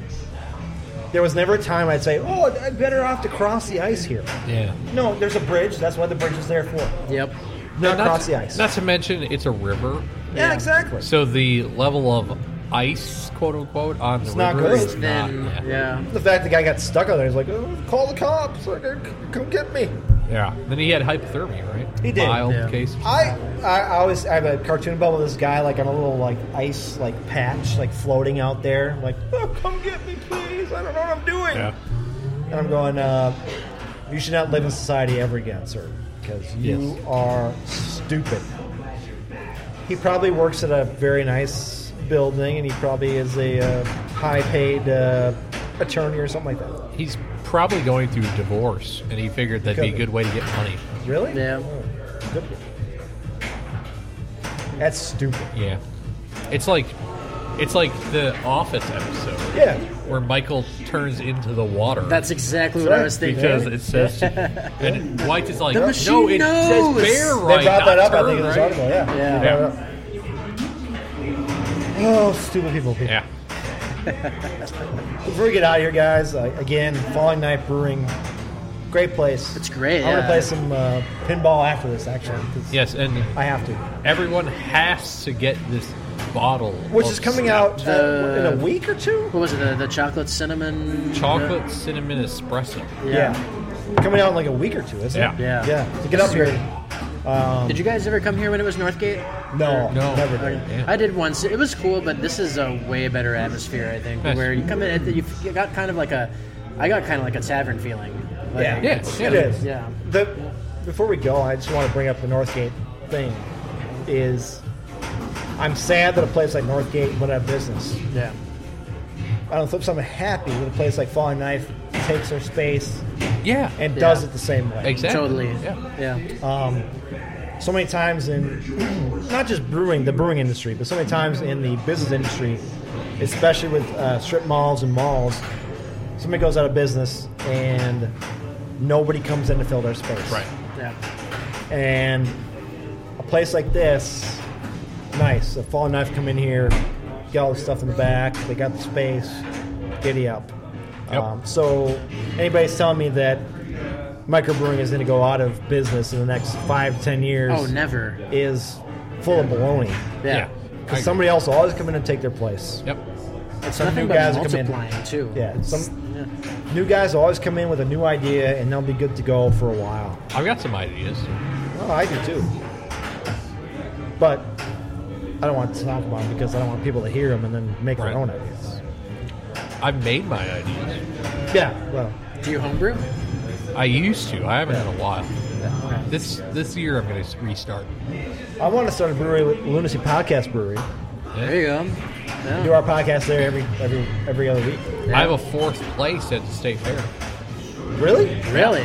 B: there was never a time I'd say, "Oh, I'm better off to cross the ice here."
C: Yeah.
B: No, there's a bridge. That's what the bridge is there for.
D: Yep.
B: Not,
C: Not
B: cross
C: to,
B: the ice.
C: Not to mention it's a river,
B: yeah, exactly.
C: so the level of ice, quote unquote, on the
B: not
C: river
B: good.
C: is not.
D: Then
C: yeah.
D: yeah.
B: The fact the guy got stuck out there, he's like, oh, "Call the cops! Like, uh, c- Come get me!"
C: Yeah. Then he had hypothermia, right?
B: He did,
C: Mild
D: yeah.
C: case.
B: I, I I always I have a cartoon bubble. This guy like on a little like ice like patch like floating out there, like, "Oh, come get me, please! I don't know what I'm doing."
C: Yeah.
B: And I'm going, uh, you should not live in society ever again, sir, because you
C: Yes.
B: are stupid. He probably works at a very nice building, and he probably is a uh, high-paid uh, attorney or something like that.
C: He's probably going through a divorce, and he figured that'd be a good way to get money.
B: Really?
D: Yeah.
B: Oh, good. That's stupid.
C: Yeah. It's like, it's like the Office episode
B: Yeah.
C: where Michael turns into the water.
D: That's exactly what I was thinking.
C: because
B: eh?
C: it says, and White is like,
D: The
C: no,
D: machine
C: it
D: knows!"
C: says bear
D: They
C: right.
B: they brought that
C: not
B: up, I
C: turn
B: think, in this
C: right.
B: article. Yeah.
D: Yeah.
B: They brought it up. Oh, stupid people. people.
C: Yeah.
B: Before we get out of here, guys, uh, again, Falling Knife Brewing, great place.
D: It's great,
B: I'm
D: yeah.
B: gonna play some uh, pinball after this, actually. 'cause
C: Yes, and
B: I have to.
C: everyone has to get this bottle,
B: Which
C: of
B: is coming
C: stout.
B: out uh, in a week or two.
D: What was it? The, the chocolate cinnamon
C: chocolate cinnamon espresso.
D: Yeah.
B: coming out in like a week or two, isn't it?
D: Yeah. Yeah.
B: yeah. So get up here.
D: Did you guys ever come here when it was Northgate?
B: No,
C: No.
B: never.
D: Okay.
B: did.
C: Yeah.
D: I did once. It was cool, but this is a way better atmosphere, I think.
C: Nice.
D: Where you come in, at the, you you got kind of like a, I got kind of like a tavern feeling. Like,
B: Yeah.
C: Yeah, yeah.
B: It is.
D: Yeah.
B: The, before we go, I just want to bring up the Northgate thing. Is I'm sad that a place like Northgate went out of business.
D: Yeah.
B: On the flip side, I'm happy that a place like Falling Knife takes their space
C: Yeah,
B: and
D: Yeah.
B: does it the same way.
C: exactly.
D: Totally.
C: Yeah.
D: Yeah.
B: um, so many times in not just brewing, the brewing industry, but so many times in the business industry, especially with uh, strip malls and malls, somebody goes out of business and nobody comes in to fill their space.
C: Right.
D: Yeah.
B: And a place like this, nice. A fallen knife come in here, get all the stuff in the back. They got the space. Giddy up. Um,
C: Yep.
B: so anybody's telling me that microbrewing is going to go out of business in the next five, ten years
D: Oh, never.
B: is full of baloney.
D: Yeah.
B: Because somebody else will always come in and take their place.
C: Yep.
D: It's
B: Some new
D: nothing but
B: guys come in.
D: multiplying, too.
B: Yeah, some
D: Yeah.
B: new guys will always come in with a new idea and they'll be good to go for a while.
C: I've got some ideas.
B: Well, Oh, I do too. But I don't want to talk about them because I don't want people to hear them and then make
C: Right.
B: their own ideas.
C: I've made my ideas.
B: Yeah, well,
D: Do you homebrew?
C: I used to. I haven't in a while.
B: yeah.
C: This this year I'm going to restart.
B: I want to start a brewery, with Lunacy Podcast Brewery.
D: There you go.
B: Do
D: Yeah.
B: our podcast there every every every other week.
C: I have a fourth place at the state fair,
B: Really?
D: Really?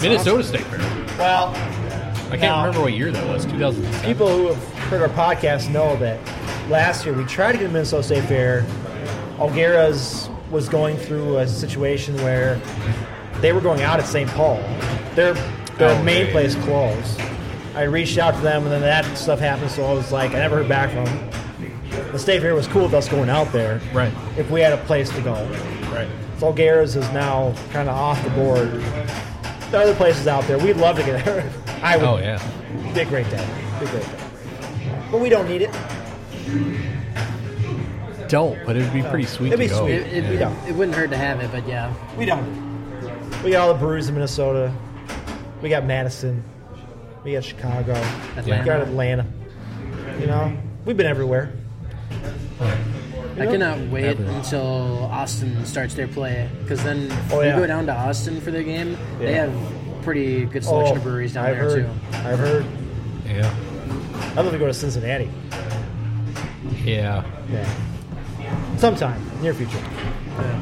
C: Minnesota State Fair.
B: Well,
C: I can't
B: Now-
C: remember what year that was. 2007.
B: people who have heard our podcast know that last year we tried to get to Minnesota State Fair. Algara's was going through a situation where they were going out at St. Paul. Their their
C: Oh,
B: main
C: right.
B: place closed. I reached out to them, and then that stuff happened. So I was like, I never heard back from them. The State Fair was cool with us going out there,
C: Right.
B: If we had a place to go,
C: Right.
B: so Algara's is now kind of off the board. The other places out there, we'd love to get there. I would
C: Oh yeah.
B: Big great day. Big great day. But we don't need it.
C: Don't, but it'd be pretty sweet
B: It'd be
C: to go.
B: sweet.
D: It, it,
B: We don't.
D: it wouldn't hurt to have it, but yeah.
B: We don't. We got all the breweries in Minnesota. We got Madison. We got Chicago.
D: Atlanta.
B: We got Atlanta. You know, we've been everywhere.
D: I cannot wait
C: Never.
D: until Austin starts their play because then if
B: Oh, yeah.
D: you go down to Austin for their game, they
B: Yeah.
D: have pretty good selection of breweries down
B: Oh, I've
D: there
B: heard,
D: too.
B: I've heard.
C: Yeah.
B: I'd love to go to Cincinnati.
C: Yeah.
B: Yeah. Sometime, near future.
C: Yeah.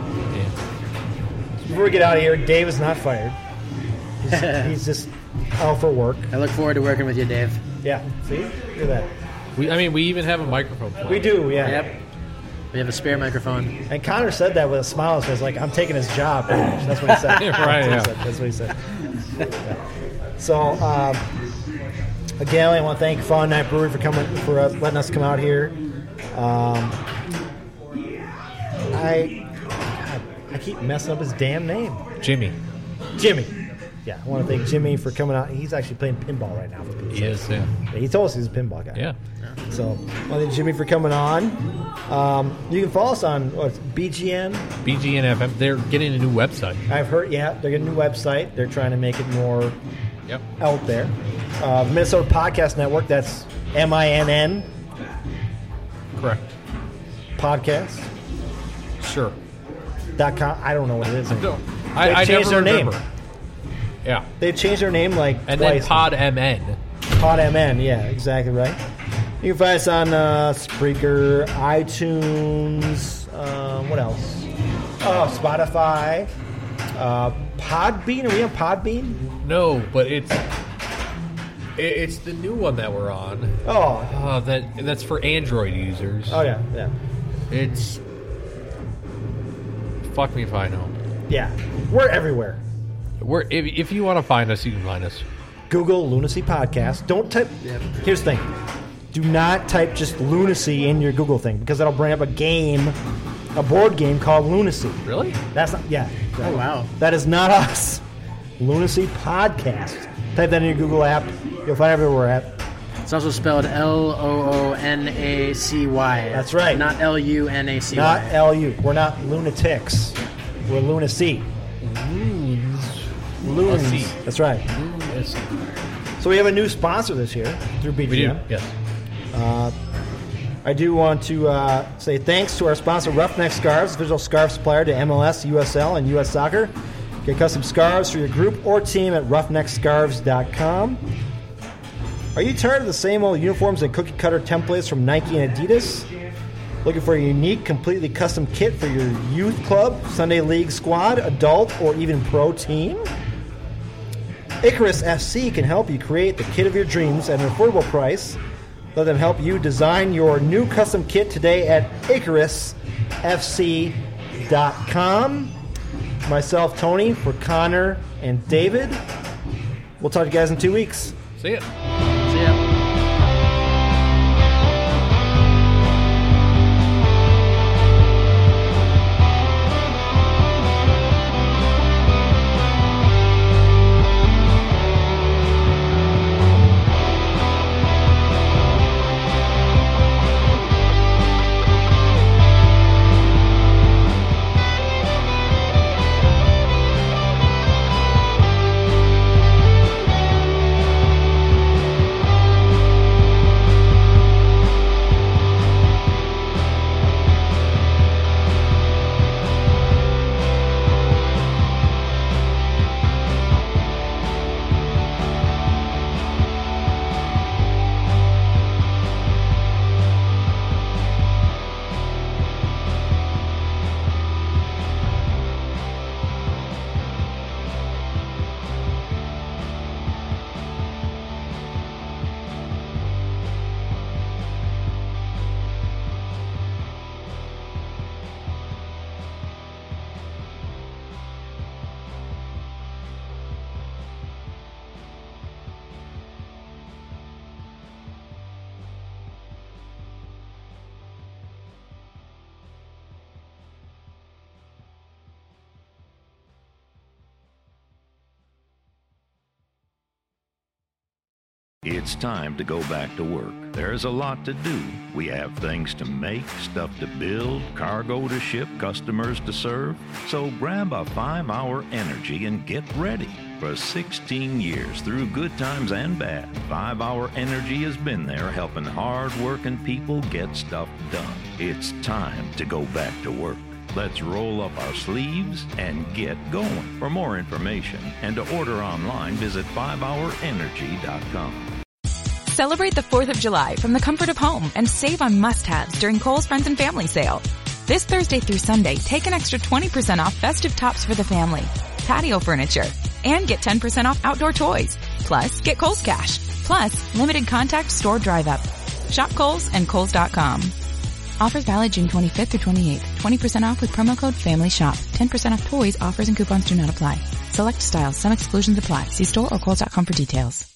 B: Before we get out of here, Dave is not fired. He's, he's just out for work.
D: I look forward to working with you, Dave.
B: Yeah. See? Look at that.
C: We, I mean, we even have a microphone. Plan.
B: We do, yeah.
D: Yep. We have a spare microphone.
B: And Connor said that with a smile on his face, like, I'm taking his job. pretty much. That's what he said.
C: Yeah, right,
B: That's what he
C: yeah.
B: said. That's what he said. Yeah. So, um, again, I want to thank Fun Night Brewery for coming, for uh, letting us come out here. Um, I, God, I keep messing up his damn name.
C: Jimmy.
B: Jimmy. Yeah, I want to thank Jimmy for coming out. He's actually playing pinball right now. For Pete's
C: He
B: sake.
C: is. Yeah.
B: He told us he's a pinball guy.
C: Yeah.
B: So, I want to thank Jimmy for coming on. Um, you can follow us on what's BGN.
C: BGN FM. They're getting a new website.
B: I've heard, yeah, they're getting a new website. They're trying to make it more
C: Yep.
B: out there. Uh, Minnesota Podcast Network, that's M I N N
C: Correct.
B: podcast.com.
C: Sure.
B: I don't know what it is.
C: No. I, I
B: changed
C: never
B: their name.
C: remember. Yeah.
B: They've changed their name like
C: And
B: twice.
C: then Pod MN.
B: Pod MN, yeah, exactly right. You can find us on uh, Spreaker, iTunes, um, what else? Oh, Spotify, uh, Podbean. Are we on Podbean?
C: No, but it's it, it's the new one that we're on.
B: Oh,
C: Uh, that that's for Android users.
B: oh yeah, yeah.
C: It's fuck me if I know.
B: Yeah, we're everywhere.
C: We're if, if you want to find us, you can find us.
B: Google lunacy podcast. Don't type.
D: Yep.
B: Here's the thing: do not type just lunacy in your Google thing because that'll bring up a game, a board game called Lunacy.
C: Really?
B: That's not. Yeah.
D: Oh wow.
B: That is not us. Lunacy podcast. Type that in your Google app. You'll find everywhere we're at.
D: It's also spelled L O O N A C Y.
B: That's right.
D: Not L U N A C
B: Not
D: Y.
B: LU. We're not lunatics. We're lunacy. Lunacy. That's right.
C: Yes.
B: So we have a new sponsor this year through BGM.
C: We do. Yes.
B: I do want to uh, say thanks to our sponsor, Roughneck Scarves, visual scarf supplier to MLS, USL, and US Soccer. Get custom scarves for your group or team at roughneckscarves.com. Are you tired of the same old uniforms and cookie cutter templates from Nike and Adidas? Looking for a unique, completely custom kit for your youth club, Sunday league squad, adult, or even pro team? Icarus FC can help you create the kit of your dreams at an affordable price. Let them help you design your new custom kit today at IcarusFC.com. Myself, Tony, for Connor and David. We'll talk to you guys in two weeks.
C: See it.
D: See ya.
G: It's time to go back to work. There's a lot to do. We have things to make, stuff to build, cargo to ship, customers to serve. So grab a five hour energy and get ready. For 16 years, through good times and bad, 5 Hour Energy has been there helping hard working people get stuff done. It's time to go back to work. Let's roll up our sleeves and get going. For more information and to order online, visit 5hourenergy.com.
A: Celebrate the 4th of July from the comfort of home and save on must-haves during Kohl's Friends and Family Sale. This Thursday through Sunday, take an extra 20% off festive tops for the family, patio furniture, and get 10% off outdoor toys. Plus, get Kohl's cash. Plus, limited contact store drive up. Shop Kohl's and Kohl's.com. Offers valid June 25th through 28th. 20% off with promo code FAMILYSHOP. 10% off toys, offers, and coupons do not apply. Select styles. Some exclusions apply. See store or kohls.com for details.